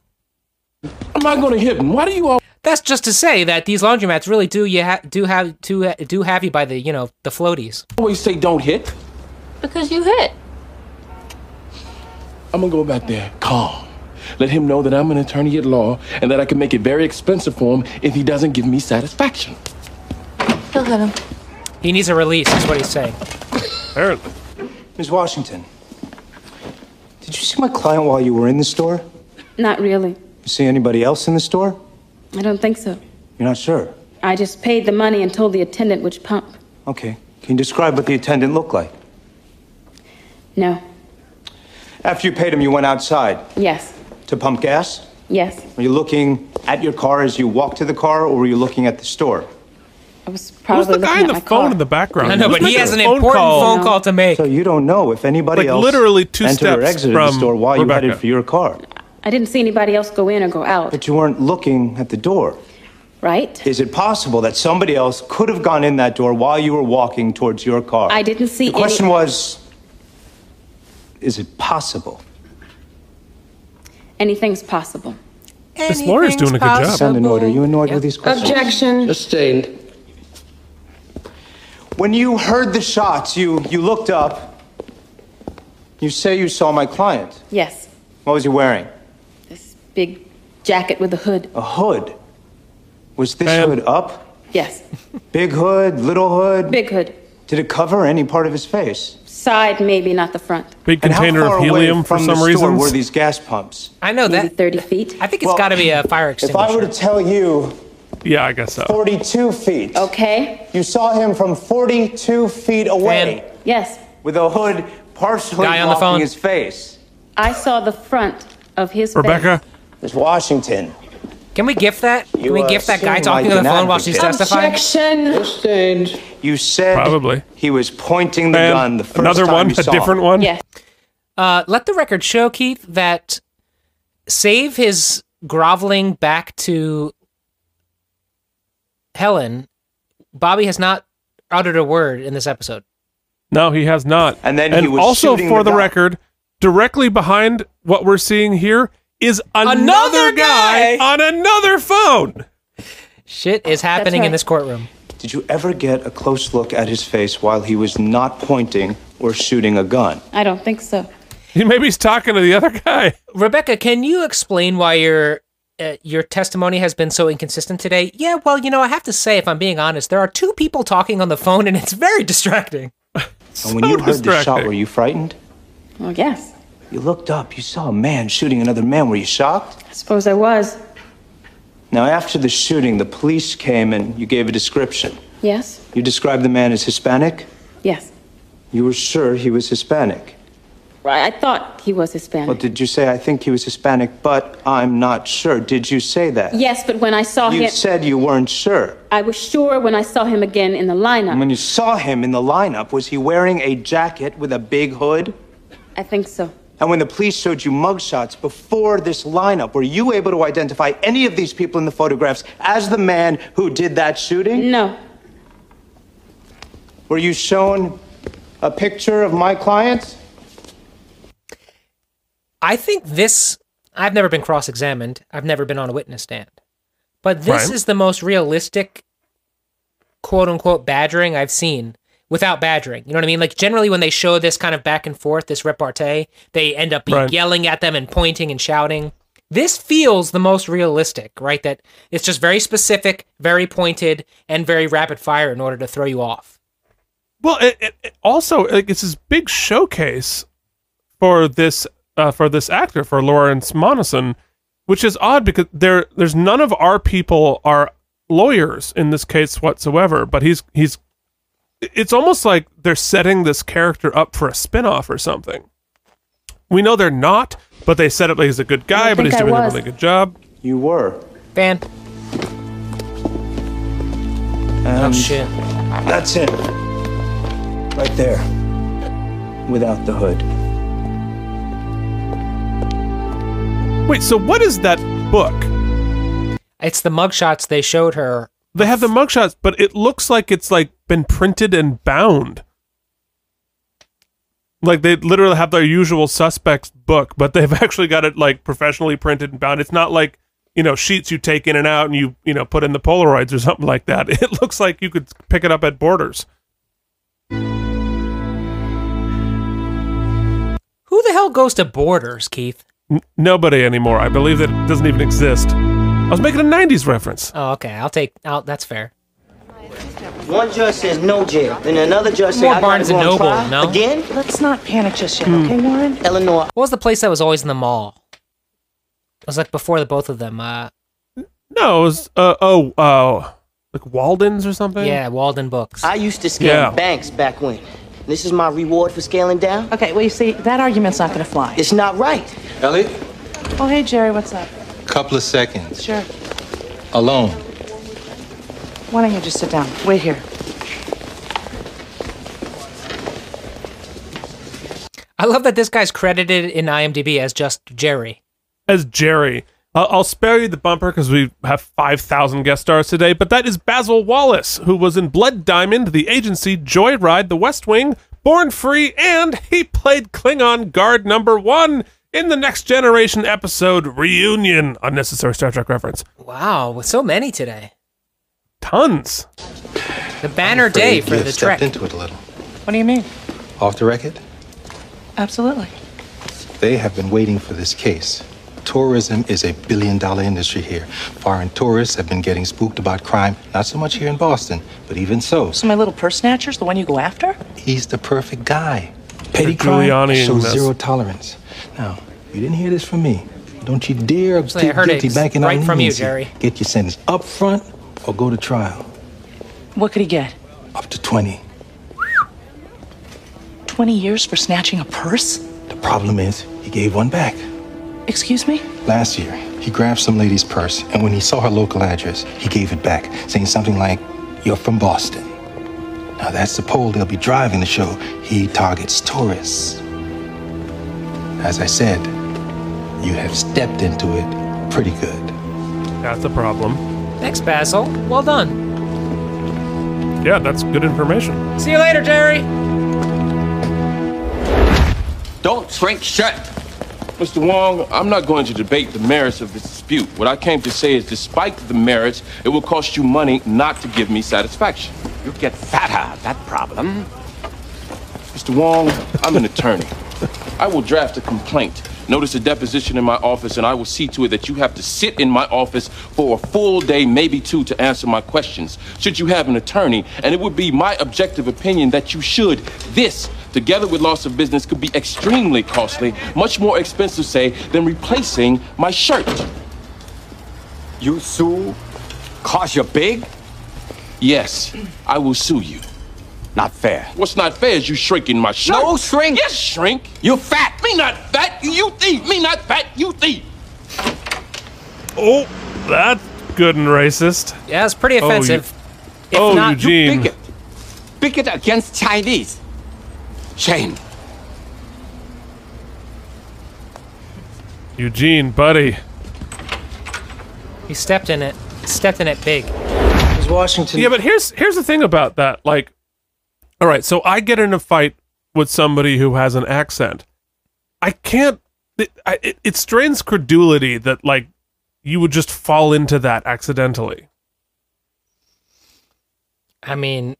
Speaker 3: I'm not going to hit him. Why do you all? That's just to say that these laundromats really do you ha- do have to do have you by the you know the floaties.
Speaker 22: Always say don't hit.
Speaker 23: Because you hit.
Speaker 22: I'm gonna go back there calm. Let him know that I'm an attorney at law and that I can make it very expensive for him if he doesn't give me satisfaction.
Speaker 20: He'll hit him.
Speaker 3: He needs a release, is what he's saying.
Speaker 2: Apparently.
Speaker 6: Ms. Washington, did you see my client while you were in the store?
Speaker 5: Not really.
Speaker 6: You see anybody else in the store?
Speaker 5: I don't think so.
Speaker 6: You're not sure.
Speaker 5: I just paid the money and told the attendant which pump.
Speaker 6: Okay. Can you describe what the attendant looked like?
Speaker 5: No.
Speaker 6: After you paid him, you went outside
Speaker 5: Yes.
Speaker 6: to pump gas?
Speaker 5: Yes.
Speaker 6: Were you looking at your car as you walked to the car, or were you looking at the store?
Speaker 5: I was probably
Speaker 2: Who's the
Speaker 5: looking
Speaker 2: guy
Speaker 5: at
Speaker 2: in the
Speaker 5: my
Speaker 2: phone
Speaker 5: car.
Speaker 2: in the background?
Speaker 3: I know,
Speaker 2: Who's
Speaker 3: but he
Speaker 2: making
Speaker 3: has
Speaker 2: a
Speaker 3: an important phone call to make.
Speaker 6: So you don't know if anybody
Speaker 2: Like,
Speaker 6: else
Speaker 2: literally two
Speaker 6: entered or
Speaker 2: steps
Speaker 6: exited
Speaker 2: from
Speaker 6: the store while you
Speaker 2: Rebecca.
Speaker 6: headed for your car.
Speaker 5: I didn't see anybody else go in or go out,
Speaker 6: But you weren't looking at the door.
Speaker 5: right?
Speaker 6: Is it possible that somebody else could have gone in that door while you were walking towards your car?
Speaker 5: I didn't see
Speaker 6: Uh, The question
Speaker 5: any.
Speaker 6: was Is it possible?
Speaker 5: Anything's possible.
Speaker 6: Miss Laura's doing a good job. Sound annoyed. Are you annoyed with these questions?
Speaker 5: Objection.
Speaker 6: Just staying. When you heard the shots, you, you looked up. You say you saw my client.
Speaker 5: Yes.
Speaker 6: What was he wearing?
Speaker 5: Big jacket with a hood.
Speaker 6: A hood. Was this hood up?
Speaker 5: Yes.
Speaker 6: Big hood, little hood?
Speaker 5: Big hood.
Speaker 6: Did it cover any part of his face?
Speaker 5: Side, maybe, not the front.
Speaker 2: Big
Speaker 6: And how
Speaker 2: container of
Speaker 6: far away
Speaker 2: helium for
Speaker 6: from the
Speaker 2: some
Speaker 6: store
Speaker 2: reasons.
Speaker 6: were these gas pumps?
Speaker 3: I know
Speaker 5: that. 30 feet.
Speaker 3: I think
Speaker 5: it's
Speaker 3: it's got to be a fire
Speaker 6: If I
Speaker 3: extinguisher.
Speaker 6: were to tell you
Speaker 2: Yeah, I guess so.
Speaker 6: 42 feet.
Speaker 5: Okay.
Speaker 6: You saw him from 42 feet away
Speaker 5: Yes.
Speaker 6: with a hood partially
Speaker 5: Guy on the
Speaker 6: blocking
Speaker 5: phone.
Speaker 6: his face.
Speaker 5: I saw the front of his face.
Speaker 6: It's Washington.
Speaker 3: Can we gift that? Can
Speaker 6: You
Speaker 3: we
Speaker 6: are
Speaker 3: gift that guy
Speaker 6: seem
Speaker 3: talking
Speaker 6: like
Speaker 3: on the
Speaker 6: an
Speaker 3: phone while she's
Speaker 6: advocate.
Speaker 3: testifying?
Speaker 6: Sustained. You said
Speaker 2: probably
Speaker 6: he was pointing the gun the first
Speaker 2: another
Speaker 6: time
Speaker 2: one,
Speaker 6: you
Speaker 2: a
Speaker 6: saw
Speaker 2: different
Speaker 6: him.
Speaker 2: one?
Speaker 3: Yeah. Uh, let the record show, Keith, that save his groveling back to Helen, Bobby has not uttered a word in this episode.
Speaker 2: No, he has not. And
Speaker 6: then
Speaker 2: and
Speaker 6: he was
Speaker 2: also
Speaker 6: shooting
Speaker 2: for
Speaker 6: the
Speaker 2: the
Speaker 6: guy.
Speaker 2: record, directly behind what we're seeing here is another,
Speaker 3: Another
Speaker 2: guy,
Speaker 3: guy!
Speaker 2: on another phone.
Speaker 3: Shit is happening in
Speaker 6: right.
Speaker 3: this courtroom.
Speaker 6: Did you ever get a close look at his face while he was not pointing or shooting a gun?
Speaker 5: I don't think so.
Speaker 2: Maybe he's talking to the other guy.
Speaker 3: Rebecca, can you explain why your uh, your testimony has been so inconsistent today? Yeah, well, you know, I have to say, if I'm being honest, there are two people talking on the phone, and it's very distracting.
Speaker 6: and when you heard the shot,
Speaker 3: distracting.
Speaker 6: were you frightened?
Speaker 5: Well, yes.
Speaker 6: You looked up, you saw a man shooting another man. Were you shocked?
Speaker 5: I suppose I was.
Speaker 6: Now, after the shooting, the police came and you gave a description.
Speaker 5: Yes.
Speaker 6: You described the man as Hispanic?
Speaker 5: Yes.
Speaker 6: You were sure he was Hispanic.
Speaker 5: Right. I thought he was Hispanic.
Speaker 6: Well, did you say, I think he was Hispanic, but I'm not sure? Did you say that?
Speaker 5: yes, but when I saw
Speaker 6: You
Speaker 5: him,
Speaker 6: said you weren't sure.
Speaker 5: I was sure when I saw him again in the lineup.
Speaker 2: Mm.
Speaker 6: And when you saw him in the lineup, was he wearing a jacket with a big hood?
Speaker 5: I think so.
Speaker 6: And when the police showed you mugshots before this lineup, were you able to identify any of these people in the photographs as the man who did that shooting?
Speaker 5: No.
Speaker 6: Were you shown a picture of my client?
Speaker 3: I think this. I've never been cross examined. I've never been on a witness stand. But this
Speaker 6: Right.
Speaker 3: is the most realistic, quote unquote, badgering I've seen without badgering. You know what I mean? Like, generally, when they show this kind of back and forth, this repartee, they end up
Speaker 1: Right.
Speaker 3: yelling at them and pointing and shouting. This feels the most realistic, right? That it's just very specific, very pointed, and very rapid fire in order to throw you off.
Speaker 2: Well, it, it, it also like it's this big showcase for this uh, for this actor for Lawrence Monason, which is odd because there there's none of our people are lawyers in this case whatsoever. But he's he's it's almost like they're setting this character up for a spin-off or something. We know they're not, but they set up like he's a good guy, but
Speaker 6: think
Speaker 2: he's
Speaker 6: I
Speaker 2: doing a
Speaker 6: was.
Speaker 2: really good job.
Speaker 6: You were.
Speaker 3: Van.
Speaker 6: And
Speaker 3: shit.
Speaker 6: That's it. Right there. Without the hood.
Speaker 2: Wait, so what is that book?
Speaker 3: It's the mugshots they showed her.
Speaker 2: They have the mugshots, but it looks like it's like been printed and bound. Like they literally have their usual suspects book, but they've actually got it like professionally printed and bound. It's not like you know sheets you take in and out and you you know put in the Polaroids or something like that. It looks like you could pick it up at Borders.
Speaker 3: Who the hell goes to Borders, Keith?
Speaker 2: N- nobody anymore. I believe that it doesn't even exist. I was making a '90s reference.
Speaker 3: Oh, okay. I'll take. I'll, that's fair.
Speaker 12: One judge says no jail, then another judge says
Speaker 3: More
Speaker 12: I gotta
Speaker 3: Barnes
Speaker 12: go
Speaker 3: and
Speaker 12: on
Speaker 3: Noble,
Speaker 12: trial
Speaker 3: no?
Speaker 12: again.
Speaker 8: Let's not panic just yet,
Speaker 3: Hmm.
Speaker 8: okay, Warren?
Speaker 12: Eleanor.
Speaker 3: What was the place that was always in the mall? It was like before the both of them. Uh,
Speaker 2: No, it was uh, oh uh, like Walden's or something.
Speaker 3: yeah, Walden Books.
Speaker 12: I used to scam
Speaker 2: Yeah.
Speaker 12: banks back when. This is my reward for scaling down.
Speaker 8: Okay, well, you see, that argument's not gonna fly.
Speaker 12: It's not right.
Speaker 7: Elliot,
Speaker 8: Oh, hey, Jerry, what's up?
Speaker 7: couple of seconds.
Speaker 8: Sure.
Speaker 7: Alone.
Speaker 8: Why don't you just sit down? Wait here.
Speaker 3: I love that this guy's credited in IMDb as just Jerry.
Speaker 2: as Jerry. I'll, I'll spare you the bumper because we have 5,000 guest stars today, but that is Basil Wallace, who was in Blood Diamond, The Agency, Joyride, The West Wing, Born Free, and he played Klingon Guard Number One in the Next Generation episode Reunion. Unnecessary Star Trek reference.
Speaker 3: Wow, with so many today.
Speaker 2: Tons.
Speaker 3: The banner day for the Trek.
Speaker 25: into it a little.
Speaker 8: What do you mean?
Speaker 25: Off the record,
Speaker 8: Absolutely.
Speaker 25: they have been waiting for this case. Tourism is a billion dollar industry here. Foreign tourists have been getting spooked about crime, not so much here in Boston, but even so,
Speaker 8: So my little purse snatcher's the one you go after?
Speaker 25: he's the perfect guy. Petty crime
Speaker 2: Giuliani in
Speaker 25: shows
Speaker 2: this.
Speaker 25: zero tolerance. Now, you didn't hear this from me. Don't you dare
Speaker 3: Actually, I
Speaker 25: plead
Speaker 3: heard it
Speaker 25: guilty back in
Speaker 3: right
Speaker 25: on
Speaker 3: from you,
Speaker 25: easy.
Speaker 3: Jerry.
Speaker 25: Get your sentence up front or go to trial
Speaker 8: What could he get?
Speaker 25: up to 20.
Speaker 8: 20 years for snatching a purse?
Speaker 25: The problem is, he gave one back.
Speaker 8: Excuse me?
Speaker 25: Last year, he grabbed some lady's purse, and when he saw her local address, he gave it back, saying something like, You're from Boston. Now, that's the poll they'll be driving to show he targets tourists. As I said, you have stepped into it pretty good.
Speaker 2: That's a problem.
Speaker 3: Thanks, Basil. Well done.
Speaker 2: Yeah, that's good information.
Speaker 3: See you later, Jerry.
Speaker 9: Don't shrink shut. Mr. Wong, I'm not going to debate the merits of this dispute. What I came to say is, despite the merits, it will cost you money not to give me satisfaction. You get fatter, that problem. Mr. Wong, I'm an attorney. I will draft a complaint, notice a deposition in my office, and I will see to it that you have to sit in my office for a full day, maybe two, to answer my questions. Should you have an attorney, and it would be my objective opinion that you should, this, together with loss of business, could be extremely costly, much more expensive, say, than replacing my shirt. You sue? Cause you're big? Yes, I will sue you. Not fair. What's not fair is you shrinking my shirt. No shrink. Yes, shrink. You fat. Me not fat. You thief. Me not fat. You thief.
Speaker 2: Oh, that's good and racist.
Speaker 3: Yeah, it's pretty offensive. If
Speaker 2: Oh,
Speaker 3: not-
Speaker 2: Eugene.
Speaker 1: bigot against Chinese. Shame.
Speaker 2: Eugene, buddy.
Speaker 3: He stepped in it. Stepped in it big.
Speaker 25: Is Washington?
Speaker 2: Yeah, but here's here's the thing about that. Like, all right, so I get in a fight with somebody who has an accent. I can't. It, I, it, it strains credulity that like you would just fall into that accidentally.
Speaker 3: I mean,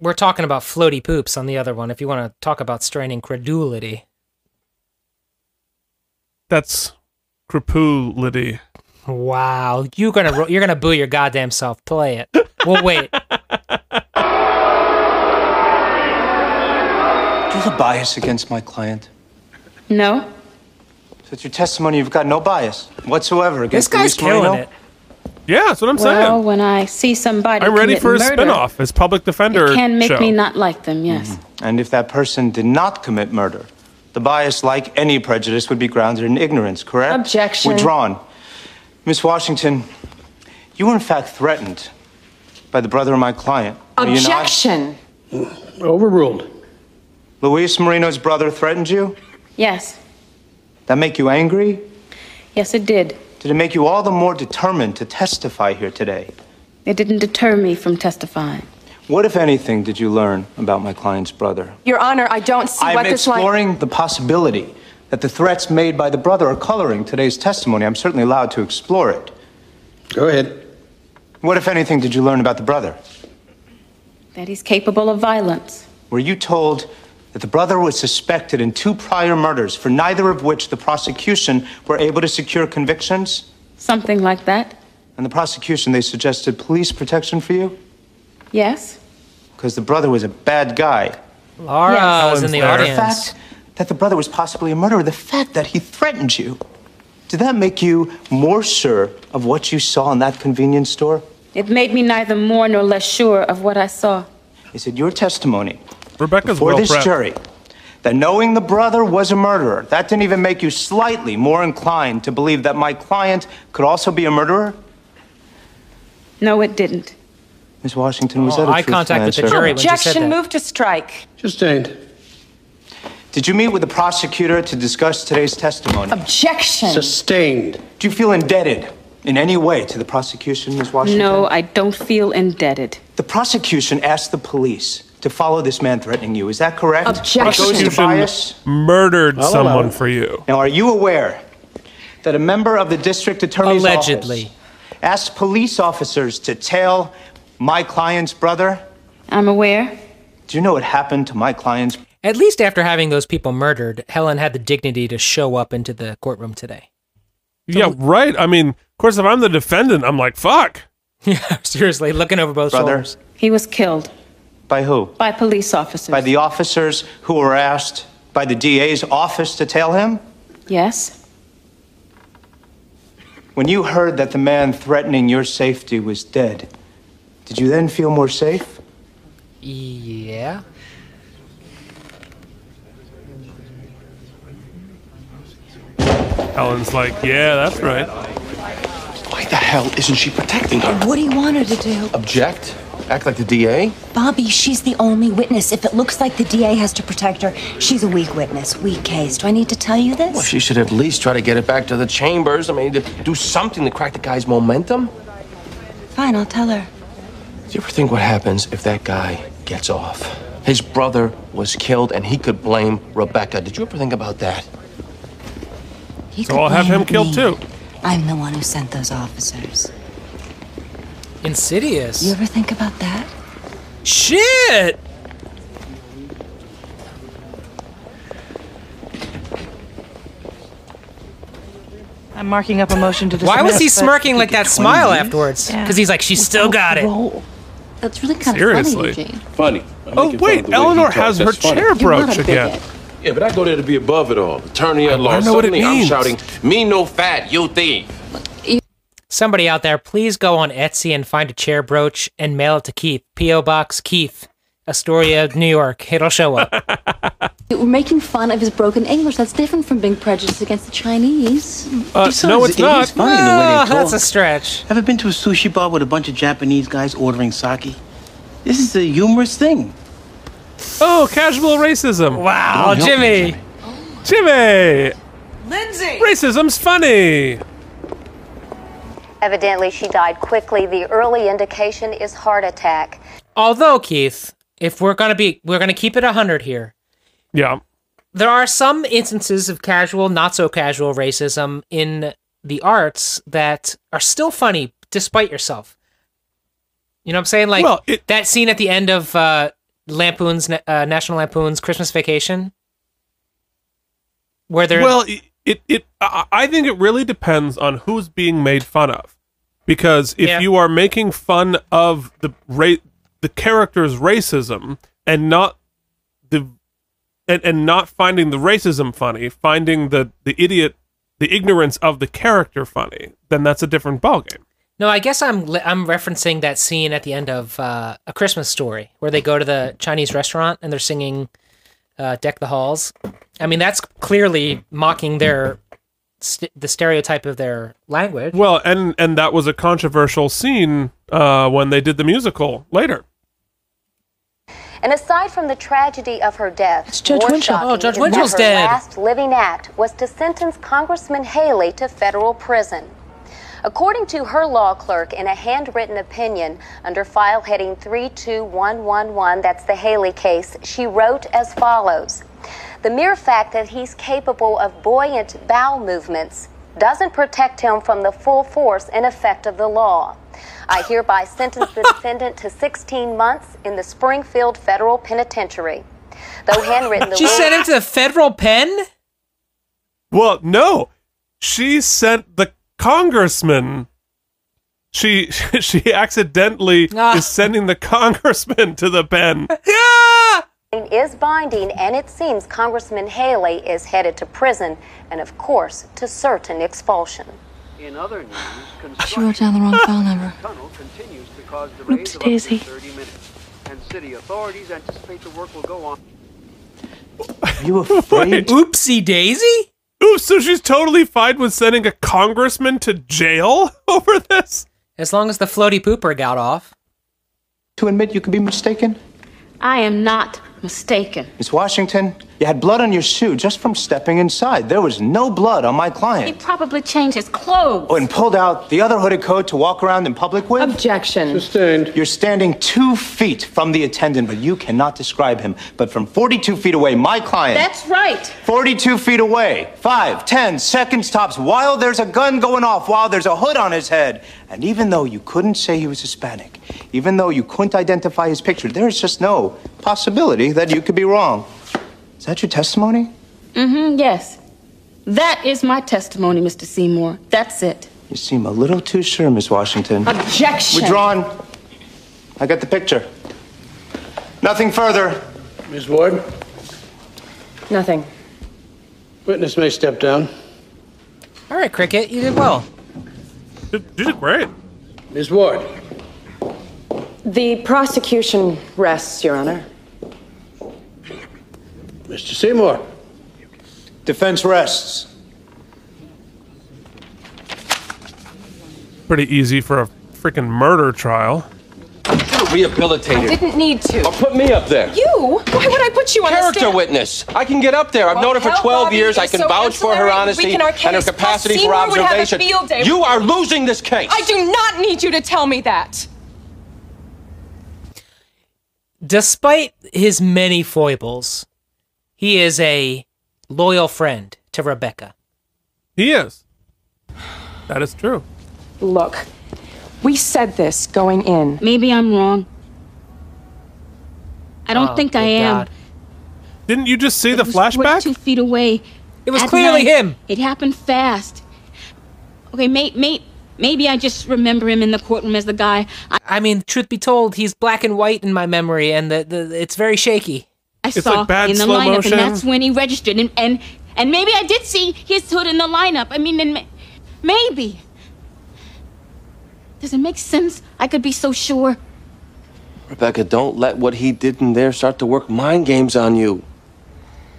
Speaker 3: we're talking about floaty poops on the other one. If you want to talk about straining credulity,
Speaker 2: That's crapulity.
Speaker 3: wow, you're gonna ro- you're gonna boo your goddamn self. Play it. We'll wait.
Speaker 6: Do you have a bias against my client?
Speaker 5: No?
Speaker 6: So it's your testimony, you've got no bias whatsoever against
Speaker 5: This
Speaker 6: Luis
Speaker 5: guy's
Speaker 6: Moreno?
Speaker 5: killing it.
Speaker 2: Yeah, that's what I'm
Speaker 5: well,
Speaker 2: saying.
Speaker 5: when I see somebody
Speaker 2: I'm ready
Speaker 5: commit
Speaker 2: for a
Speaker 5: murder,
Speaker 2: spinoff as public defender
Speaker 5: It can make
Speaker 6: show. Mm-hmm.
Speaker 5: me not like them, yes.
Speaker 6: And if that person did not commit murder, the bias, like any prejudice, would be grounded in ignorance, correct?
Speaker 5: Objection.
Speaker 6: Withdrawn. Miss Washington, you were in fact threatened by the brother of my client. were you not?
Speaker 5: Objection.
Speaker 6: Overruled. Luis Marino's brother threatened you?
Speaker 5: Yes.
Speaker 6: That make you angry?
Speaker 5: Yes, it did.
Speaker 6: Did it make you all the more determined to testify here today?
Speaker 5: It didn't deter me from testifying.
Speaker 6: What, if anything, did you learn about my client's brother?
Speaker 14: Your Honor, I don't see
Speaker 6: I'm
Speaker 14: what this line.
Speaker 6: exploring the possibility that the threats made by the brother are coloring today's testimony. I'm certainly allowed to explore it. Go ahead. What, if anything, did you learn about the brother?
Speaker 5: That he's capable of violence.
Speaker 6: Were you told that the brother was suspected in two prior murders, for neither of which the prosecution were able to secure convictions?
Speaker 5: Something like that.
Speaker 6: And the prosecution, they suggested police protection for you?
Speaker 5: Yes?
Speaker 6: Because the brother was a bad guy.
Speaker 3: Laura was in the audience.
Speaker 6: The fact that the brother was possibly a murderer, the fact that he threatened you, did that make you more sure of what you saw in that convenience store?
Speaker 5: It made me neither more nor less sure of what I saw.
Speaker 6: Is it your testimony
Speaker 2: Rebecca's
Speaker 6: before
Speaker 2: well
Speaker 6: this
Speaker 2: prepped.
Speaker 6: jury that knowing the brother was a murderer, that didn't even make you slightly more inclined to believe that my client could also be a murderer?
Speaker 5: No, it didn't.
Speaker 6: Ms. Washington, was
Speaker 3: Oh,
Speaker 6: that a
Speaker 3: eye
Speaker 6: truthful
Speaker 3: contact with the
Speaker 6: answer?
Speaker 3: jury
Speaker 14: Objection, move to strike.
Speaker 6: Sustained. Did you meet with the prosecutor to discuss today's testimony?
Speaker 14: Objection.
Speaker 6: Sustained. Do you feel indebted in any way to the prosecution, Ms. Washington?
Speaker 5: No, I don't feel indebted.
Speaker 6: The prosecution asked the police to follow this man threatening you. Is that correct?
Speaker 5: Objection.
Speaker 6: Goes to bias?
Speaker 2: murdered
Speaker 6: I'll allow
Speaker 2: someone
Speaker 6: it.
Speaker 2: for you.
Speaker 6: Now, are you aware that a member of the district attorney's
Speaker 2: Allegedly.
Speaker 6: office asked police officers to tail my client's brother?
Speaker 5: I'm aware.
Speaker 6: Do you know what happened to my client's?
Speaker 3: At least after having those people murdered, Helen had the dignity to show up into the courtroom today.
Speaker 2: yeah, right. I mean, of course, if I'm the defendant, I'm like, fuck.
Speaker 3: Yeah, seriously, looking over both
Speaker 6: Brother.
Speaker 3: shoulders.
Speaker 5: He was killed
Speaker 6: By who?
Speaker 5: by police officers.
Speaker 6: By the officers who were asked by the DA's office to tail him?
Speaker 5: Yes,
Speaker 6: When you heard that the man threatening your safety was dead, did you then feel more safe?
Speaker 3: Yeah.
Speaker 2: Helen's like, yeah, that's right.
Speaker 22: Why the hell isn't she protecting her?
Speaker 7: What do you want her to do?
Speaker 22: Object? Act like the DA?
Speaker 7: Bobby, she's the only witness. If it looks like the DA has to protect her, she's a weak witness, weak case. Do I need to tell you this?
Speaker 22: Well, she should at least try to get it back to the chambers. I mean, to do something to crack the guy's momentum.
Speaker 7: Fine, I'll tell her.
Speaker 22: Do you ever think what happens if that guy gets off? His brother was killed, and he could blame Rebecca. Did you ever think about that?
Speaker 7: He
Speaker 22: So
Speaker 7: could
Speaker 22: I'll have
Speaker 7: blame
Speaker 22: him killed
Speaker 7: me.
Speaker 22: too.
Speaker 7: I'm the one who sent those officers.
Speaker 3: Insidious.
Speaker 7: You ever think about that?
Speaker 3: Shit!
Speaker 8: I'm marking up a motion to dismiss.
Speaker 3: Why was he
Speaker 8: but-
Speaker 3: smirking like that smile afterwards?
Speaker 8: Yeah.
Speaker 3: Because he's like, she's still got it.
Speaker 8: That's really
Speaker 22: kind of funny, Seriously. Eugene. Funny.
Speaker 2: Oh, wait, Eleanor has her chair brooch
Speaker 22: brooch
Speaker 2: again.
Speaker 9: Yeah, but I go there to be above it all. Attorney at
Speaker 2: I
Speaker 9: law.
Speaker 2: know what it
Speaker 9: Suddenly I'm
Speaker 2: means.
Speaker 9: shouting, me no fat, you thief.
Speaker 3: Somebody out there, please go on Etsy and find a chair brooch and mail it to Keith. P.O. Box Keith, Astoria, New York. It'll show up.
Speaker 10: We're making fun of his broken English. That's different from being prejudiced against the Chinese.
Speaker 2: Uh,
Speaker 10: no,
Speaker 2: it's not.
Speaker 3: Ah, that's a stretch.
Speaker 15: Ever been to a sushi bar with a bunch of Japanese guys ordering sake? This is a humorous thing.
Speaker 2: Oh, casual racism.
Speaker 3: Wow,
Speaker 22: Don't help
Speaker 3: Jimmy.
Speaker 2: Jimmy!
Speaker 15: Lindsay!
Speaker 2: Racism's funny!
Speaker 10: Evidently, she died quickly. The early indication is heart attack.
Speaker 3: Although, Keith, if we're gonna be we're gonna keep it hundred here.
Speaker 2: Yeah.
Speaker 3: There are some instances of casual, not so casual racism in the arts that are still funny despite yourself. You know what I'm saying? Like
Speaker 2: Well,
Speaker 3: that scene at the end of uh, Lampoon's uh, National Lampoon's Christmas Vacation, where they're
Speaker 2: well it it, it I, I think it really depends on who's being made fun of because if you are making fun of the ra- the character's racism and not the and, and not finding the racism funny finding the the idiot the ignorance of the character funny then that's a different ballgame
Speaker 3: No, I guess I'm li- I'm referencing that scene at the end of uh, A Christmas Story where they go to the Chinese restaurant and they're singing uh, "Deck the Halls." I mean, that's clearly mocking their st- the stereotype of their language.
Speaker 2: well and and that was a controversial scene uh when they did the musical later
Speaker 10: And aside from the tragedy of her death, it's
Speaker 3: Judge Winchell. Oh, Judge Winchell's
Speaker 10: her
Speaker 3: dead.
Speaker 10: last living act was to sentence Congressman Haley to federal prison. According to her law clerk, in a handwritten opinion under file heading 32111, that's the Haley case, she wrote as follows The mere fact that he's capable of buoyant bowel movements doesn't protect him from the full force and effect of the law. I hereby sentence the defendant to 16 months in the Springfield Federal Penitentiary. Though handwritten, the
Speaker 3: She
Speaker 10: ruling-
Speaker 3: sent him to the federal pen.
Speaker 2: Well, no, she sent the congressman. She she accidentally
Speaker 3: Ah.
Speaker 2: is sending the congressman to the pen.
Speaker 10: is binding, and it seems Congressman Haley is headed to prison and, of course, to certain expulsion.
Speaker 19: In other news,
Speaker 10: She wrote down the wrong file number.
Speaker 19: tunnel continues to cause
Speaker 10: Oops,
Speaker 19: delays of up to
Speaker 10: Daisy.
Speaker 19: 30 minutes, and city authorities anticipate the work will go on.
Speaker 2: Are you afraid?
Speaker 3: Oopsie daisy.
Speaker 2: Oops, so she's totally fine with sending a congressman to jail over this.
Speaker 3: As long as the floaty pooper got off.
Speaker 6: to admit you could be mistaken?
Speaker 5: I am not mistaken.
Speaker 6: Miss Washington, you had blood on your shoe just from stepping inside. There was no blood on my
Speaker 5: He
Speaker 6: client.
Speaker 5: probably changed his clothes.
Speaker 6: Oh, and pulled out the other hooded coat to walk around in public with?
Speaker 5: Objection.
Speaker 6: Sustained. You're standing two feet from the attendant, but you cannot describe him. But from 42 feet away, my client.
Speaker 5: That's right.
Speaker 6: 42 feet away, five, ten seconds tops, while there's a gun going off, while there's a hood on his head. And even though you couldn't say he was Hispanic, even though you couldn't identify his picture, there is just no possibility that you could be wrong. Is that your testimony?
Speaker 5: Mm-hmm, yes. That is my testimony, Mr. Seymour. That's it.
Speaker 6: You seem a little too sure, Miss Washington.
Speaker 5: Objection.
Speaker 6: Withdrawn. I got the picture. Nothing further.
Speaker 16: Ms. Boyd,
Speaker 14: Nothing.
Speaker 16: witness may step down.
Speaker 3: All right, Cricket, you did well.
Speaker 16: You did great. Ms. Ward,
Speaker 14: The prosecution rests, Your Honor.
Speaker 16: Mr. Seymour.
Speaker 6: Defense rests.
Speaker 2: Pretty easy for a freaking murder trial.
Speaker 9: Rehabilitated.
Speaker 14: I didn't need to.
Speaker 9: Or Oh, put me up there.
Speaker 14: You? Why would I put you on the
Speaker 9: Character
Speaker 14: stand?
Speaker 9: witness. I can get up there. I've
Speaker 14: Well,
Speaker 9: known her for
Speaker 14: hell,
Speaker 9: 12
Speaker 14: Bobby,
Speaker 9: years. I
Speaker 14: it's
Speaker 9: can
Speaker 14: so
Speaker 9: vouch for her
Speaker 14: ancillary. We can
Speaker 9: honesty and her
Speaker 14: arcade this. Plus,
Speaker 9: capacity for
Speaker 14: Seymour would have a
Speaker 9: observation.
Speaker 14: field day.
Speaker 9: You are losing this case.
Speaker 14: I do not need you to tell me that.
Speaker 3: Despite his many foibles, he is a loyal friend to Rebecca.
Speaker 2: He is. That is true.
Speaker 14: Look, we said this going in. Maybe I'm wrong.
Speaker 5: I don't think I am.
Speaker 2: Oh, Didn't you just see the
Speaker 5: was
Speaker 2: flashback?
Speaker 5: Two feet away.
Speaker 3: It
Speaker 2: was clearly him.
Speaker 5: It happened fast. Okay, may, may, maybe I just remember him in the courtroom as the guy. I,
Speaker 3: I mean, truth be told, he's black and white in my memory, and the, the it's very shaky.
Speaker 5: I saw in the lineup, and that's when he registered. And, and and maybe I did see his hood in the lineup. I mean, and ma- maybe. Does it make sense? I could be so sure.
Speaker 9: Rebecca, don't let what he did in there start to work mind games on you.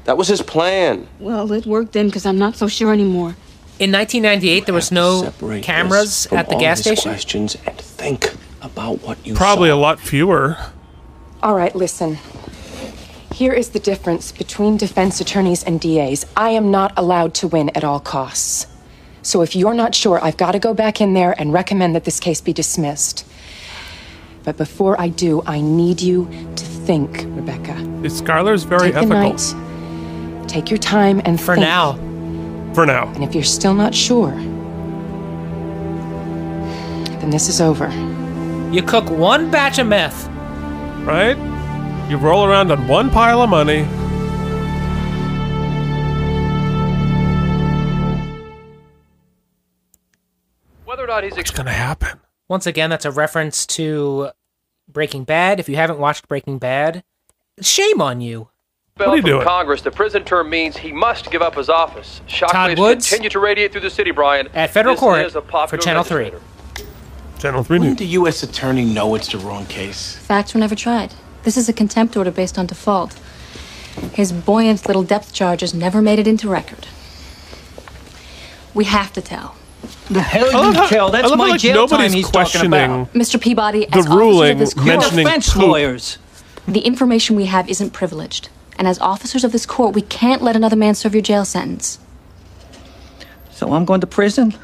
Speaker 9: That was his plan.
Speaker 5: Well, it worked then because I'm not so sure anymore.
Speaker 3: In 1998, there was no cameras
Speaker 9: From
Speaker 3: at the
Speaker 9: all
Speaker 3: gas
Speaker 9: his
Speaker 3: station.
Speaker 9: Questions and think about what you
Speaker 2: Probably a lot fewer.
Speaker 14: All right, listen. Here is the difference between defense attorneys and DAs. I am not allowed to win at all costs. So if you're not sure, I've got to go back in there and recommend that this case be dismissed. But before I do, I need you to think, Rebecca.
Speaker 2: Skylar's very
Speaker 14: Take the
Speaker 2: ethical.
Speaker 14: night. Take your time and
Speaker 2: For
Speaker 14: think.
Speaker 2: now. For now.
Speaker 14: And if you're still not sure, then this is over.
Speaker 3: You cook one batch of meth.
Speaker 2: Right? You roll around on one pile of money.
Speaker 19: Whether or not he's
Speaker 2: What's gonna happen?
Speaker 3: Once again, that's a reference to Breaking Bad. If you haven't watched Breaking Bad, shame on you.
Speaker 19: expelled
Speaker 3: What are you
Speaker 19: from
Speaker 3: doing?
Speaker 19: Congress, the prison term means he must give up his office. Shockwaves
Speaker 3: Woods?
Speaker 19: continue to radiate through the city, Brian.
Speaker 3: At federal
Speaker 19: This
Speaker 3: court
Speaker 19: is a popular
Speaker 3: for Channel Three.
Speaker 2: Channel 3
Speaker 15: Wouldn't the U.S. attorney know it's the wrong case?
Speaker 20: Facts were never tried. This is a contempt order based on default. His buoyant little depth charges never made it into record. We have to tell.
Speaker 4: The hell
Speaker 2: I love
Speaker 4: you
Speaker 2: how-
Speaker 4: tell?
Speaker 2: I
Speaker 4: That's
Speaker 2: love how,
Speaker 4: my
Speaker 2: like,
Speaker 4: jail time
Speaker 2: nobody's
Speaker 4: he's talking
Speaker 2: questioning
Speaker 4: about.
Speaker 20: Mr. Peabody,
Speaker 2: The
Speaker 20: as officers
Speaker 2: ruling
Speaker 20: of this court,
Speaker 2: mentioning
Speaker 4: defense
Speaker 2: poop.
Speaker 4: lawyers.
Speaker 20: the information we have isn't privileged. And as officers of this court, we can't let another man serve your jail sentence.
Speaker 4: So I'm going to prison?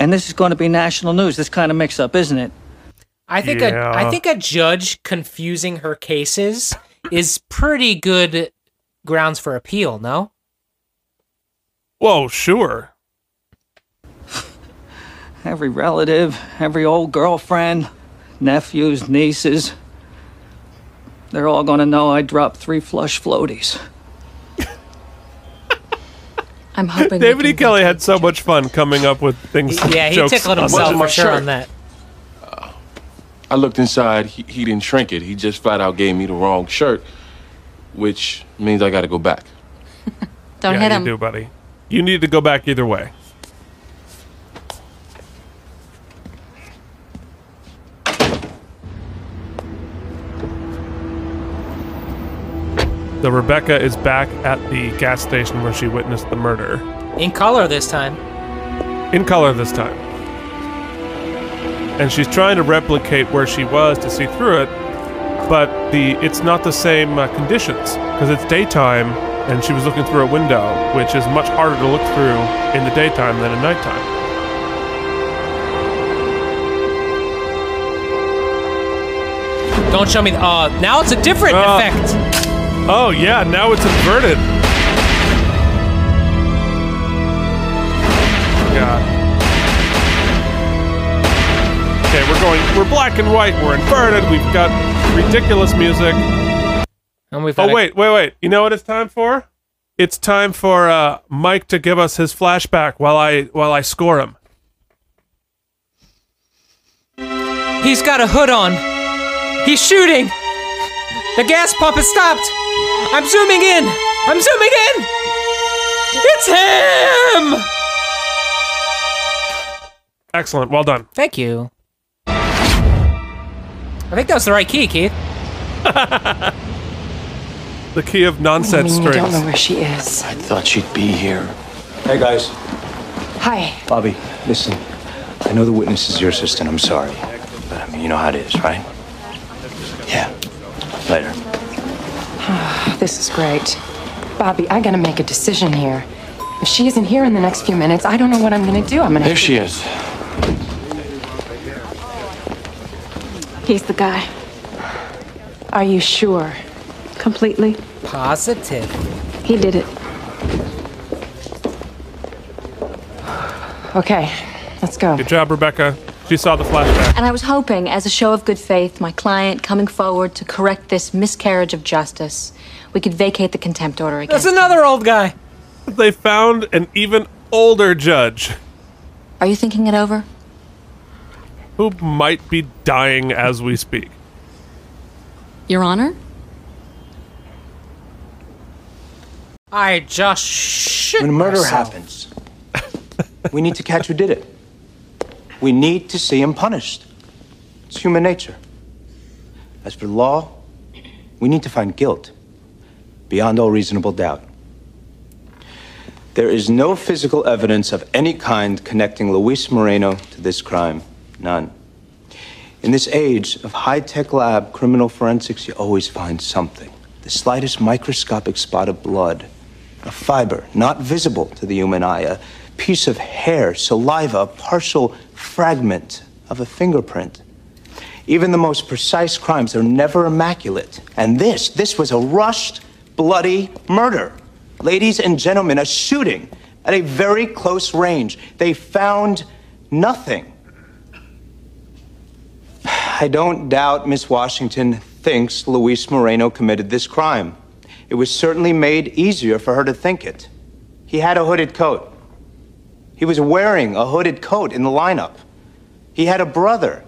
Speaker 4: And this is going to be national news, this kind of mix up, isn't it?
Speaker 3: I think
Speaker 4: Yeah.
Speaker 3: a, I think a judge confusing her cases is pretty good grounds for appeal. No,
Speaker 2: Whoa, sure.
Speaker 4: Every relative, every old girlfriend, nephews, nieces, they're all going to know I dropped three flush floaties.
Speaker 20: I'm hoping.
Speaker 2: David E. Kelly had so much fun coming up with things.
Speaker 3: Yeah, he
Speaker 2: jokes
Speaker 3: tickled
Speaker 2: on
Speaker 3: himself
Speaker 2: this.
Speaker 3: for sure on that.
Speaker 9: I looked inside. He, he didn't shrink it. He just flat out gave me the wrong shirt, which means I got to go back.
Speaker 20: Don't
Speaker 2: yeah,
Speaker 20: hit
Speaker 2: you
Speaker 20: him.
Speaker 2: do, buddy. You need to go back either way. The Rebecca is back at the gas station where she witnessed the murder.
Speaker 3: in color this time.
Speaker 2: In color this time. and she's trying to replicate where she was to see through it, but the it's not the same uh, conditions because it's daytime and she was looking through a window, which is much harder to look through in the daytime than at nighttime.
Speaker 3: Don't show me. The, uh, now it's a different effect.
Speaker 2: Uh, Oh yeah, now it's inverted. God. Okay, we're going. We're black and white. We're inverted. We've got ridiculous music.
Speaker 3: And we've
Speaker 2: oh
Speaker 3: had a-
Speaker 2: wait, wait, wait. You know what it's time for? It's time for uh, Mike to give us his flashback while I while I score him.
Speaker 3: He's got a hood on. He's shooting. The gas pump has stopped. I'm zooming in. I'm zooming in. It's him.
Speaker 2: Excellent. Well done.
Speaker 3: Thank you. I think that was the right key, Keith.
Speaker 2: The key of
Speaker 14: I
Speaker 2: nonsense
Speaker 14: mean, you don't know
Speaker 2: strings.
Speaker 14: where she is.
Speaker 6: I thought she'd be here. Hey, guys.
Speaker 14: Hi.
Speaker 6: Bobby, listen. I know the witness is your assistant. I'm sorry. But, I mean, you know how it is, right? Yeah. Later.
Speaker 14: This is great. Bobby, I gotta make a decision here. If she isn't here in the next few minutes, I don't know what I'm gonna do. I'm gonna.
Speaker 22: Here she is.
Speaker 11: He's the guy.
Speaker 14: Are you sure?
Speaker 11: Completely.
Speaker 3: Positive.
Speaker 11: He did it.
Speaker 14: Okay, let's go.
Speaker 2: Good job, Rebecca. She saw the flashback.
Speaker 20: And I was hoping, as a show of good faith, my client coming forward to correct this miscarriage of justice, we could vacate the contempt order again.
Speaker 3: That's another old guy.
Speaker 2: They found an even older judge
Speaker 20: Are you thinking it over?
Speaker 2: who might be dying as we speak.
Speaker 20: Your Honor?
Speaker 3: I just shit
Speaker 6: When murder
Speaker 3: myself.
Speaker 6: happens, we need to catch who did it. We need to see him punished. It's human nature. As for law, we need to find guilt beyond all reasonable doubt. There is no physical evidence of any kind connecting Luis Moreno to this crime. None. In this age of high tech lab criminal forensics, you always find something. The slightest microscopic spot of blood a fiber not visible to the human eye, a piece of hair, saliva, a partial fragment of a fingerprint. Even the most precise crimes are never immaculate. And this, this was a rushed, bloody murder. Ladies and gentlemen, a shooting at a very close range. They found nothing. I don't doubt Miss Washington thinks Luis Moreno committed this crime. It was certainly made easier for her to think it. He had a hooded coat. He was wearing a hooded coat in the lineup. He had a brother,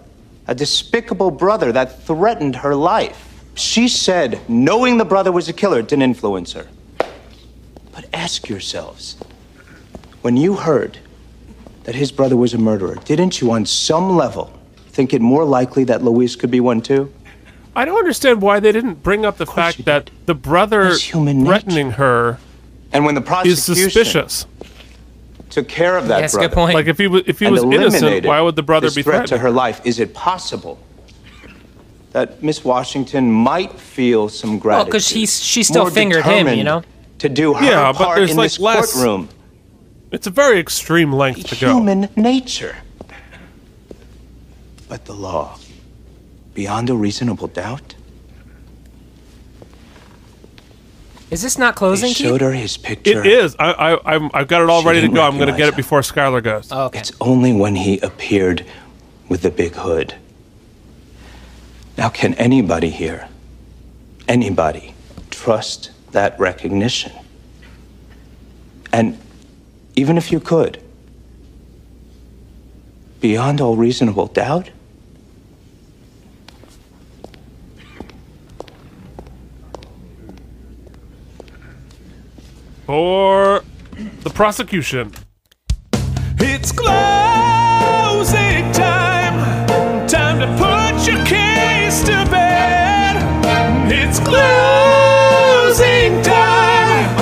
Speaker 6: a despicable brother that threatened her life. She said knowing the brother was a killer didn't influence her. But ask yourselves when you heard that his brother was a murderer, didn't you on some level think it more likely that Luis could be one too?
Speaker 2: I don't understand why they didn't bring up the fact that the brother threatening her
Speaker 6: and when the
Speaker 2: is
Speaker 6: prosecution
Speaker 2: suspicious.
Speaker 6: Took care of that
Speaker 2: Yes, good
Speaker 6: brother.
Speaker 2: point. Like, if he was- if he
Speaker 6: and
Speaker 2: was innocent,
Speaker 6: eliminated
Speaker 2: why would the brother
Speaker 6: this
Speaker 2: be
Speaker 6: threat to
Speaker 2: threatened?
Speaker 6: her life? Is it possible that Miss Washington might feel some
Speaker 3: Well,
Speaker 6: gratitude?
Speaker 3: because he she still
Speaker 6: more
Speaker 3: fingered him, you
Speaker 6: determined
Speaker 3: know.
Speaker 6: To do her
Speaker 2: Yeah, but
Speaker 6: part
Speaker 2: there's,
Speaker 6: in
Speaker 2: like,
Speaker 6: this
Speaker 2: less
Speaker 6: courtroom.
Speaker 2: It's a very extreme length to go.
Speaker 6: Human nature. But the law, beyond a reasonable doubt,
Speaker 3: Is this not closing?
Speaker 6: they
Speaker 3: Keith?
Speaker 6: showed her his picture.
Speaker 2: It is. I, I, I'm, I've got it all
Speaker 6: She
Speaker 2: ready to
Speaker 6: didn't
Speaker 2: go. I'm going to
Speaker 6: recognize
Speaker 2: get it before Skylar goes.
Speaker 3: Oh.
Speaker 6: It's only when he appeared with the big hood. Now, can anybody here, anybody, trust that recognition? And even if you could, beyond all reasonable doubt,
Speaker 2: For the prosecution. It's closing time. Time to put your case to bed. It's closing time.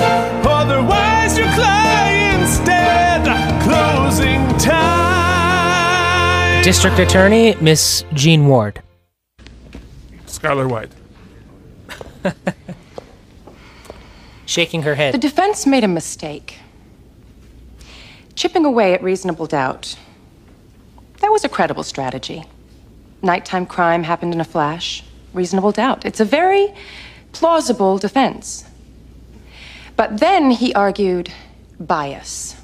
Speaker 2: Otherwise, your client's dead. Closing time.
Speaker 3: District Attorney, Miss Jean Ward.
Speaker 2: Skylar White.
Speaker 3: Shaking her head.
Speaker 14: The defense made a mistake. Chipping away at reasonable doubt. That was a credible strategy. Nighttime crime happened in a flash. Reasonable doubt. It's a very plausible defense. But then he argued bias.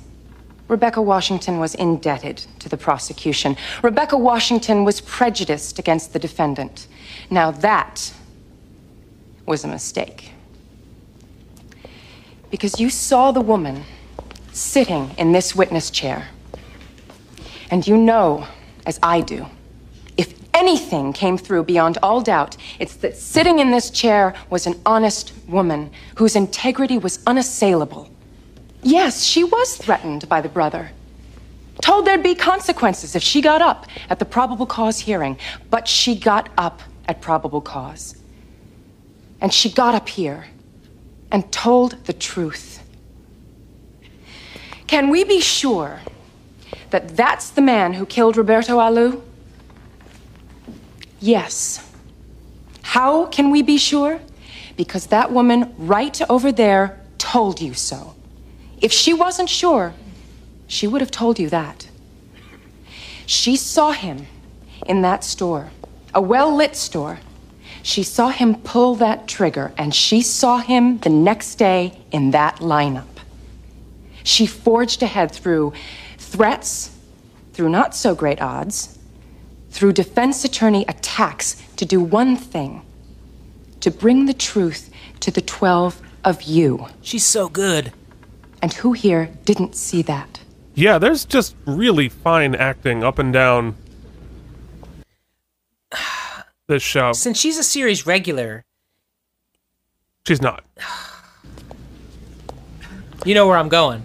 Speaker 14: Rebecca Washington was indebted to the prosecution. Rebecca Washington was prejudiced against the defendant. Now that was a mistake. Because you saw the woman sitting in this witness chair. And you know, as I do, if anything came through beyond all doubt, it's that sitting in this chair was an honest woman whose integrity was unassailable. Yes, she was threatened by the brother. Told there'd be consequences if she got up at the probable cause hearing, but she got up at probable cause. And she got up here and told the truth. Can we be sure that that's the man who killed Roberto Alou? Yes. How can we be sure? Because that woman right over there told you so. If she wasn't sure, she would have told you that. She saw him in that store, a well lit store. She saw him pull that trigger, and she saw him the next day in that lineup. She forged ahead through threats, through not so great odds, through defense attorney attacks to do one thing to bring the truth to the 12 of you.
Speaker 3: She's so good.
Speaker 14: And who here didn't see that?
Speaker 2: Yeah, there's just really fine acting up and down this show.
Speaker 3: Since she's a series regular,
Speaker 2: She's not.
Speaker 3: you know where I'm going.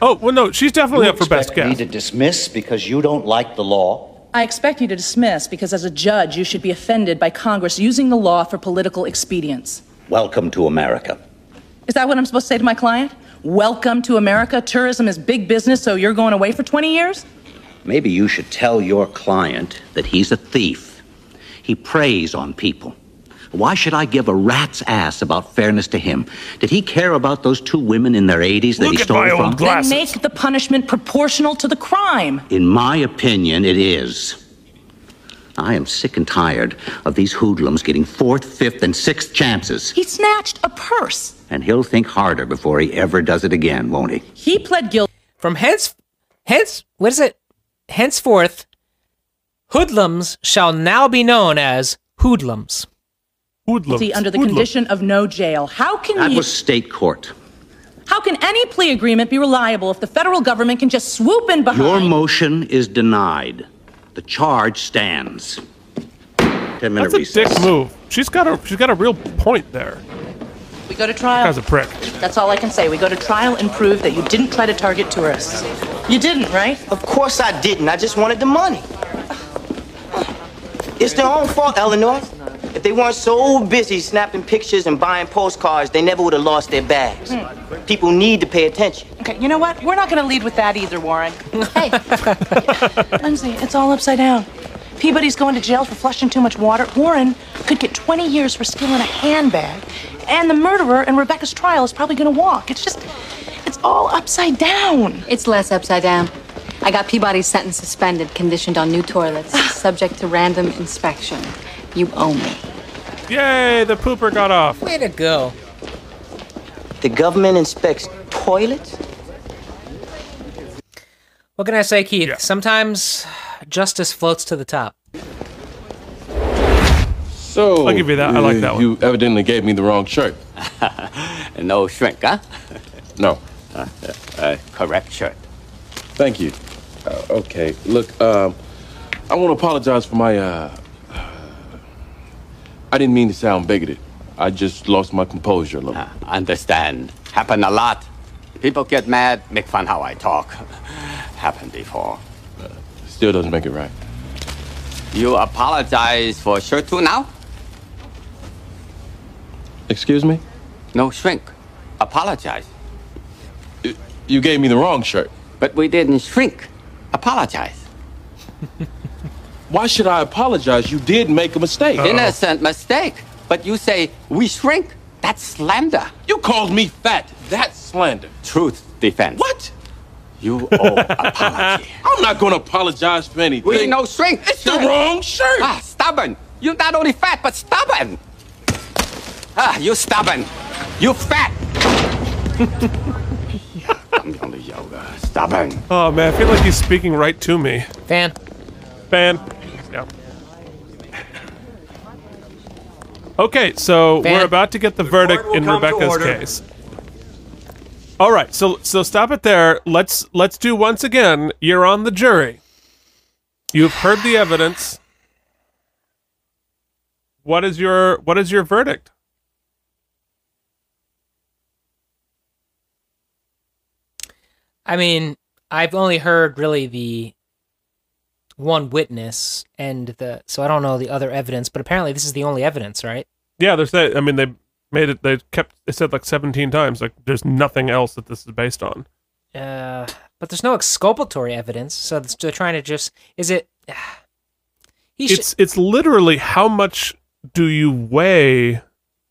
Speaker 2: Oh, well, no, she's definitely up for best guess.
Speaker 13: Me to dismiss because you don't like the law.
Speaker 8: I expect you to dismiss because, as a judge, you should be offended by Congress using the law for political expedience.
Speaker 13: Welcome to America.
Speaker 8: Is that what I'm supposed to say to my client? Welcome to America. Tourism is big business, so you're going away for 20 years?
Speaker 13: Maybe you should tell your client that he's a thief. He preys on people. Why should I give a rat's ass about fairness to him? Did he care about those two women in their 80s that he stole from?
Speaker 8: Then make the punishment proportional to the crime.
Speaker 13: In my opinion, it is. I am sick and tired of these hoodlums getting fourth, fifth, and sixth chances.
Speaker 8: He snatched a purse.
Speaker 13: And he'll think harder before he ever does it again, won't he?
Speaker 8: He pled guilty.
Speaker 3: From hence, hence, what is it? Henceforth, hoodlums shall now be known as hoodlums.
Speaker 8: guilty under the condition of no jail. How can
Speaker 13: That
Speaker 8: you,
Speaker 13: was state court.
Speaker 8: how can any plea agreement be reliable if the federal government can just swoop in behind?
Speaker 13: Your motion is denied. The charge stands. Ten minute
Speaker 2: That's a
Speaker 13: recess.
Speaker 2: dick move. She's got a she's got a real point there.
Speaker 8: We go to trial.
Speaker 2: Guy's
Speaker 3: Oh.
Speaker 2: a prick.
Speaker 8: That's all I can say. We go to trial and prove that you didn't try to target tourists. You didn't, right?
Speaker 12: Of course I didn't. I just wanted the money. It's their own fault, Eleanor. If they weren't so busy snapping pictures and buying postcards, they never would have lost their bags. People need to pay attention.
Speaker 8: Hmm. Okay, you know what? We're not going to lead with that either, Warren. Hey, Lindsay, it's all upside down. Peabody's going to jail for flushing too much water. Warren could get 20 years for stealing a handbag. And the murderer in Rebecca's trial is probably going to walk. It's just, it's all upside down.
Speaker 20: It's less upside down. I got Peabody's sentence suspended, conditioned on new toilets,
Speaker 8: Ah.
Speaker 20: subject to random inspection. You owe me.
Speaker 2: Yay, the pooper got off.
Speaker 3: Way to go.
Speaker 12: The government inspects toilets?
Speaker 3: What can I say, Keith? Sometimes justice floats to the top.
Speaker 9: So
Speaker 2: I'll give you that. I like that one.
Speaker 9: You evidently gave me the wrong shirt.
Speaker 13: no shrink, huh?
Speaker 9: No.
Speaker 13: Uh, uh, correct shirt.
Speaker 9: Thank you. Uh, okay. Look, um, I want to apologize for my. Uh, I didn't mean to sound bigoted. I just lost my composure a little.
Speaker 13: Understand. Happen a lot. People get mad, make fun how I talk. Happened before.
Speaker 9: Uh, Still doesn't make it right.
Speaker 13: You apologize for shirt too now?
Speaker 9: Excuse me?
Speaker 13: No shrink. Apologize.
Speaker 9: You gave me the wrong shirt.
Speaker 13: But we didn't shrink. Apologize.
Speaker 26: Why should I apologize? You did make a mistake.
Speaker 27: Innocent mistake. But you say we shrink. That's slander.
Speaker 26: You called me fat. That's slander.
Speaker 27: Truth defense.
Speaker 26: What?
Speaker 27: You owe apology.
Speaker 26: I'm not going to apologize for anything.
Speaker 27: We no shrink.
Speaker 26: It's the wrong shirt.
Speaker 27: Ah, stubborn. You're not only fat, but stubborn. Ah, you stubborn. You fat. I'm the only yoga. Stubborn.
Speaker 2: Oh man, I feel like he's speaking right to me.
Speaker 3: Fan.
Speaker 2: Fan. Yeah. Okay, so
Speaker 3: Fan.
Speaker 2: we're about to get the verdict
Speaker 3: will
Speaker 2: in
Speaker 3: come to
Speaker 2: Rebecca's
Speaker 3: order.
Speaker 2: case. All right, so so stop it there. Let's let's do once again. You're on the jury. You've heard the evidence. What is your what is your verdict?
Speaker 3: I mean, I've only heard really the one witness and the so I don't know the other evidence, but apparently this is the only evidence, right?
Speaker 2: Yeah, there's that. I mean, they made it. They kept. They said like 17 times. Like, there's nothing else that this is based on.
Speaker 3: Uh, but there's no exculpatory evidence, so it's- they're trying to just is it He should-
Speaker 2: it's it's literally how much do you weigh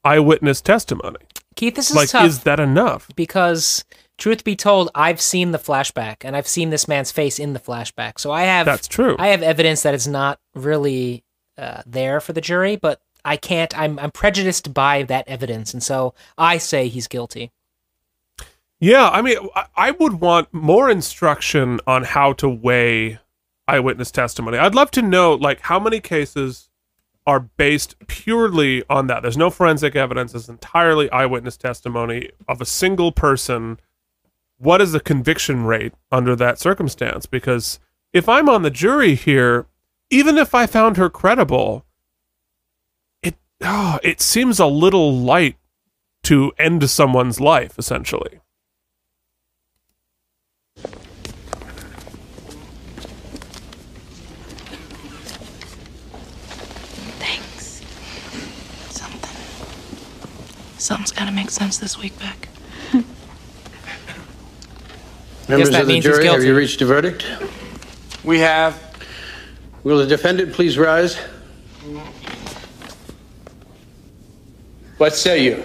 Speaker 2: eyewitness testimony?
Speaker 3: Keith, this is
Speaker 2: like,
Speaker 3: tough.
Speaker 2: is that enough?
Speaker 3: because truth be told, I've seen the flashback and I've seen this man's face in the flashback. So I have
Speaker 2: That's true.
Speaker 3: I have evidence that it's not really uh, there for the jury, but I can't. I'm I'm prejudiced by that evidence, and so I say he's guilty.
Speaker 2: Yeah, I mean, I- I would want more instruction on how to weigh eyewitness testimony. I'd love to know, like, how many cases are based purely on that. There's no forensic evidence, it's entirely eyewitness testimony of a single person. What is the conviction rate under that circumstance? Because if I'm on the jury here, even if I found her credible, it oh, it seems a little light to end someone's life essentially.
Speaker 8: Something's got to make sense this week, Beck.
Speaker 1: Members
Speaker 8: that
Speaker 1: of the
Speaker 8: means he's
Speaker 1: jury, have
Speaker 8: guilty.
Speaker 1: you reached a verdict? We have. Will the defendant please rise? What say you?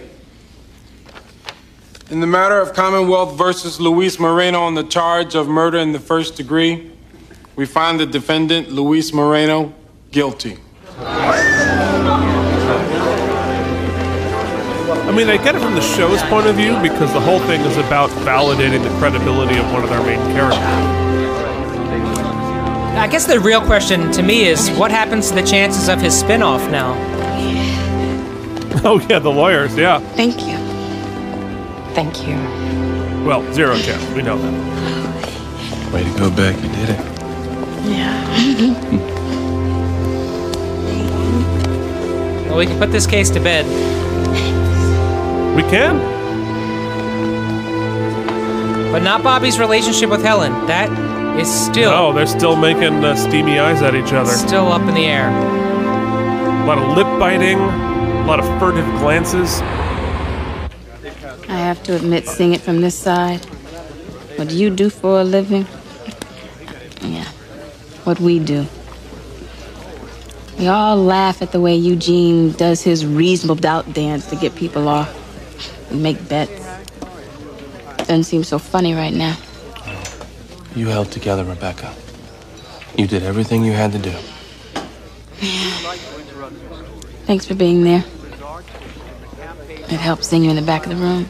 Speaker 9: In the matter of Commonwealth versus Luis Moreno on the charge of murder in the first degree, we find the defendant, Luis Moreno, guilty.
Speaker 2: I mean, I get it from the show's point of view because the whole thing is about validating the credibility of one of their main characters.
Speaker 3: I guess the real question to me is what happens to the chances of his spinoff now?
Speaker 2: Oh yeah, the lawyers, yeah.
Speaker 28: Thank you. Thank you.
Speaker 2: Well, zero chance. We know that.
Speaker 29: Way to go, Beck. You did it.
Speaker 3: Yeah. well, we can put this case to bed.
Speaker 2: We can.
Speaker 3: But not Bobby's relationship with Helen. That is still
Speaker 2: Oh, they're still making uh, steamy eyes at each other.
Speaker 3: still up in the air.
Speaker 2: A lot of lip biting, a lot of furtive glances.
Speaker 5: I have to admit, seeing it from this side, what you do for a living, yeah, what we do. We all laugh at the way Eugene does his reasonable doubt dance to get people off. We make bets. Doesn't seem so funny right now.
Speaker 22: You held together, Rebecca. You did everything you had to do.
Speaker 5: Thanks for being there. It helps seeing you in the back of the room.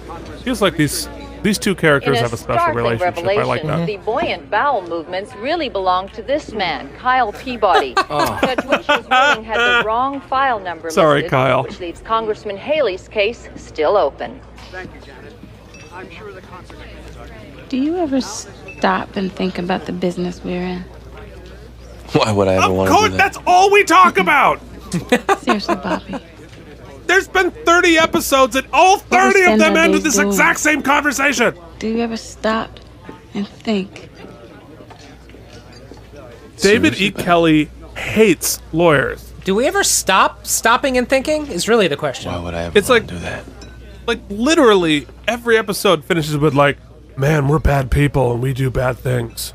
Speaker 2: Feels like these these two characters have a special relationship. I like that.
Speaker 18: the buoyant bowel movements really belong to this man, Kyle Peabody. Judge Winchell's ruling had the wrong file number
Speaker 2: Oh. Sorry,
Speaker 18: listed,
Speaker 2: Kyle.
Speaker 18: which leaves Congressman Haley's case still open.
Speaker 5: Do you ever stop and think about the business we're in?
Speaker 22: Why would I ever want to
Speaker 2: Code,
Speaker 22: do that?
Speaker 2: that's all we talk about.
Speaker 5: Seriously, Bobby.
Speaker 2: There's been 30 episodes, and all 30 of
Speaker 5: Understand
Speaker 2: them
Speaker 5: that
Speaker 2: ended
Speaker 5: they
Speaker 2: this
Speaker 5: do.
Speaker 2: exact same conversation.
Speaker 5: Do you ever stop and think?
Speaker 2: David E. Kelly hates lawyers.
Speaker 3: Do we ever stop stopping and thinking? Is really the question. Why
Speaker 22: would I
Speaker 2: It's like Like literally every episode finishes with like, "Man, we're bad people and we do bad things."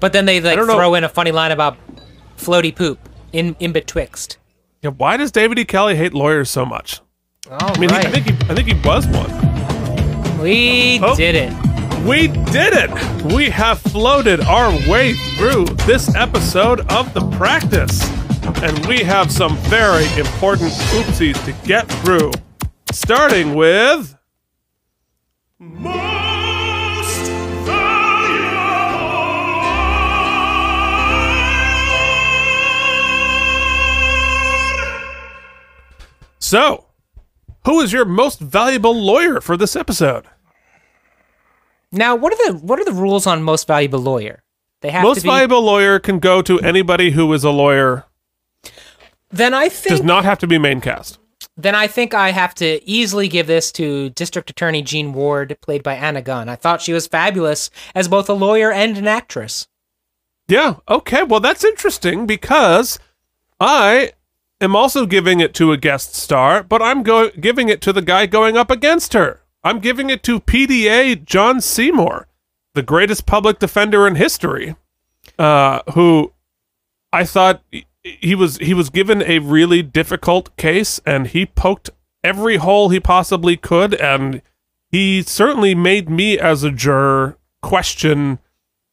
Speaker 3: But then they like
Speaker 2: don't know.
Speaker 3: throw in a funny line about floaty poop in in betwixt.
Speaker 2: Yeah, why does David E. Kelly hate lawyers so much? I mean, he- I think he, I think he was one. Oh.
Speaker 3: We did it.
Speaker 2: We did it. We have floated our way through this episode of the practice, and we have some very important oopsies to get through. Starting with So, who is your most valuable lawyer for this episode?
Speaker 3: Now, what are the what are the rules on most valuable lawyer? They have
Speaker 2: Most
Speaker 3: to be.
Speaker 2: valuable lawyer can go to anybody who is a lawyer.
Speaker 3: Then I
Speaker 2: Does
Speaker 3: think
Speaker 2: not have to be main cast.
Speaker 3: then I think I have to easily give this to District Attorney Jean Ward, played by Anna Gunn. I thought she was fabulous as both a lawyer and an actress.
Speaker 2: Yeah. Okay. Well, that's interesting because I am also giving it to a guest star, but I'm go- giving it to the guy going up against her. I'm giving it to PDA John Seymour, the greatest public defender in history, uh, who I thought he- he was he was given a really difficult case and he poked every hole he possibly could and he certainly made me as a juror question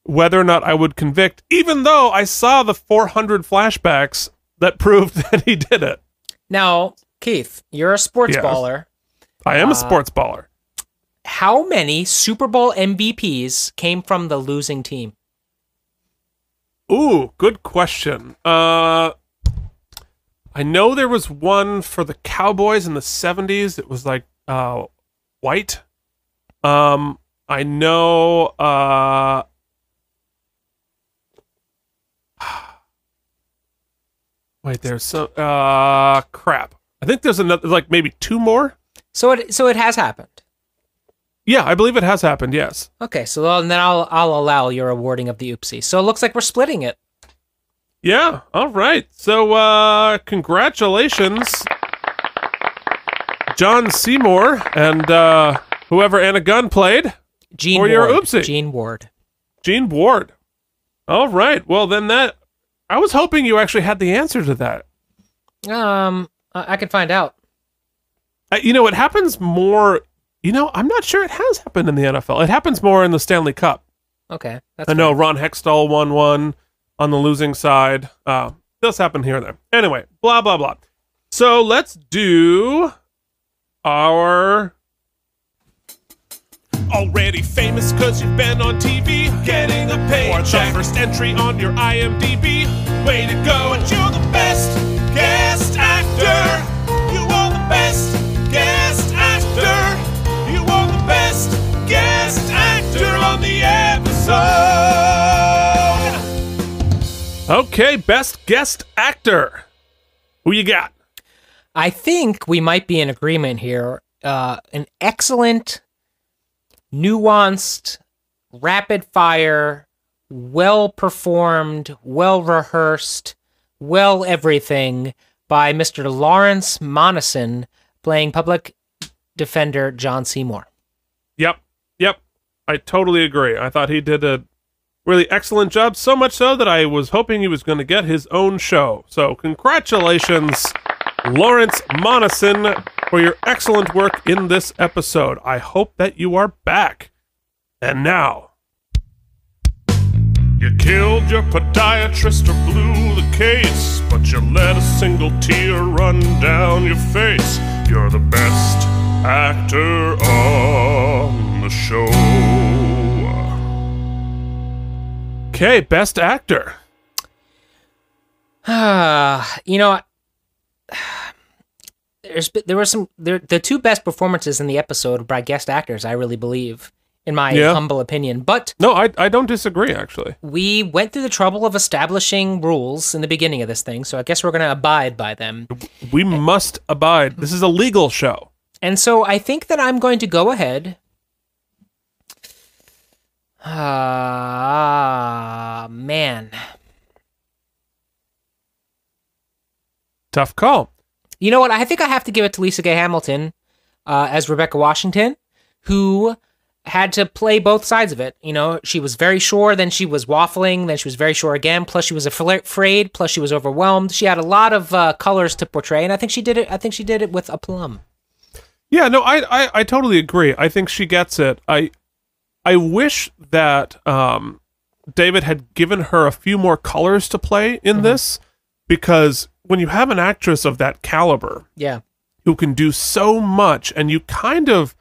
Speaker 2: whether or not I would convict even though I saw the 400 flashbacks that proved that he did it.
Speaker 3: Now, Keith, you're a sports
Speaker 2: Yes.
Speaker 3: baller.
Speaker 2: I am
Speaker 3: Uh,
Speaker 2: a sports baller.
Speaker 3: How many Super Bowl MVPs came from the losing team?
Speaker 2: Ooh, good question. Uh I know there was one for the Cowboys in the 70s. It was like uh white. Um I know uh Wait, there's so uh crap. I think there's another like maybe two more.
Speaker 3: So it so it has happened.
Speaker 2: Yeah, I believe it has happened. Yes.
Speaker 3: Okay, so then- then I'll I'll allow your awarding of the oopsie. So it looks like we're splitting it.
Speaker 2: Yeah. All right. So, uh, congratulations, John Seymour and uh, whoever Anna Gunn played
Speaker 3: Gene
Speaker 2: for your
Speaker 3: Ward.
Speaker 2: oopsie.
Speaker 3: Gene Ward.
Speaker 2: Gene Ward. All right. Well, then that I was hoping you actually had the answer to that.
Speaker 3: Um, I, I can find out.
Speaker 2: Uh, you know, it happens more. You know, I'm not sure it has happened in the NFL. It happens more in the Stanley Cup.
Speaker 3: Okay, that's
Speaker 2: I know Uh, Ron Hextall won one on the losing side. Uh, this happened here and there. Anyway, blah blah blah. So let's do our already famous because you've been on TV, getting a paycheck. the first entry on your IMDb. Way to go, and you're the best guest actor. You are the best guest actor. You are the best guest actor on the episode. Okay, best guest actor. Who you got?
Speaker 3: I think we might be in agreement here. Uh, an excellent, nuanced, rapid fire, well performed, well rehearsed, well everything by Mr. Lawrence Monison playing public defender John Seymour.
Speaker 2: Yep. Yep. I totally agree. I thought he did a really excellent job, so much so that I was hoping he was going to get his own show. So, congratulations, Lawrence Monison, for your excellent work in this episode. I hope that you are back. And now. You killed your podiatrist or blew the case, but you let a single tear run down your face. You're the best actor on the show. Okay, best actor.
Speaker 3: Ah, you know, there's been- there were some there the two best performances in the episode by guest actors. I really believe, in my
Speaker 2: Yeah.
Speaker 3: humble opinion. But
Speaker 2: No, I, I don't disagree, actually.
Speaker 3: we went through the trouble of establishing rules in the beginning of this thing, so I guess we're gonna abide by them.
Speaker 2: We must abide. This is a legal show.
Speaker 3: And so I think that I'm going to go ahead. Ah, man.
Speaker 2: Tough call.
Speaker 3: You know what? I think I have to give it to Lisa Gay Hamilton uh, as Rebecca Washington, who had to play both sides of it. You know, she was very sure, then she was waffling, then she was very sure again. Plus, she was affla- afraid. Plus, she was overwhelmed. She had a lot of uh, colors to portray, and I think she did it. I think she did it with aplomb.
Speaker 2: Yeah, no, I, I I totally agree. I think she gets it. I I wish that um David had given her a few more colors to play in this because when you have an actress of that caliber
Speaker 3: Yeah.
Speaker 2: who can do so much and you kind of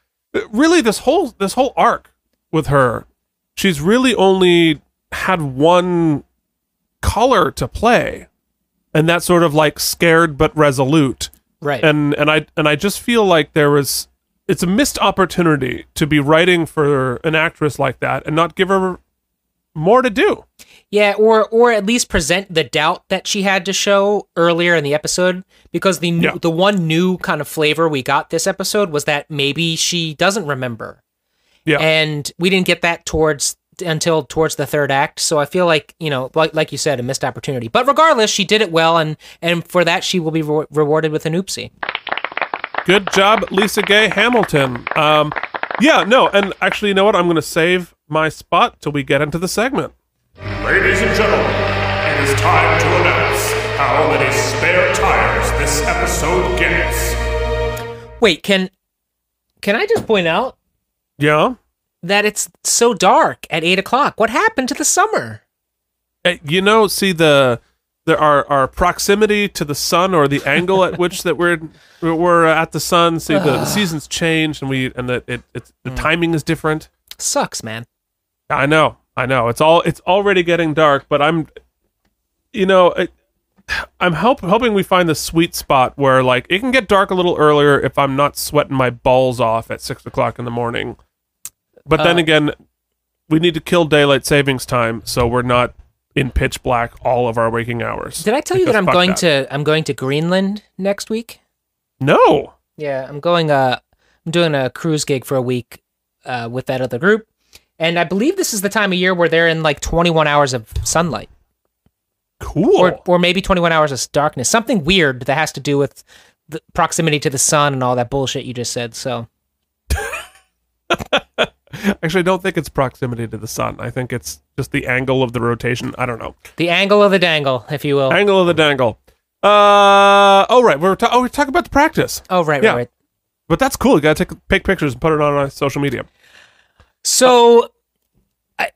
Speaker 2: really this whole this whole arc with her, she's really only had one color to play and that sort of like scared but resolute
Speaker 3: Right.
Speaker 2: and and i and i just feel like there was it's a missed opportunity to be writing for an actress like that and not give her more to do
Speaker 3: Yeah, or or at least present the doubt that she had to show earlier in the episode because the new, the one new kind of flavor we got this episode was that maybe she doesn't remember.
Speaker 2: Yeah.
Speaker 3: And we didn't get that towards until towards the third act, so I feel like, you know, like like you said, a missed opportunity. But regardless, she did it well and and for that she will be re- rewarded with an oopsie.
Speaker 2: good job lisa gay hamilton um yeah no and actually you know what i'm gonna save my spot till we get into the segment
Speaker 7: Ladies and gentlemen, it is time to announce how many spare tires this episode gets.
Speaker 3: Wait, can can I just point out
Speaker 2: yeah
Speaker 3: that it's so dark at eight o'clock? What happened to the summer?
Speaker 2: Uh, you know see the there are our proximity to the sun or the angle at which that we're we're uh, at the sun see the, the seasons changed and we and the it, it's the timing is different
Speaker 3: Hmm. Sucks, man.
Speaker 2: I know, I know. It's all it's already getting dark, but I'm, you know, it, I'm help, hoping we find the sweet spot where like it can get dark a little earlier if I'm not sweating my balls off at six o'clock in the morning. But then
Speaker 10: Uh,
Speaker 2: again, we need to kill daylight savings time, so we're not in pitch black all of our waking hours.
Speaker 3: Did I tell you that I'm going to I'm going to Greenland next week?
Speaker 2: No.
Speaker 3: Yeah, I'm going. Uh, I'm doing a cruise gig for a week uh, with that other group, and I believe this is the time of year where they're in like 21 hours of sunlight.
Speaker 2: Cool.
Speaker 3: Or or maybe 21 hours of darkness. Something weird that has to do with the proximity to the sun and all that bullshit you just said. So
Speaker 2: Actually, I don't think it's proximity to the sun. I think it's just the angle of the rotation. I don't know.
Speaker 3: the angle of the dangle, if you will.
Speaker 2: Angle of the dangle. Uh oh right, we're ta- oh we're talking about the practice.
Speaker 3: Oh right, right, right.
Speaker 2: But that's cool. You gotta take pick pictures and put it on our social media.
Speaker 3: So, I,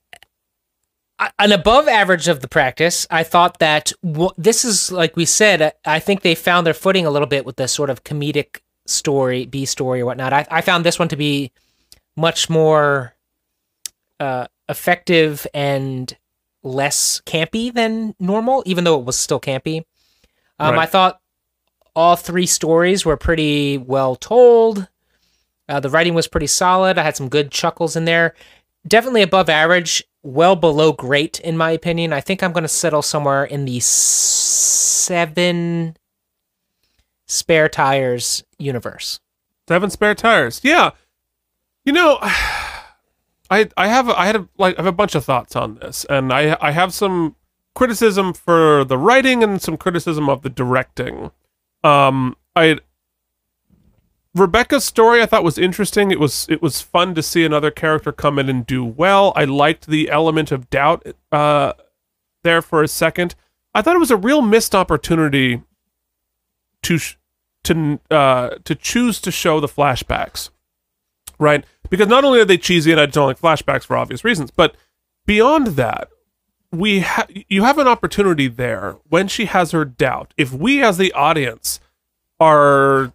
Speaker 3: I, an above average of the practice, I thought that wh- this is like we said. I, I think they found their footing a little bit with the sort of comedic story, B story or whatnot. I, I found this one to be much more uh, effective and less campy than normal, even though it was still campy. Um,
Speaker 21: Right.
Speaker 3: I thought all three stories were pretty well told. Uh, the writing was pretty solid. I had some good chuckles in there. Definitely above average, well below great, in my opinion. I think I'm going to settle somewhere in the s- seven spare tires universe.
Speaker 2: Seven spare tires. Yeah. You know, I I have I had a, like I have a bunch of thoughts on this, and I I have some criticism for the writing and some criticism of the directing. Um, I Rebecca's story I thought was interesting. It was it was fun to see another character come in and do well. I liked the element of doubt uh, there for a second. I thought it was a real missed opportunity to sh- to uh, to choose to show the flashbacks, right? Because not only are they cheesy, and I don't like flashbacks for obvious reasons, but beyond that, we ha- you have an opportunity there when she has her doubt. If we as the audience are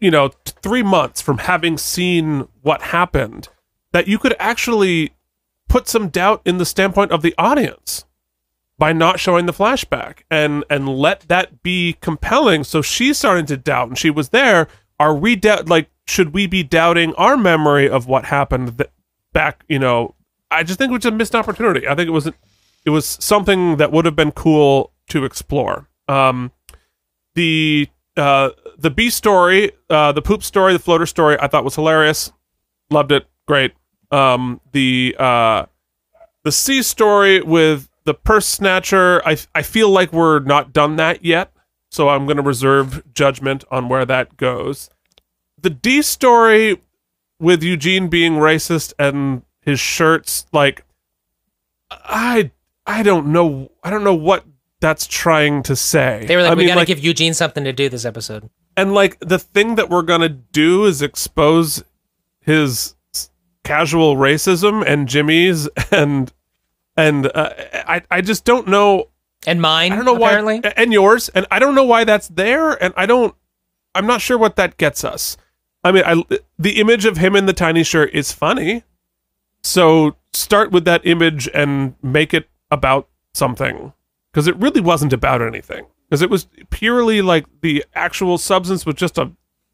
Speaker 2: you know t- three months from having seen what happened, that you could actually put some doubt in the standpoint of the audience by not showing the flashback and and let that be compelling so she's starting to doubt and she was there are we doubt like should we be doubting our memory of what happened th- back you know i just think it was a missed opportunity i think it was it was something that would have been cool to explore um the uh the b story uh the poop story the floater story i thought was hilarious loved it great um the uh the C story with the purse snatcher. I I feel like we're not done that yet, so I'm going to reserve judgment on where that goes. The D story with Eugene being racist and his shirts like I I don't know I don't know what that's trying to say.
Speaker 3: They were like,
Speaker 2: I
Speaker 3: we
Speaker 2: mean,
Speaker 3: gotta
Speaker 2: like,
Speaker 3: give Eugene something to do this episode.
Speaker 2: and like the thing that we're gonna do is expose his s- casual racism and Jimmy's and and uh, I I just don't know
Speaker 3: and mine
Speaker 2: I don't know why and yours and I don't know why that's there and I don't I'm not sure what that gets us. I mean I the image of him in the tiny shirt is funny. So start with that image and make it about something because it really wasn't about anything because it was purely like the actual substance was just a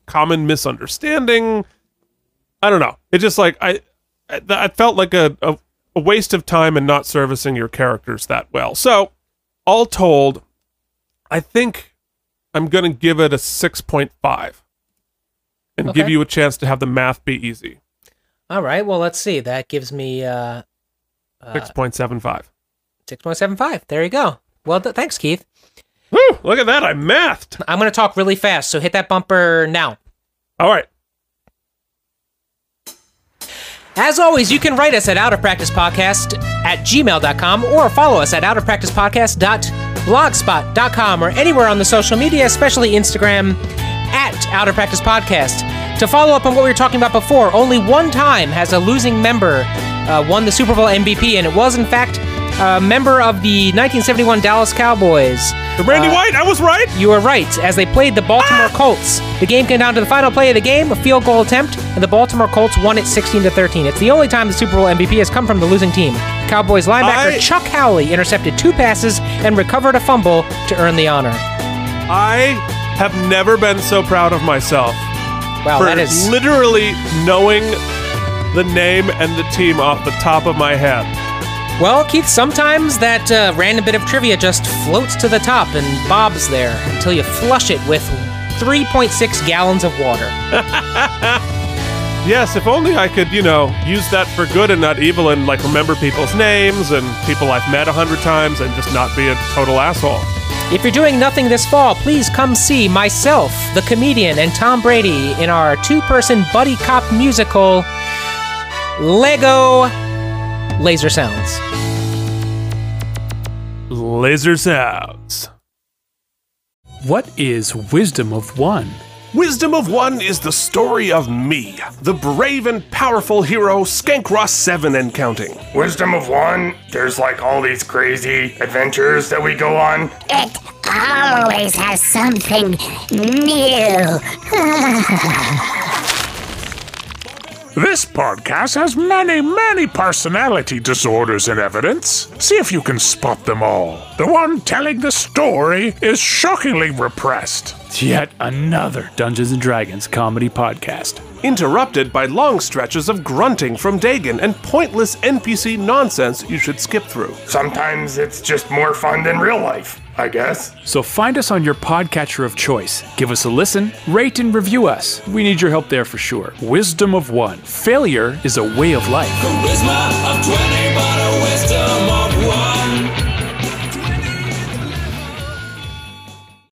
Speaker 2: common misunderstanding. I don't know. It just like I I, I felt like a, a a waste of time and not servicing your characters that well. So all told, I think I'm gonna give it a six point five and give
Speaker 3: Okay.
Speaker 2: you a chance to have the math be easy.
Speaker 3: All right, well let's see. That gives me uh, uh
Speaker 2: Six point seven five.
Speaker 3: six point seven five. There you go. Well, th- thanks, Keith.
Speaker 2: Woo! Look at that. I mathed.
Speaker 3: I'm gonna talk really fast, so hit that bumper now.
Speaker 2: All right.
Speaker 3: As always, you can write us at outofpracticepodcast at gmail.com or follow us at outofpracticepodcast.blogspot.com or anywhere on the social media, especially Instagram at Out of Practice Podcast. To follow up on what we were talking about before, only one time has a losing member uh, won the Super Bowl MVP, and it was, in fact, a member of the 1971 Dallas Cowboys. Uh,
Speaker 2: Randy White, I was right. Ah!
Speaker 3: You were right, as they played the Baltimore Colts. The game came down to the final play of the game, a field goal attempt, and the Baltimore Colts won it 16 to 13. It's the only time the Super Bowl MVP has come from the losing team. Cowboys linebacker
Speaker 2: I-
Speaker 3: Chuck Howley intercepted two passes and recovered a fumble to earn the honor.
Speaker 2: I have never been so proud of myself.
Speaker 3: Wow,
Speaker 2: for
Speaker 3: that is-
Speaker 2: literally knowing the name and the team off the top of my head.
Speaker 3: Well, Keith, sometimes that uh, random bit of trivia just floats to the top and bobs there until you flush it with 3.6 gallons of water.
Speaker 2: Yes, if only I could, you know, use that for good and not evil and like remember people's names and people I've met a hundred times and just not be a total asshole.
Speaker 3: If you're doing nothing this fall, please come see myself, the comedian, and Tom Brady in our two person buddy cop musical, Lego Laser Sounds.
Speaker 2: Laser sounds.
Speaker 5: What is Wisdom of One?
Speaker 2: Wisdom of One is the story of me, the brave and powerful hero Skank Ross 7 and counting.
Speaker 7: Wisdom of One, there's like all these crazy adventures that we go on.
Speaker 10: It always has something new.
Speaker 21: This podcast has many, many personality disorders in evidence. See if you can spot them all. The one telling the story is shockingly repressed.
Speaker 5: Yet another Dungeons and Dragons comedy podcast.
Speaker 2: Interrupted by long stretches of grunting from Dagon and pointless NPC nonsense you should skip through.
Speaker 7: Sometimes it's just more fun than real life, I guess.
Speaker 5: So find us on your podcatcher of choice. Give us a listen, rate and review us. We need your help there for sure. Wisdom of One. Failure is a way of life.
Speaker 23: Charisma of 20 bucks.